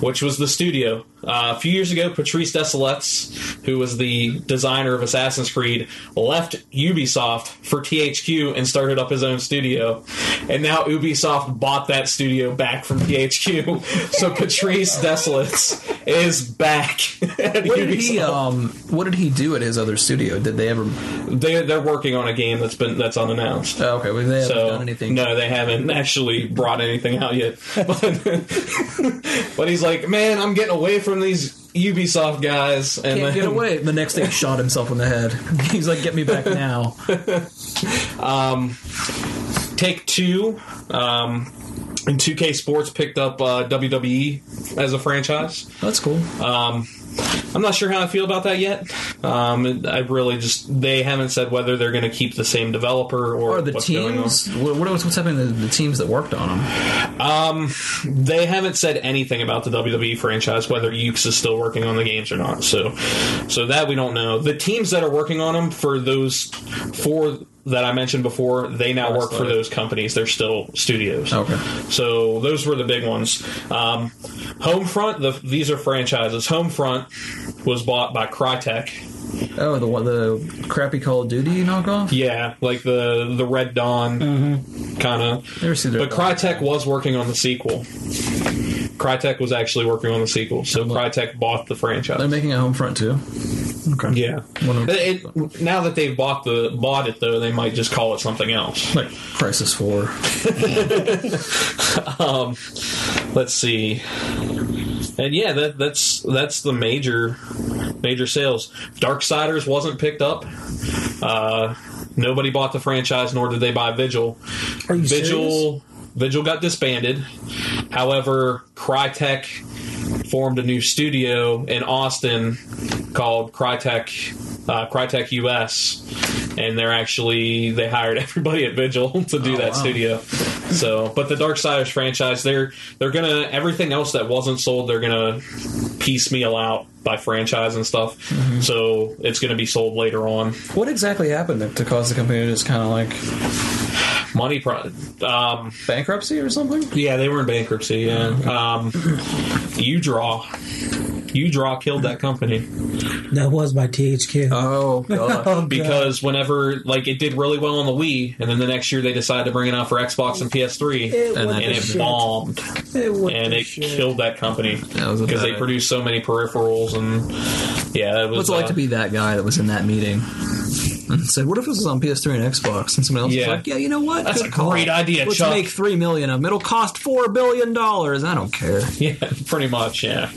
which was the studio. Uh, a few years ago, Patrice Desilets, who was the designer of Assassin's Creed, left Ubisoft for THQ and started up his own studio. And now Ubisoft bought that studio back from THQ. so Patrice Desilets is back at
what
Ubisoft.
did he um? What did he do at his other studio? Did they ever?
They, they're working on a game that's been that's unannounced.
Oh, okay, well, they haven't
so
done anything.
no, they haven't actually brought anything out yet. But, but he's like, man, I'm getting away from these Ubisoft guys, and
Can't
then,
get away. The next thing, he shot himself in the head. He's like, "Get me back now!"
Take Two. Um, and 2K Sports picked up uh, WWE as a franchise.
That's cool.
Uh, I'm not sure how I feel about that yet. Um, I really just they haven't said whether they're going to keep the same developer or
Are the
what's going on.
teams? What, what- what's happening to the teams that worked on them?
they haven't said anything about the WWE franchise, whether Ukes is still working on the games or not. So, so that we don't know. The teams that are working on them for those four that I mentioned before, they now work for
Absolutely.
those companies. They're still studios.
Okay.
So those were the big ones. Um, Homefront, the, these are franchises. Homefront was bought by Crytek.
Oh, the one- the crappy Call of Duty knockoff.
Yeah, like the the Red Dawn kind of.
Never seen
But Crytek was working on the sequel. Crytek was actually working on the sequel, so Crytek bought the
They're
franchise.
making a home front too. Okay.
Yeah.
One of-
It- it- now that they've bought the bought it though, they might just call it something else.
Like Crisis Four.
Let's see. And yeah, that, that's that's the major major sales. Darksiders wasn't picked up. Uh, nobody bought the franchise, nor did they buy Vigil.
are you serious?
Vigil Vigil got disbanded. However, Crytek formed a new studio in Austin called Crytek uh, Crytek US, and they're actually they hired everybody at Vigil to do
Oh,
that
wow.
studio. So, but the Darksiders franchise, they're they're gonna everything else that wasn't sold, they're gonna piecemeal out by franchise and stuff.
Mm-hmm.
So it's gonna be sold later on.
What exactly happened that- to cause the company to just kind of like
Money, pro- um,
bankruptcy or something?
Yeah, they were in bankruptcy. Yeah, um,
Mm-hmm.
you draw, you draw killed that company
That was by THQ.
Oh god.
Oh, God.
because whenever like it did really well on the Wii, and then the next year they decided to bring it out for Xbox and PS3,
It went
And then
and
to
it
shit.
bombed
It went
and
to
it
shit.
killed that company
That was a
because they
bad-
produced so many peripherals and yeah, it was
What's it like
uh,
to be that guy that was in that meeting and said, "What if this was on PS3 and Xbox?" And somebody else
Yeah.
was like, "Yeah, you know what?
That's a great idea,
Let's
Chuck."
make three million of them. It'll cost four billion dollars. I don't care."
Yeah, pretty much. Yeah,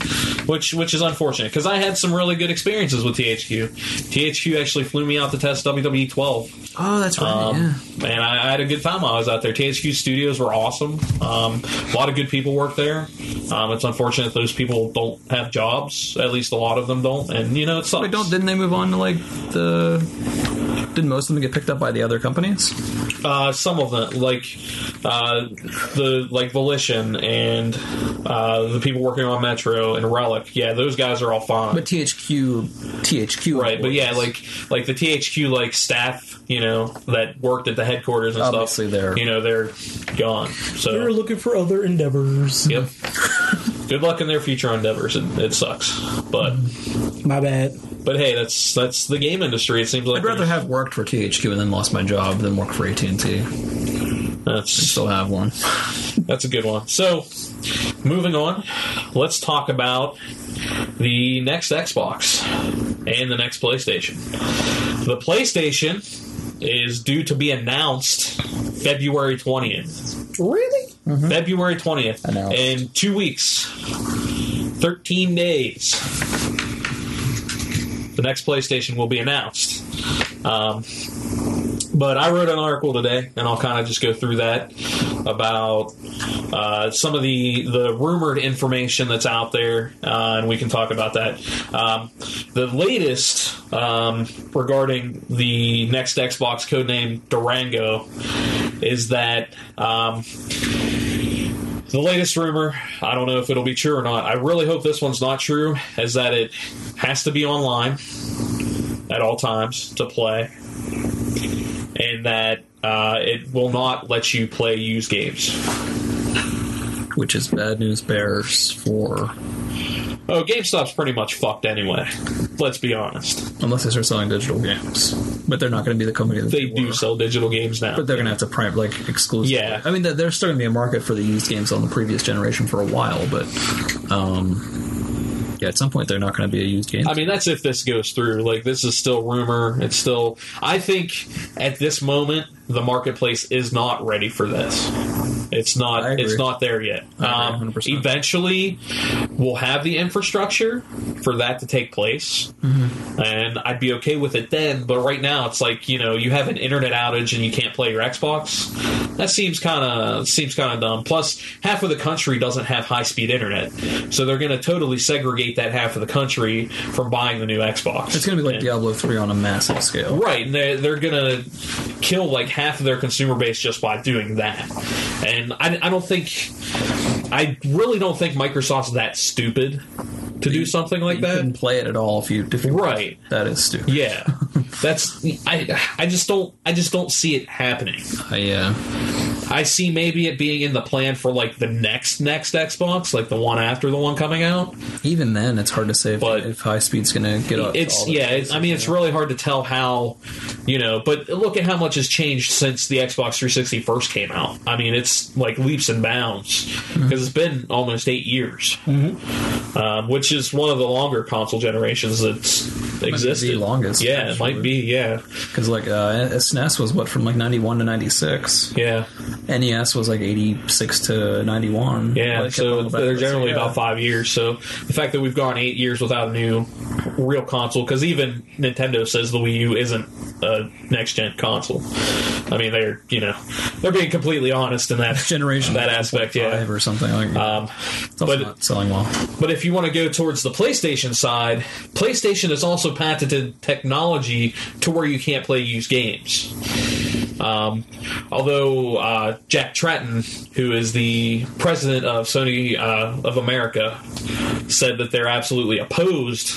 which which is unfortunate because I had some really good experiences with THQ. THQ actually flew me out to test E WWE 12.
Oh, that's right. yeah.
Um, And I, I had a good time while I was out there. THQ Studios were awesome. Um, a lot of good people work there. Um, it's unfortunate those people don't have jobs. At least a lot of them don't. And you know, it sucks.
Wait, don't didn't they move on to like the? Didn't most of them get picked up by the other companies?
uh, some of them, like uh, the like Volition and uh, the people working on Metro and Relic. Yeah, those guys are all fine.
But THQ, THQ,
Right, but yeah, like like the THQ like staff, you know, that worked at the headquarters and
Obviously,
stuff.
they're-
you know they're gone. So
You're looking for other endeavors.
Yep. Good luck in their future endeavors. It, it sucks, but
My bad.
but hey, that's that's the game industry. It seems like
I'd rather have worked for THQ and then lost my job than work for AT and T.
That's
Still have one.
that's a good one. So, moving on, let's talk about the next Xbox and the next PlayStation. The PlayStation is due to be announced February 20th.
Really?
February 20th.
Announced.
In two weeks, 13 days, the next PlayStation will be announced. Um, but I wrote an article today, and I'll kind of just go through that about uh, some of the, the rumored information that's out there, uh, and we can talk about that. Um, the latest um, regarding the next Xbox codename Durango is that um, the latest rumor, I don't know if it'll be true or not. I really hope this one's not true, is that it has to be online at all times to play, and that uh, it will not let you play used games.
Which is bad news bears for
Oh, GameStop's pretty much fucked anyway. Let's be honest.
unless they start selling digital games. But they're not going to be the company that
They do
were.
sell digital games now.
But they're going to have to prime like exclusive.
Yeah.
I mean, there- there's still going to be a market for the used games on the previous generation for a while, but um, yeah, at some point they're not going to be a used game.
I mean, that's if this goes through. Like, this is still rumor. It's still. I think at this moment, the marketplace is not ready for this. It's
I
not.
agree.
It's not there yet.
I agree,
Um,
100%.
eventually, we'll have the infrastructure for that to take place, and I'd be okay with it then. But right now, it's like you know, you have an internet outage and you can't play your Xbox. That seems kind of seems kind of dumb. Plus, half of the country doesn't have high speed internet, so they're going to totally segregate that half of the country from buying the new Xbox.
it's going to be like
And-
Diablo 3 on a massive scale.
Right, and they're, they're going to kill like half of their consumer base just by doing that. And I, I don't think, I really don't think Microsoft's that stupid to do something like
You couldn't
that.
play it at all if you. If you
Right.
That is stupid.
Yeah, that's I. I just don't. I just don't see it happening.
Uh, yeah.
I see maybe it being in the plan for like the next next Xbox, like the one after the one coming out.
uh, Even then, it's hard to say if,
But-
if high speed's going to get up. to all
it's
the-
yeah. It's, I mean, it's really hard to tell how, you know. But look at how much has changed since the Xbox 360 first came out. I mean, it's like leaps and bounds because it's been almost eight years,
Mm-hmm.
um, which is one of the longer console generations that's existed.
the longest,
yeah, it might
actually.
be. Yeah,
Because like uh, SNES was what from like ninety one to ninety six.
yeah,
NES was like eighty six to ninety one.
yeah. so they're generally about five years. So the fact that we've gone eight years without a new real console, because even Nintendo says the Wii U isn't a next gen console. I mean, they're you know they're being completely honest in that
generation
that aspect. Yeah.
five or something like.
Um,
it's also
but-
not selling well.
But if you want to go towards the PlayStation side, PlayStation has also patented technology to where you can't play used games. Um, although uh, Jack Tratton, who is the president of Sony uh, of America, said that they're absolutely opposed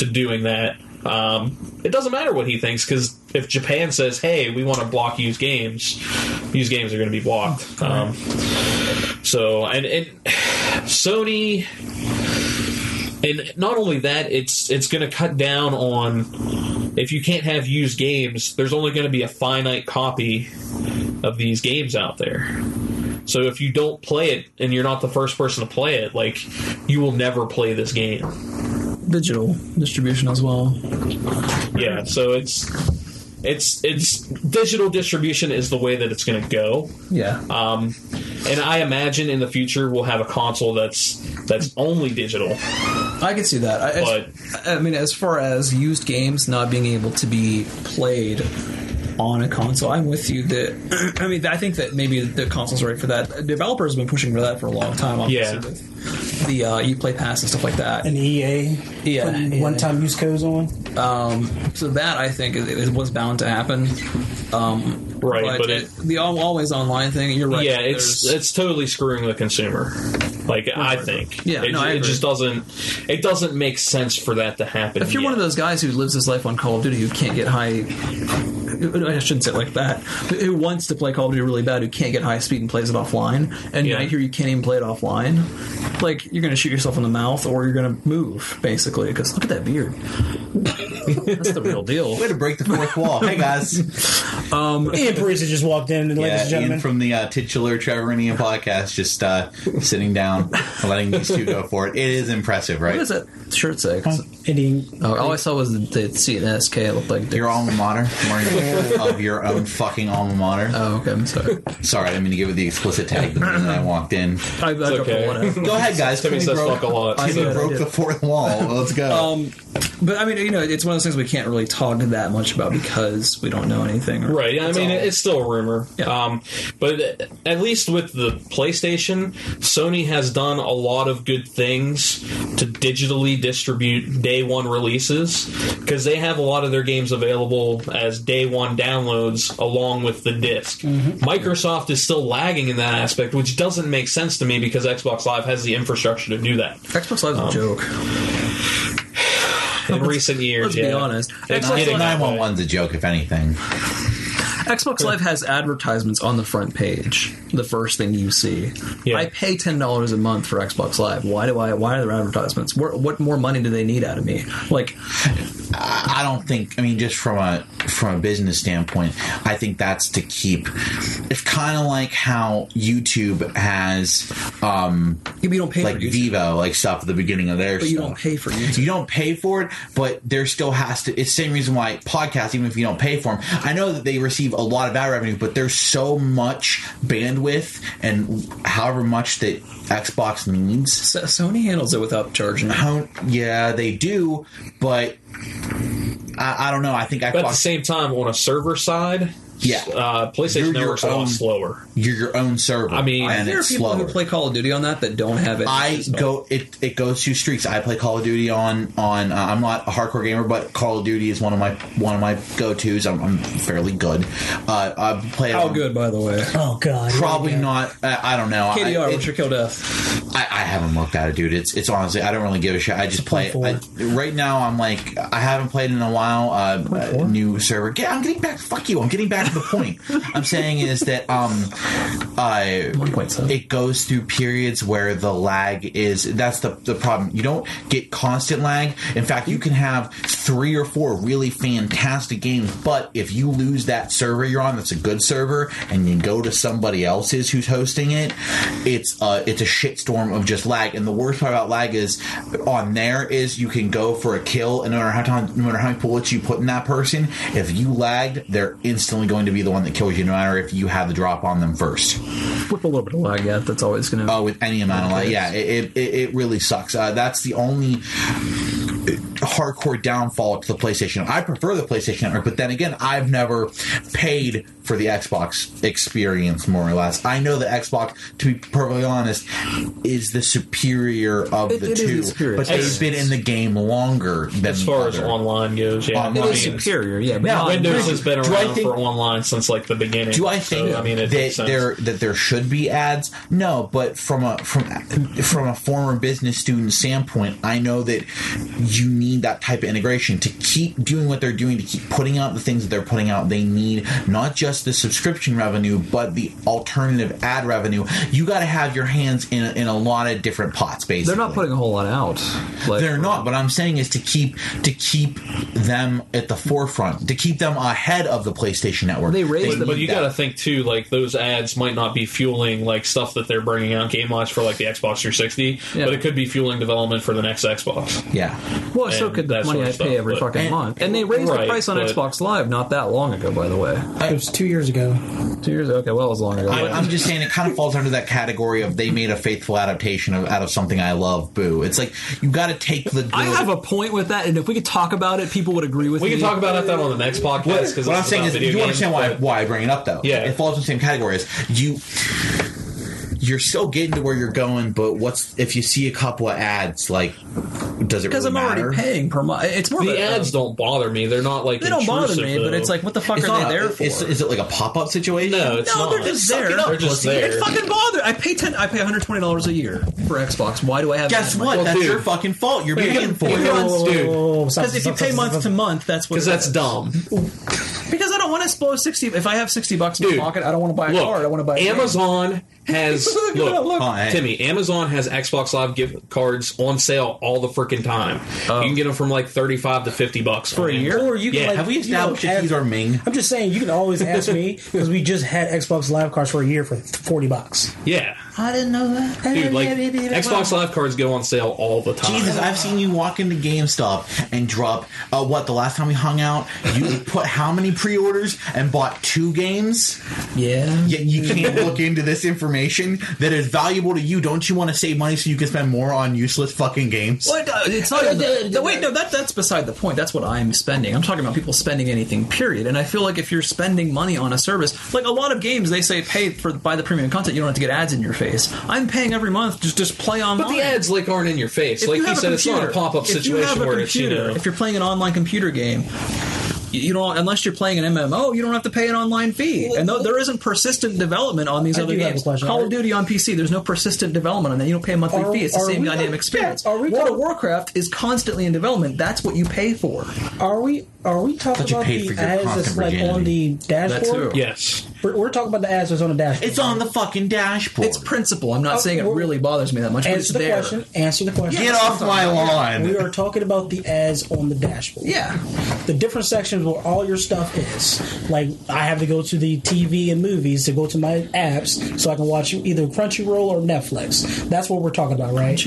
to doing that. Um, it doesn't matter what he thinks because if Japan says, "Hey, we want to block used games," used games are going to be blocked. Um, so, and, and Sony and not only that, it's it's going to cut down on if you can't have used games. There's only going to be a finite copy of these games out there. So if you don't play it and you're not the first person to play it, like you will never play this game.
Digital distribution as well.
Yeah. So it's it's it's digital distribution is the way that it's going to go.
Yeah,
Um, and I imagine in the future we'll have a console that's that's only digital.
I can see that. I,
But-
I mean, as far as used games not being able to be played on a console, I'm with you. That I mean, I think that maybe the console's right for that. Developers have been pushing for that for a long time. Obviously,
Yeah.
with the uh, you play pass and stuff like that.
And EA
Yeah,
putting
yeah.
one-time use codes on.
Um, So that I think is, is was bound to happen. Um,
Right, but it-
the al- always online thing. You're right.
yeah, it's
There's-
it's totally screwing the consumer. Like I think,
Yeah,
it,
no, I
it
agree.
just doesn't it doesn't make sense for that to happen.
if you're one of
yet.
those guys who lives his life on Call of Duty who can't get high. I shouldn't say it like that. But who wants to play Call of Duty really bad? Who can't get high speed and plays it offline? And
Yeah.
I hear you can't even play it offline. Like you're going to shoot yourself in the mouth, or you're going to move basically. Because look at that beard. That's the real deal.
Way to break the fourth wall. Hey guys,
Ian Parisi just walked in, and ladies
yeah,
and
Ian
gentlemen.
from the uh, titular Trevor and Ian podcast, just uh, sitting down, and letting these two go for it. It is impressive,
What
right?
does that shirt say? 'Cause-
and Ian,
oh, all I saw was the, the C and SK. It looked like
Your alma mater, Martin, of your own fucking alma mater.
Oh, okay. I'm sorry.
Sorry, I didn't mean to give it the explicit tag. But then I walked in.
I, I dropped
okay.
a lot of-
Go ahead, guys.
Timmy
Timmy
says
broke,
fuck a lot.
I
Timmy
did, I
broke
did.
the fourth wall. Let's go.
Um, but I mean, you know, it's one of those things we can't really talk that much about because we don't know anything.
Right. I
That's
mean,
all.
it's still a rumor.
Yeah.
Um, but at least with the PlayStation, Sony has done a lot of good things to digitally distribute day one releases because they have a lot of their games available as day one downloads along with the disk
Mm-hmm.
Microsoft is still lagging in that aspect, which doesn't make sense to me because Xbox Live has the infrastructure to do that
Xbox Live's
Um,
a joke.
in recent years.
Let's
yeah.
be honest.
It's
Xbox
getting
Live,
that
Nine
way.
one one's a joke, if anything.
Xbox Live has advertisements on the front page. The first thing you see.
Yeah.
I pay ten dollars a month for Xbox Live. Why do I? Why are there advertisements? What, what more money do they need out of me? Like,
I don't think. I mean, just from a from a business standpoint, I think that's to keep. It's kind of like how YouTube has um,
you don't pay
like
for YouTube,
Vivo like stuff at the beginning of their.
but you
stuff.
don't pay for YouTube.
You don't pay for it, but there still has to. It's the same reason why podcasts, even if you don't pay for them, I know that they receive a lot of ad revenue, but there's so much bandwidth and however much that Xbox needs.
So- Sony handles it without charging.
How, yeah, they do, but I, I don't know. I think
But at the
Xbox.
same time, on a server side,
Yeah.
uh, PlayStation
You're your
Network's a
own-
lot slower.
you're your own server.
I mean-
and
there are
it's
people
slower.
who play Call of Duty on that that don't have it.
I go it it goes two streaks. I play Call of Duty on on. Uh, I'm not a hardcore gamer, but Call of Duty is one of my one of my go tos. I'm, I'm fairly good. Uh, I play it
How
on-
good, by the way.
oh god,
Probably not. I, I don't know. I,
KDR,
it-
what's your kill death?
I, I haven't looked at it, dude. It's it's honestly, I don't really give a shit. I just play. it. I, right now, I'm like, I haven't played in a while. Uh, uh, new server. Get, I'm getting back. Fuck you. I'm getting back to the point. I'm saying is that um, I
One point seven.
it goes through periods where the lag is that's the, the problem you don't get constant lag in fact you can have three or four really fantastic games but if you lose that server you're on that's a good server and you go to somebody else's who's hosting it it's a, it's a shitstorm of just lag and the worst part about lag is on there is you can go for a kill and no matter how time, no matter how many bullets you put in that person if you lagged they're instantly going to be the one that kills you no matter if you had the drop on them first
With a little bit of lag, yeah, that's always going to.
Oh, with any amount of light, yeah, it, it it it really sucks. Uh, that's the only hardcore downfall to the PlayStation. I prefer the PlayStation Network, but then again, I've never paid for the Xbox experience, more or less. I know the Xbox, to be perfectly honest, is the superior of
It-
the
it is
two,
the superior
but they've been in the game longer than
as far
the
as
other.
online goes. Yeah,
Online.
I
It
mean,
is
superior, yeah. But
Now,
not-
Windows has been
Do I
around
think-
for online since like the beginning.
Do I think
So, I mean, it
that
makes sense.
there that there should be ads? No, but from a from from a former business student standpoint, I know that you need that type of integration to keep doing what they're doing, to keep putting out the things that they're putting out. They need not just the subscription revenue, but the alternative ad revenue. You got to have your hands in in a lot of different pots. Basically,
They're not putting a whole lot out. Like,
they're not. But I'm saying is to keep to keep them at the forefront, to keep them ahead of the PlayStation Network.
They raise them-
But you
need that.
got to think too, like those ads might not be fueling like stuff that they're bringing out game launch for like the Xbox 360,
Yeah.
but it could be fueling development for the next Xbox.
yeah.
Well, so
and
could the
that
money
sort
I
of
pay
stuff,
every
but-
fucking
And-
month. And they raised the
Right,
price on
but-
Xbox Live not that long ago, by the way.
It was two years ago.
Two years Okay, well, it was long ago.
I, I'm just saying it kind of falls under that category of they made a faithful adaptation of, out of something I love. Boo! It's like you got to take the.
I have a point with that, and if we could talk about it, people would agree with
We
me.
can talk about that on the next podcast because
what I'm saying is,
video
you
games,
understand why I,
but-
why I bring it up though.
Yeah.
it falls in the same category as you. You're still getting to where you're going, but what's if you see a couple of ads? Like, does it
because
really
I'm
matter?
already paying per month. It's more of
the
a-
ads don't bother me. They're not like
They don't bother
intrusive,
me, but
though.
it's like, what the fuck
It's
are
not-
they there
it's-
for?
Is, it like a pop up situation?
no, it's
no,
not.
they're just
Suck it
there.
up,
They're just
pussy.
there.
It fucking bother. I pay ten. I pay 120 dollars a year for Xbox. Why do I have?
Guess
that?
what?
Well,
That's
dude.
your fucking fault. You're paying for
If
it.
you're on-
Whoa, whoa, whoa, whoa, whoa, Oh, stop,
Because if you
stop,
pay
stop,
month
stop,
to month, that's what.
because
it
that's
is.
dumb.
Because I don't don't want to blow sixty. If I have sixty bucks in
Dude,
my pocket, I don't want to buy a
look,
card. I want to buy a game.
Amazon has
Look
look,
at that, look.
Hi.
Timmy. Amazon has Xbox Live gift cards on sale all the freaking time. You can get them from like thirty five to fifty bucks
Oh. for a year, or you can
Yeah,
like,
Have we
you know,
established
have-
that these are Ming?
I'm just saying, you can always ask me because we just had Xbox Live cards for a year for 40 bucks.
Yeah,
I didn't know that.
dude. Like Xbox Live cards go on sale all the time.
Jesus, I've seen you walk into GameStop and drop uh, what the last time we hung out, you put how many pre-orders and bought two games?
Yeah.
Yet you can't look into this information that is valuable to you. Don't you want to save money so you can spend more on useless fucking games?
What? Uh, it's not. the- wait, no. That that's beside the point. That's what I'm spending. I'm talking about people spending anything. Period. And I feel like if you're spending money on a service, like a lot of games, they say pay for buy the premium content. You don't have to get ads in your face. I'm paying every month. Just just play online.
but the ads like aren't in your face.
If
like
you
he
have a
said, it's not a
computer-
pop up
if you have
situation
a
where it's you
computer,
know.
If you're playing an online computer game. You you don't, unless you're playing an MMO, you don't have to pay an online fee. And though there isn't persistent development on these
I
other
do have a
games,
question.
Call of Duty on PC, there's no persistent development on that. You don't pay a monthly
Are-
fee. It's the
are
same
we-
goddamn
yeah,
experience.
are we
World
talk-
of Warcraft is constantly in development. That's what you pay for.
Are we are we talking
you
about
paid
the
for your
ads
constant
that's like on the
virginity.
dashboard?
too.
yes,
We're, we're talking about the ads that's on the dashboard.
It's on the fucking dashboard.
It's principle. I'm not
Uh,
saying it
well,
really bothers me that much, but it's
Answer the
there.
question. Answer the question.
Get off my lawn.
We are talking about the ads on the dashboard.
Yeah.
the different sections where all your stuff is. Like I have to go to the TV and movies to go to my apps so I can watch either Crunchyroll or Netflix. That's what we're talking about, right?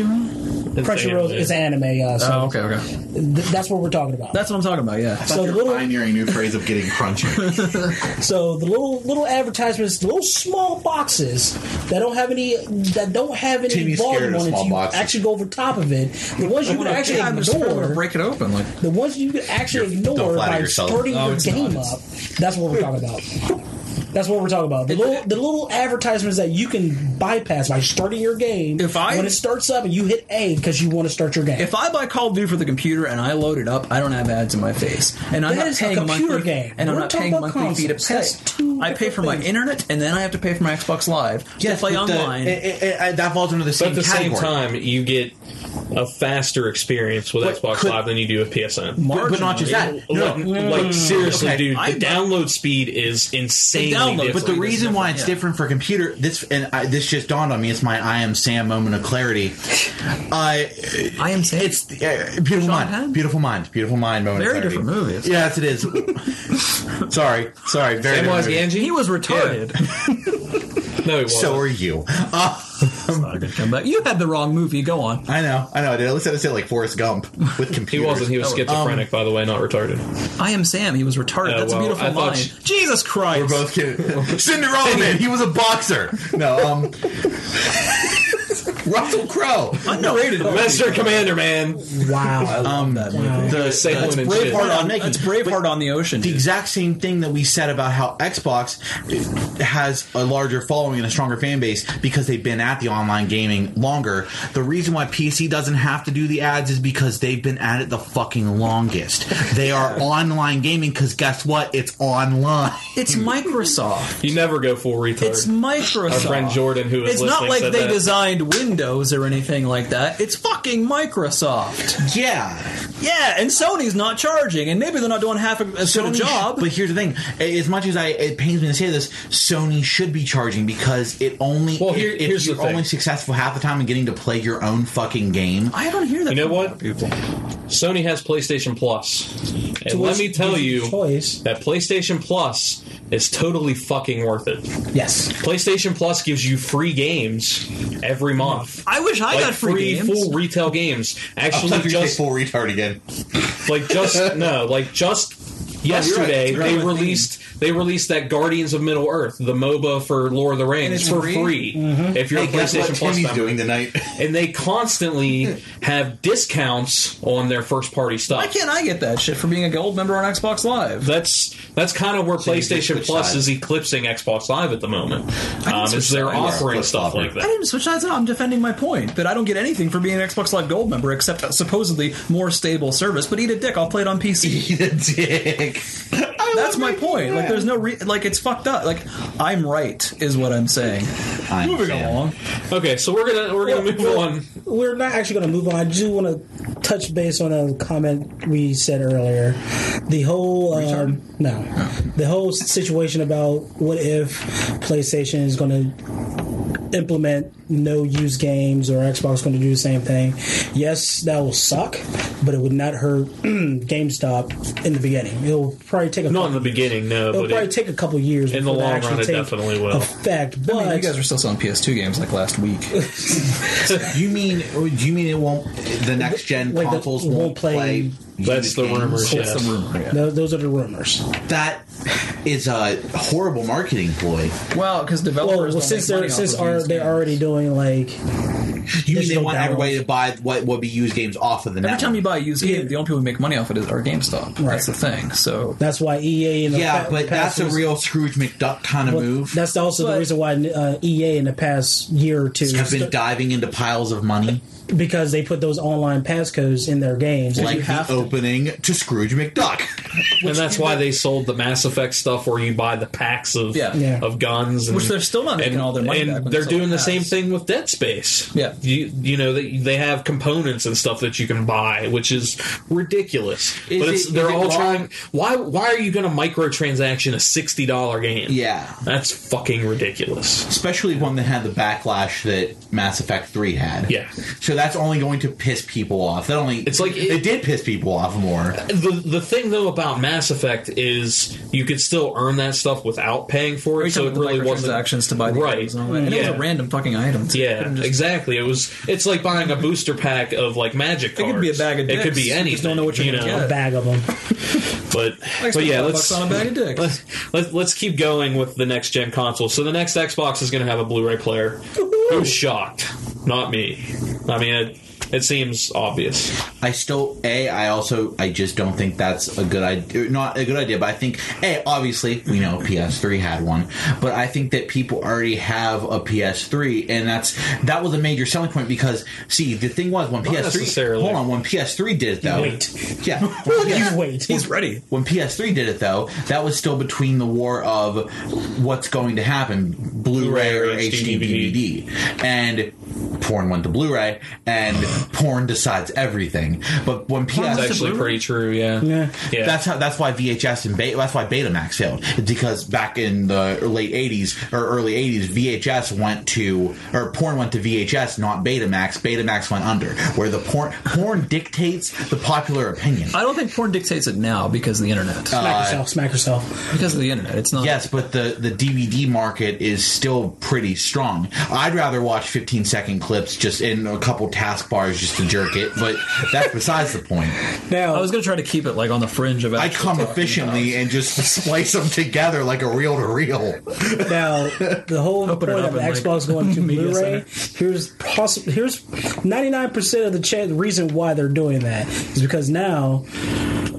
Crunchyroll
anime.
is anime. Uh, so
Oh, okay, okay.
th- that's what we're talking about.
That's what I'm talking about, yeah.
so the
You're
little,
pioneering a new phrase of getting crunchy.
so the little little advertisements, the little small boxes that don't have any that don't have any
Timmy's
volume
scared of
on it.
small
You
boxes.
actually go over top of it. The ones you can actually
Yeah, I'm just
ignore.
gonna break it open. Like,
The ones you can actually ignore
don't flatter
by
yourself.
starting
No,
your
Oh, it's not.
game
It's-
up. That's what we're talking about. That's what we're talking about. The little, the little advertisements that you can bypass by starting your game.
If I-
when it starts up and you hit A because you want to start your game.
If I buy Call of Duty for the computer and I load it up, I don't have ads in my face, and I'm
That
not
is a
paying
computer
monthly,
game.
and I'm
We're
not
talking
paying
about
monthly fee to
consoles.
pay.
That's two
I pay for
different
my
things.
internet, and then I have to pay for my Xbox Live to play
but the-
online.
it- it- it- that falls under the
But
same
at the same
category.
time, you get a faster experience with
But
Xbox
could-
Live than you do with PSN.
But, but not just that. No,
like, like, seriously,
Okay.
dude, the
I-
download speed is insanely
download, but
different.
But the reason why it's
yeah.
different for computer this and I, this just dawned on me. It's my I am Sam moment of clarity. Uh,
I am saying
it's uh, beautiful mind,
Penn?
beautiful mind, beautiful mind moment.
Very
of clarity.
different movies.
Yes, it is. sorry, sorry. Very
Sam
different movies.
Wozniacki?
he was retarded.
no, it wasn't.
So are you?
but you had the wrong movie. Go on.
I know, I know. I did. Let's say like Forrest Gump with computers.
he wasn't. He was schizophrenic,
Um,
by the way, not retarded.
I am Sam. He was retarded.
Oh,
That's a
well,
beautiful
I thought
line.
you-
Jesus Christ.
We're both kidding. Cinderella Man. He was a boxer. No, um, Russell Crowe.
underrated.
Master Commander, man.
wow,
Um, that movie.
The,
Say
that's
one and shit.
Braveheart on Nikki.
That's Braveheart on the ocean.
the
dude.
exact same thing that we said about how Xbox has a larger following and a stronger fan base because they've been at the online gaming longer. The reason why PC doesn't have to do the ads is because they've been at it the fucking longest. They are online gaming because guess what? It's online.
It's Microsoft.
You never go full retard.
It's Microsoft.
Our friend Jordan, who is
it's not
listening,
like
said
they
that.
designed Windows or anything like that. It's fucking Microsoft.
Yeah.
Yeah, and Sony's not charging, and maybe they're not doing half a, as good a
Sony
job.
sh- But here's the thing: A- as much as I, it pains me to say this, Sony should be charging because it only
Well, here-
if
here's
you're
the thing.
only successful half the time in getting to play your own fucking game.
I don't hear that.
You know
from a lot
what?
of People.
Sony has PlayStation Plus, and
To
let
which
me tell
gives you
you
choice.
that PlayStation Plus is totally fucking worth it.
yes,
PlayStation Plus gives you free games every month.
I wish I
like
got free
free
games.
full retail games.
I
Actually,
thought you were gonna say
Oh, just
full retard again.
like just no, like just yesterday
You're right
they
with me.
released they released that Guardians of Middle Earth, the MOBA for Lord of the Rings
it's
for
free? Mm-hmm.
free, if you're
Hey,
a
guess what
PlayStation Plus
Timmy's
member.
doing tonight?
And they constantly have discounts on their first party stuff.
Why can't I get that shit for being a gold member on Xbox Live?
that's that's kind of where
you just
PlayStation
switch
Plus
sides.
is eclipsing Xbox Live at the moment. Um,
switch
is they're
sides.
offering
Flip
stuff
flopper.
like
I
that.
didn't switch sides. I'm defending my point that I don't get anything for being an Xbox Live Gold member except a supposedly more stable service. But eat a dick. I'll play it on PC.
Eat a dick.
That's my point. Like, there's no re- like it's fucked up. Like, I'm right is what I'm saying.
I'm
Moving
Sam.
along.
Okay, so we're gonna we're gonna move on.
we're not actually going to move on. I do want to touch base on a comment we said earlier. The whole um, no, the whole situation about what if PlayStation is going to implement no use games or Xbox going to do the same thing. Yes, that will suck, but it would not hurt GameStop in the beginning. It'll probably take a
Not in
couple
the beginning, no,
It'll
but
probably
it-
take a couple years
in the
before
long
actually
run, it
take
definitely will.
Effect, but
I mean, you guys were still selling PS2 games like last week.
You mean? Do you mean it won't? The next gen
Like the-
consoles
won't
won't,
play-
play.
That's the
games?
rumors.
That's
yes.
the rumor. Yeah.
tho- those are the rumors.
That is a horrible marketing ploy.
Well, because
Well,
developers
well
don't
since
make
they're
money off
since
of
are
these
they're
games.
already doing like
You mean they
Digital
want
downloads.
everybody to buy what would be used games off of the
Every
net?
time you buy a used game, the only people who make money off it is are GameStop.
Right.
That's the thing. So
that's why EA and the
yeah,
pa-
but
past
that's a
was-
real Scrooge McDuck kind of
well,
move.
That's also the
But-
reason why uh, EA in the past year or two
I've been
st-
diving into piles of money,
because they put those online passcodes in their games.
like the
have to-
opening to Scrooge McDuck.
and that's why they sold the Mass Effect stuff, where you buy the packs of
Yeah.
Yeah.
of guns, and,
Which they're still not making
and,
all their money
And
back when
they're
they sell
doing the
packs.
same thing with Dead Space.
Yeah.
you, you know they, they have components and stuff that you can buy, which is ridiculous.
Is
but it's,
it-
they're
is it
all
wrong-
trying. Why why are you going to microtransaction a sixty dollar game?
Yeah.
that's fucking ridiculous.
especially one that had the backlash that Mass Effect Three had.
Yeah.
so that's only going to piss people off. That only
It's like-
it, did piss people off more.
The the thing though about Mass Effect is you could still earn that stuff without paying for
every
it, so
time
it really wasn't
transactions to buy the
right.
games and all that. And it was
Yeah.
a random fucking item. too. You
Yeah,
couldn't just-
exactly. It was. It's like buying a booster pack of like magic
It
cards.
could be a bag of
It could
dicks.
be
You
anything.
just don't know what you're
you
gonna
know.
a bag of them.
But
I
but
spent
yeah,
five
let's
bucks on a bag of dicks.
Let's, let's let's keep going with the next gen console. So the next Xbox is going to have a Blu-ray player. Who's shocked? Not me. I mean, it, it seems obvious.
I still a. I also I just don't think that's a good idea. Not a good idea, but I think a. Obviously, we know PS3 had one, but I think that people already have a PS3, and that's that was a major selling point because see the thing was when PS3
necessarily.
hold on when PS3 did it though
Wait.
yeah
You wait.
He's ready.
when PS3 did it, though, that was still between the war of what's going to happen, Blu-ray or
Blu-ray,
HD DVD, and porn went to Blu-ray, and porn decides everything. But when
It's
PS,
actually pretty true. Yeah.
Yeah.
Yeah.
that's how that's why VHS and Be- that's why Betamax failed It's because back in the late '80s or early '80s, VHS went to or porn went to VHS, not Betamax. Betamax went under, where the porn porn dictates the popular opinion.
I don't think porn dictates it now because of the internet.
Uh,
Uh,
Smack yourself. Smack yourself.
because of the internet, it's not.
Yes, but the, the DVD market is still pretty strong. I'd rather watch 15 second clips just in a couple taskbars just to jerk it, but that's besides the point.
Now
I was gonna try to keep it like on the fringe of.
I
actually
come
talking
efficiently
about-
and just splice them together like a reel to reel.
Now, the whole
Open
point
it up
of
and, like,
Xbox going to
media
Blu-ray, here's possible. Here's ninety nine percent of the cha- reason why they're doing that is because now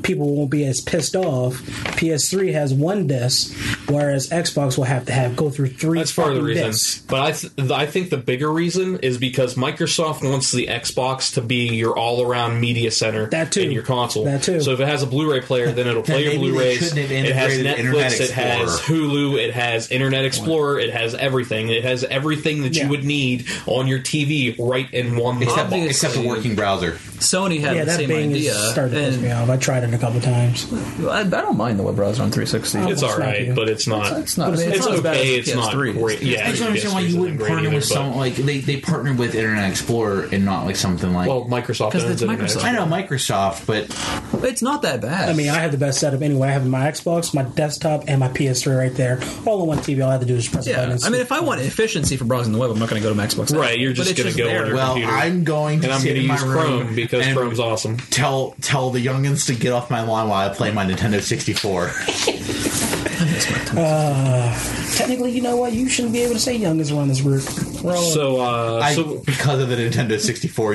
people won't be as pissed off. PS3 has one disc, whereas Xbox will have to have go through three.
That's part of the
fucking
reason,
discs.
but I th- th- I think the bigger reason is because Microsoft wants the Xbox to be your all around media center.
That too.
in your console.
That too.
So if it has a Blu-ray player, then it'll play your
maybe they
Blu-rays.
shouldn't have
It has
integrated Internet
Netflix. It has Hulu. It has Internet Explorer. It has everything. It has everything that
Yeah.
you would need on your TV right in one
Except,
box.
except the working browser.
Sony had
Yeah,
the
that
same
Bing
idea,
is starting to piss me
and
off. I tried it a couple times.
I, I don't mind the web browser on 360.
It's all right, but it's not.
It's not.
It's,
not as bad
okay.
as
It's not
PS3.
great. Yeah,
I just don't understand why
PS3
you
isn't
wouldn't
great
partner
either,
with
but-
some like they, they partnered with Internet Explorer and not like something like
Well, Microsoft
'Cause
owns
it's
it, and
Microsoft.
I know Microsoft, but
It's not that bad.
I mean, I have the best setup anyway. I have my Xbox, my desktop, and my PS3 right there, all on one TV. All I have to do is press a button.
yeah.
and
I mean,
see-
if I want efficiency for browsing the web, I'm not going to go to Xbox.
Right, you're
But
just
it's
gonna go on
there.
your
well,
computer.
I'm going to
And I'm
sit
going to
in my
use Chrome
room
because
and
Chrome's awesome.
tell tell the youngins to get off my lawn while I play my Nintendo 64.
technically, you know what? You shouldn't be able to say young is around this group. We're all-
So, uh,
I,
so
because of the Nintendo 64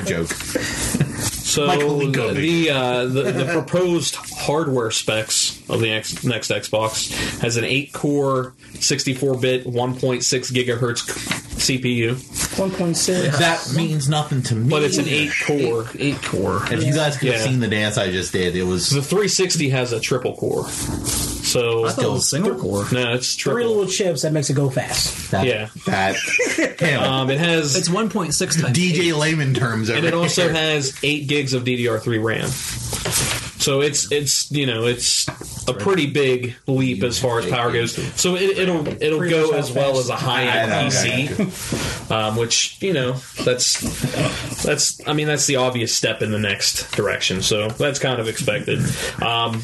joke.
So
Michael
the
Linko.
the, uh, the the proposed hardware specs of the ex- next Xbox has an eight core, sixty four bit, one point six gigahertz c- CPU,
1.6.
That means nothing to me.
but it's an eight core.
eight core.
If you guys could have
Yeah.
seen the dance I just did, it was
The three sixty has a triple core, So
I thought it was single core.
no, it's
Three
triple.
little chips that makes it go fast.
That,
Yeah.
That. Damn.
Um, it has
It's 1.6 times.
DJ layman terms
and
over
it also
here.
has eight gigs of DDR3 RAM. So it's it's you know it's a pretty big leap as far as power goes. So it, it'll it'll go as well as a high end
I know,
PC, um, which you know that's that's I mean that's the obvious step in the next direction. So that's kind of expected. Um,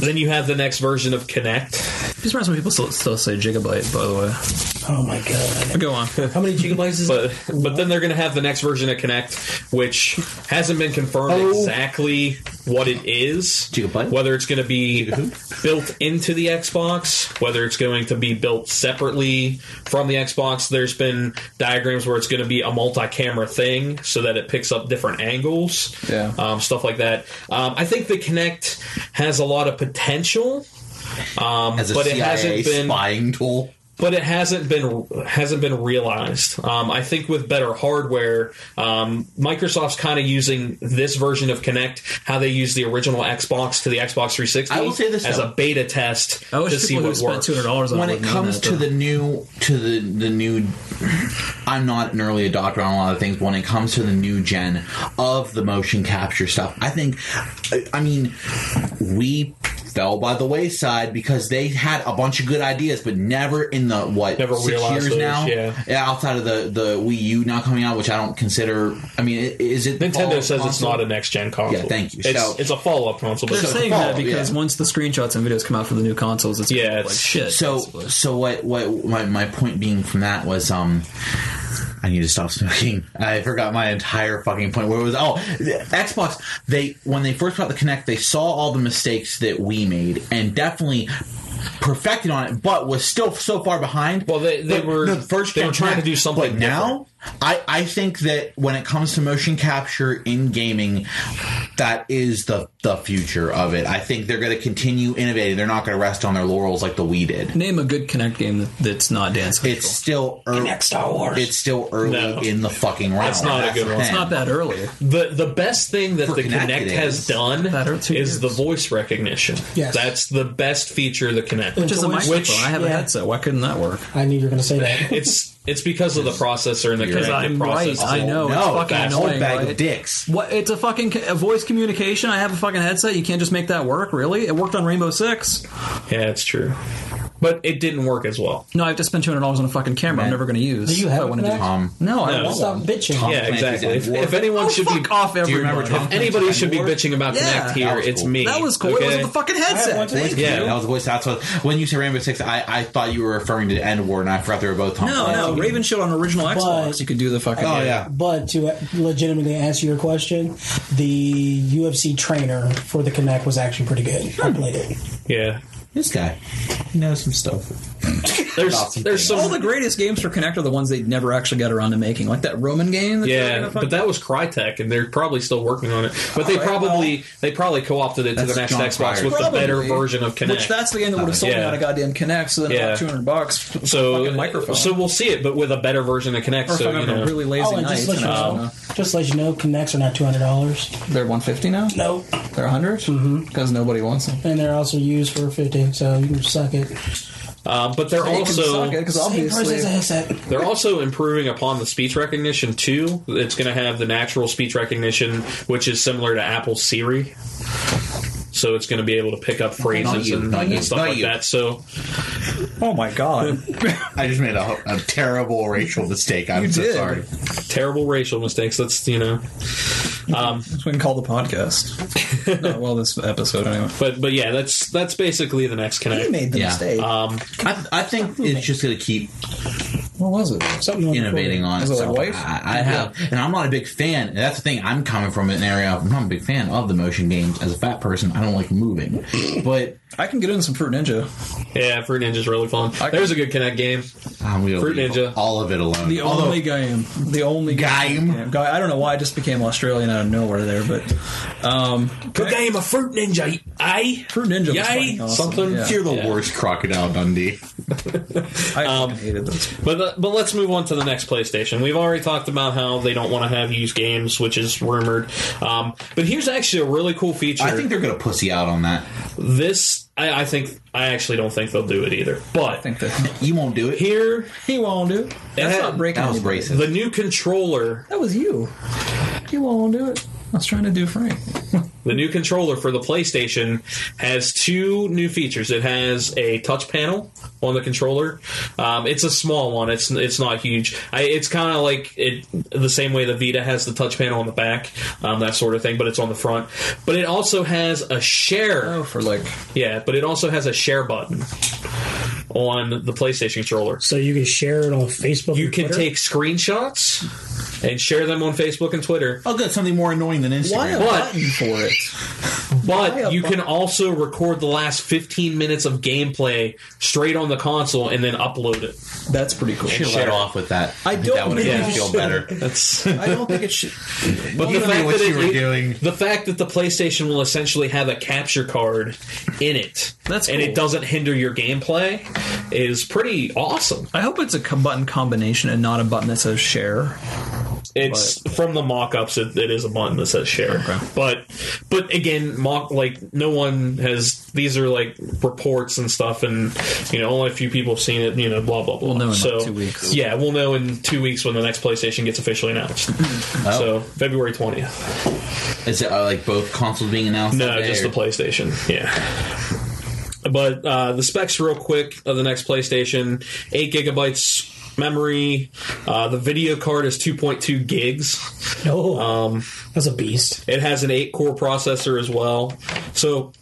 then you have the next version of Kinect.
Just surprised when people still, still say gigabyte. By the way,
Oh my god!
go on.
How many gigabytes is
But but then they're going to have the next version of Connect, which hasn't been confirmed exactly what it is.
Gigabyte?
Whether it's going to be built into the Xbox, whether it's going to be built separately from the Xbox. There's been diagrams where it's going to be a multi-camera thing, so that it picks up different angles,
Yeah.
um, stuff like that. Um, I think the Connect has a lot of potential.
as a
but it
CIA
hasn't been-
spying tool.
but it hasn't been hasn't been realized. Um, I think with better hardware, um, Microsoft's kind of using this version of Kinect, how they used the original Xbox to the Xbox 360,
I will say this,
as a
though.
beta test
I wish
to see
people who
what
spent
works.
two hundred dollars on
when it
wouldn't know
comes
that,
to
though.
the new to the the new I'm not an early adopter on a lot of things. But when it comes to the new gen of the motion capture stuff, I think, I- I mean, we fell by the wayside because they had a bunch of good ideas, but never in the what
Never
six
realized
years
those,
now.
yeah.
outside of the the Wii U not coming out, which I don't consider. I mean, i- is it
Nintendo
all
says it's
console?
not a next gen console.
Yeah, thank you.
It's,
So-
it's a follow up console, but
They're
So-
saying
default,
that because
yeah.
once the screenshots and videos come out for the new consoles, it's gonna
Yeah,
look like
it's-
shit.
So,
basically.
so what? What my, my point being from that was, um, I need to stop smoking. I forgot my entire fucking point. Where it was oh, the Xbox? They when they first got the Connect, they saw all the mistakes that we made and definitely perfected on it, but was still so far behind.
Well, they- they
But
were-
the first
they were
gen
trying to
Connect.
do something
But now, I I think that when it comes to motion capture in gaming, that is the the future of it. I think they're going to continue innovating. They're not going to rest on their laurels like the Wii did.
name a good Connect game that, that's not Dance Central.
It's still early.
Kinect Star Wars.
It's still early
No.
in the fucking round.
That's not a good
the
one. It's
thing.
not that early.
the the best thing that
For
the
Kinect
Kinect
it
has
is.
done
Better
is
two years.
the voice recognition.
Yes.
that's the best feature of the Kinect.
Which is a
Which-
microphone. I have a
yeah.
headset. Why couldn't that work?
I knew you were going to say that.
it's it's because of the processor and the
Because
connected
I'm right.
processor.
I know.
No,
it's fucking
that's
annoying.
old bag
right?
of dicks.
What? It's a fucking a voice communication. I have a fucking headset. You can't just make that work, really. It worked on Rainbow Six.
Yeah, it's true. But it didn't work as well.
No, I have to spend two hundred dollars on a fucking camera. I'm
Man.
never going to use.
Do you have
I
a
wanna
Kinect?
Um,
Do. No, I
No.
don't. want
Stop
one.
bitching.
Tom
yeah,
Clancy's
exactly. If,
War.
if anyone
Oh,
should
fuck
be
off,
Do you
everybody.
remember Tom?
anybody
Clancy's
should be
War?
bitching about
Yeah.
Kinect
That
here,
was
it's
cool.
me.
That was cool. It was
okay?
with the fucking
I want
headset.
to-
Thank
Yeah,
you.
that was the voice. That's what. When you said Rainbow Six, I, I thought you were referring to the End War, and I forgot they were both Tom.
No, no,
Clancy.
Raven Shield on original Xbox. you could do the fucking.
Oh yeah,
But to legitimately answer your question, the UFC trainer for the Kinect was actually pretty good. I played it.
Yeah.
this guy he knows some stuff.
There's
Awesome
there's
thing.
some
All the greatest games for Connect are the ones they never actually got around to making, like that Roman game. That they're
yeah,
gonna
but
fucking-
that was Crytek, and they're probably still working on it. But they
All right,
probably they probably co-opted it to the
That's
next
John
Xbox
Cryer.
with
Probably.
the better version of Kinect.
Which that's the game that would have sold me
Yeah.
out of goddamn Connect. So then
Yeah.
about two hundred bucks. for a
so
fucking microphone.
so we'll see it, but with a better version of Kinect.
or if
so
I'm
you
having
know,
a really lazy
Oh, and
night,
just let you
and I don't
know,
know.
just let you know, Kinects are not two hundred dollars.
they're one fifty now.
No,
They're a 100 because nobody wants them.
and they're also used for fifty, so you can suck it.
uh, but they're also
because
Same price as a
obviously
headset.
They're also improving upon the speech recognition too. It's going to have the natural speech recognition, which is similar to Apple's Siri. So it's going to be able to pick up phrases
you,
and,
not you,
and stuff
not
like
you.
that. So
oh my god
I just made a, a terrible racial mistake. I'm
You
so
did.
sorry.
terrible racial mistakes. That's you know,
that's what we can call the podcast No, well this episode anyway
but but yeah, that's that's basically the next
he
connect.
made the
Yeah.
mistake
I, I think it's just going to keep
what was it
Something on the
innovating on
Is it like
itself.
Wife?
I, I have, and I'm not a big fan. And that's the thing. I'm coming from an area. of- I'm not a big fan of the motion games. As a fat person, I don't like moving. But
I can get in some Fruit Ninja
Yeah, Fruit Ninja's really fun.
I-
There's a good connect game.
I'm gonna
Fruit
leave
Ninja.
all of it alone.
the
Although,
only game the only
Game.
game. I don't know why I just became Australian out of nowhere there but um
Good game of Fruit Ninja. I
True Ninja was fucking
Yay,
awesome.
something.
Yeah.
You're the
Yeah.
worst crocodile Dundee.
I fucking hated this.
But uh, but let's move on to the next PlayStation. We've already talked about how they don't want to have used games, which is rumored. Um, but here's actually a really cool feature.
I think they're gonna pussy out on that.
this. I, I think I actually don't think they'll do it either. But
I think that
You won't do it.
here,
he won't do. it. That's
had-
not breaking.
That was
anybody.
racist.
the new controller,
That was you. You won't do it. I was trying to do Frank.
the new controller for the PlayStation has two new features. It has a touch panel on the controller. Um, it's a small one. It's it's not huge. I, it's kind of like it the same way the Vita has the touch panel on the back, um, that sort of thing. But it's on the front. But it also has a share.
Oh, for like
Yeah, but it also has a share button on the PlayStation controller.
So you can share it on Facebook.
You
and
can
Twitter?
take screenshots and share them on Facebook and Twitter.
Oh, good. Something more annoying than
why a
Instagram.
But-
button for it?
But you can also record the last 15 minutes of gameplay straight on the console and then upload it.
That's pretty cool.
Should let off with that.
I
think
don't
That would
think
yeah.
you
feel
should.
better.
That's
I don't think it should.
but
You
the
knew
fact
what
that
you were doing.
the fact that the PlayStation will essentially have a capture card in it,
That's
and
cool.
it doesn't hinder your gameplay, is pretty awesome.
I hope it's a co- button combination and not a button that says share.
It's from the mock-ups. It, it is a button that says share, but but again, mock like no one has. These are like reports and stuff, and you know only a few people have seen it. You know, blah blah blah.
know in, like,
so
two weeks.
yeah, we'll know in two weeks when the next PlayStation gets officially announced. So February twentieth.
Is it uh, like both consoles being announced?
No,
today,
just
or-
the PlayStation. Yeah. But uh, the specs, real quick, of the next PlayStation: eight gigabytes memory. Uh, the video card is two point two gigs.
Oh, that's a beast.
It has an eight core processor as well. So,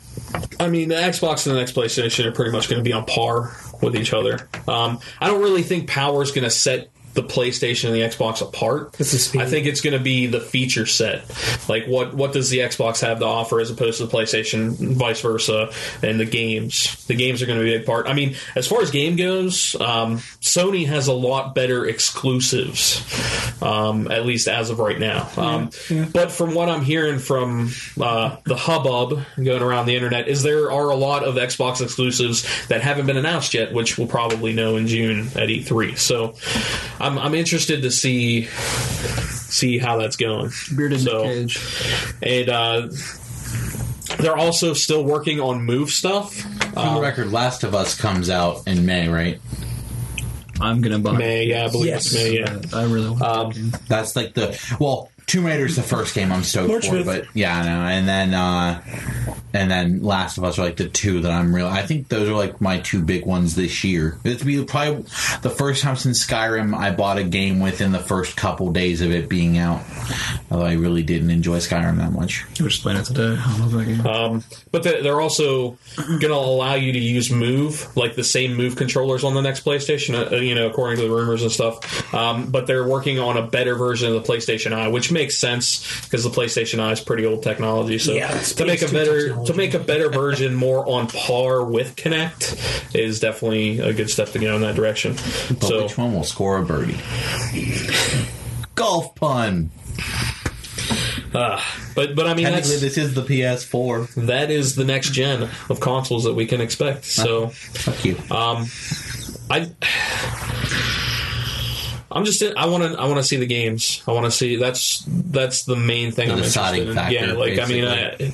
I mean, the Xbox and the next PlayStation are pretty much going to be on par with each other. Um, I don't really think power is going to set the PlayStation and the Xbox apart.
It's the speed.
I think it's going to be the feature set. Like, what, what does the Xbox have to offer as opposed to the PlayStation, vice versa, and the games? The games are going to be a big part. I mean, as far as game goes, um, Sony has a lot better exclusives, um, at least as of right now. Um, But from what I'm hearing from uh, the hubbub going around the internet, is there are a lot of Xbox exclusives that haven't been announced yet, which we'll probably know in June at E3. So I'm, I'm interested to see see how that's going.
Bearded
So-
Nick Cage.
and uh, they're also still working on move stuff.
For the record, Last of Us comes out in May, right?
I'm gonna buy.
May, yeah, I believe
Yes.
it's May, yeah. Uh,
it. I really want. Um,
That's like the well, Tomb Raider's the first game I'm stoked
March
for,
5th.
but yeah, I know. And then uh and then Last of Us are like the two that I'm real. I think those are like my two big ones this year. It's be probably the first time since Skyrim I bought a game within the first couple days of it being out. Although I really didn't enjoy Skyrim that much.
you were just playing it today. I love that game.
uh, But they- they're also going to allow you to use Move, like the same Move controllers on the next PlayStation, uh, you know, according to the rumors and stuff. Um, but they're working on a better version of the PlayStation Eye, which makes sense because the PlayStation Eye is pretty old technology. So
Yeah, it's
to make a
PS2
better
technology.
to make a better version more on par with Kinect is definitely a good step to go in that direction.
But
so
which one will score a birdie? Golf pun.
but but I mean that's,
Technically, this is the PS4.
that is the next gen of consoles that we can expect.
Uh-huh.
So
Fuck you.
Uh, I. I'm just. In, I want to. I want to see the games. I want to see. That's that's the main thing.
The
I'm
deciding
interested in.
factor,
yeah, like I mean, I,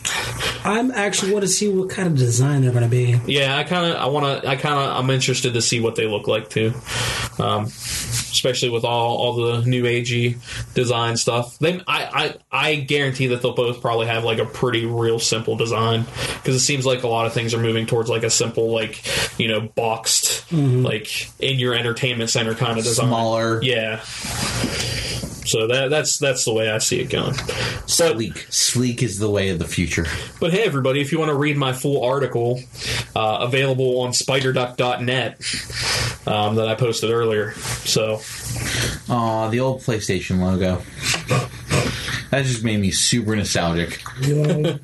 I'm actually want to see what kind of design they're going to be.
yeah. I kind of. I want to. I kind of. I'm interested to see what they look like too. Um, especially with all all the new agey design stuff. They. I. I. I guarantee that they'll both probably have like a pretty real simple design because it seems like a lot of things are moving towards like a simple like you know boxed like in your entertainment center kind of design.
Smaller.
Yeah. So that that's that's the way I see it going. But,
Sleek. Sleek is the way of the future.
but hey everybody, if you want to read my full article, uh, available on spiderduck.net um, that I posted earlier. So
Aw, the old PlayStation logo. That just made me super nostalgic.
You wanna-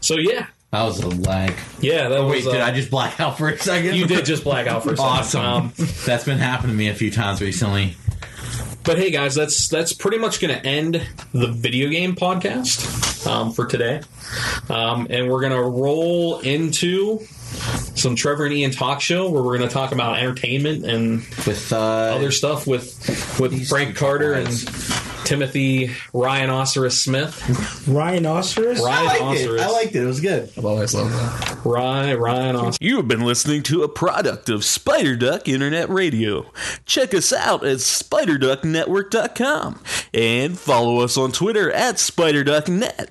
so yeah.
That was a lag.
Yeah, that
Oh, Wait,
was
did
uh,
I just black out for a second?
you did just black out for a second.
Awesome.
Um,
That's been happening to me a few times recently.
But hey, guys, that's that's pretty much going to end the video game podcast um, for today, um, and we're going to roll into some Trevor and Ian talk show where we're going to talk about entertainment and
with uh,
other stuff with with
These
Frank
two
Carter and
guys.
Timothy Ryan Osiris Smith.
Ryan Osterus?
Ryan
I liked it.
Osiris.
I liked it. It was good.
I've always loved that.
Ryan Ryan Osiris.
You have been listening to a product of Spider Duck Internet Radio. Check us out at spiderducknetwork.com and follow us on Twitter at spiderducknet.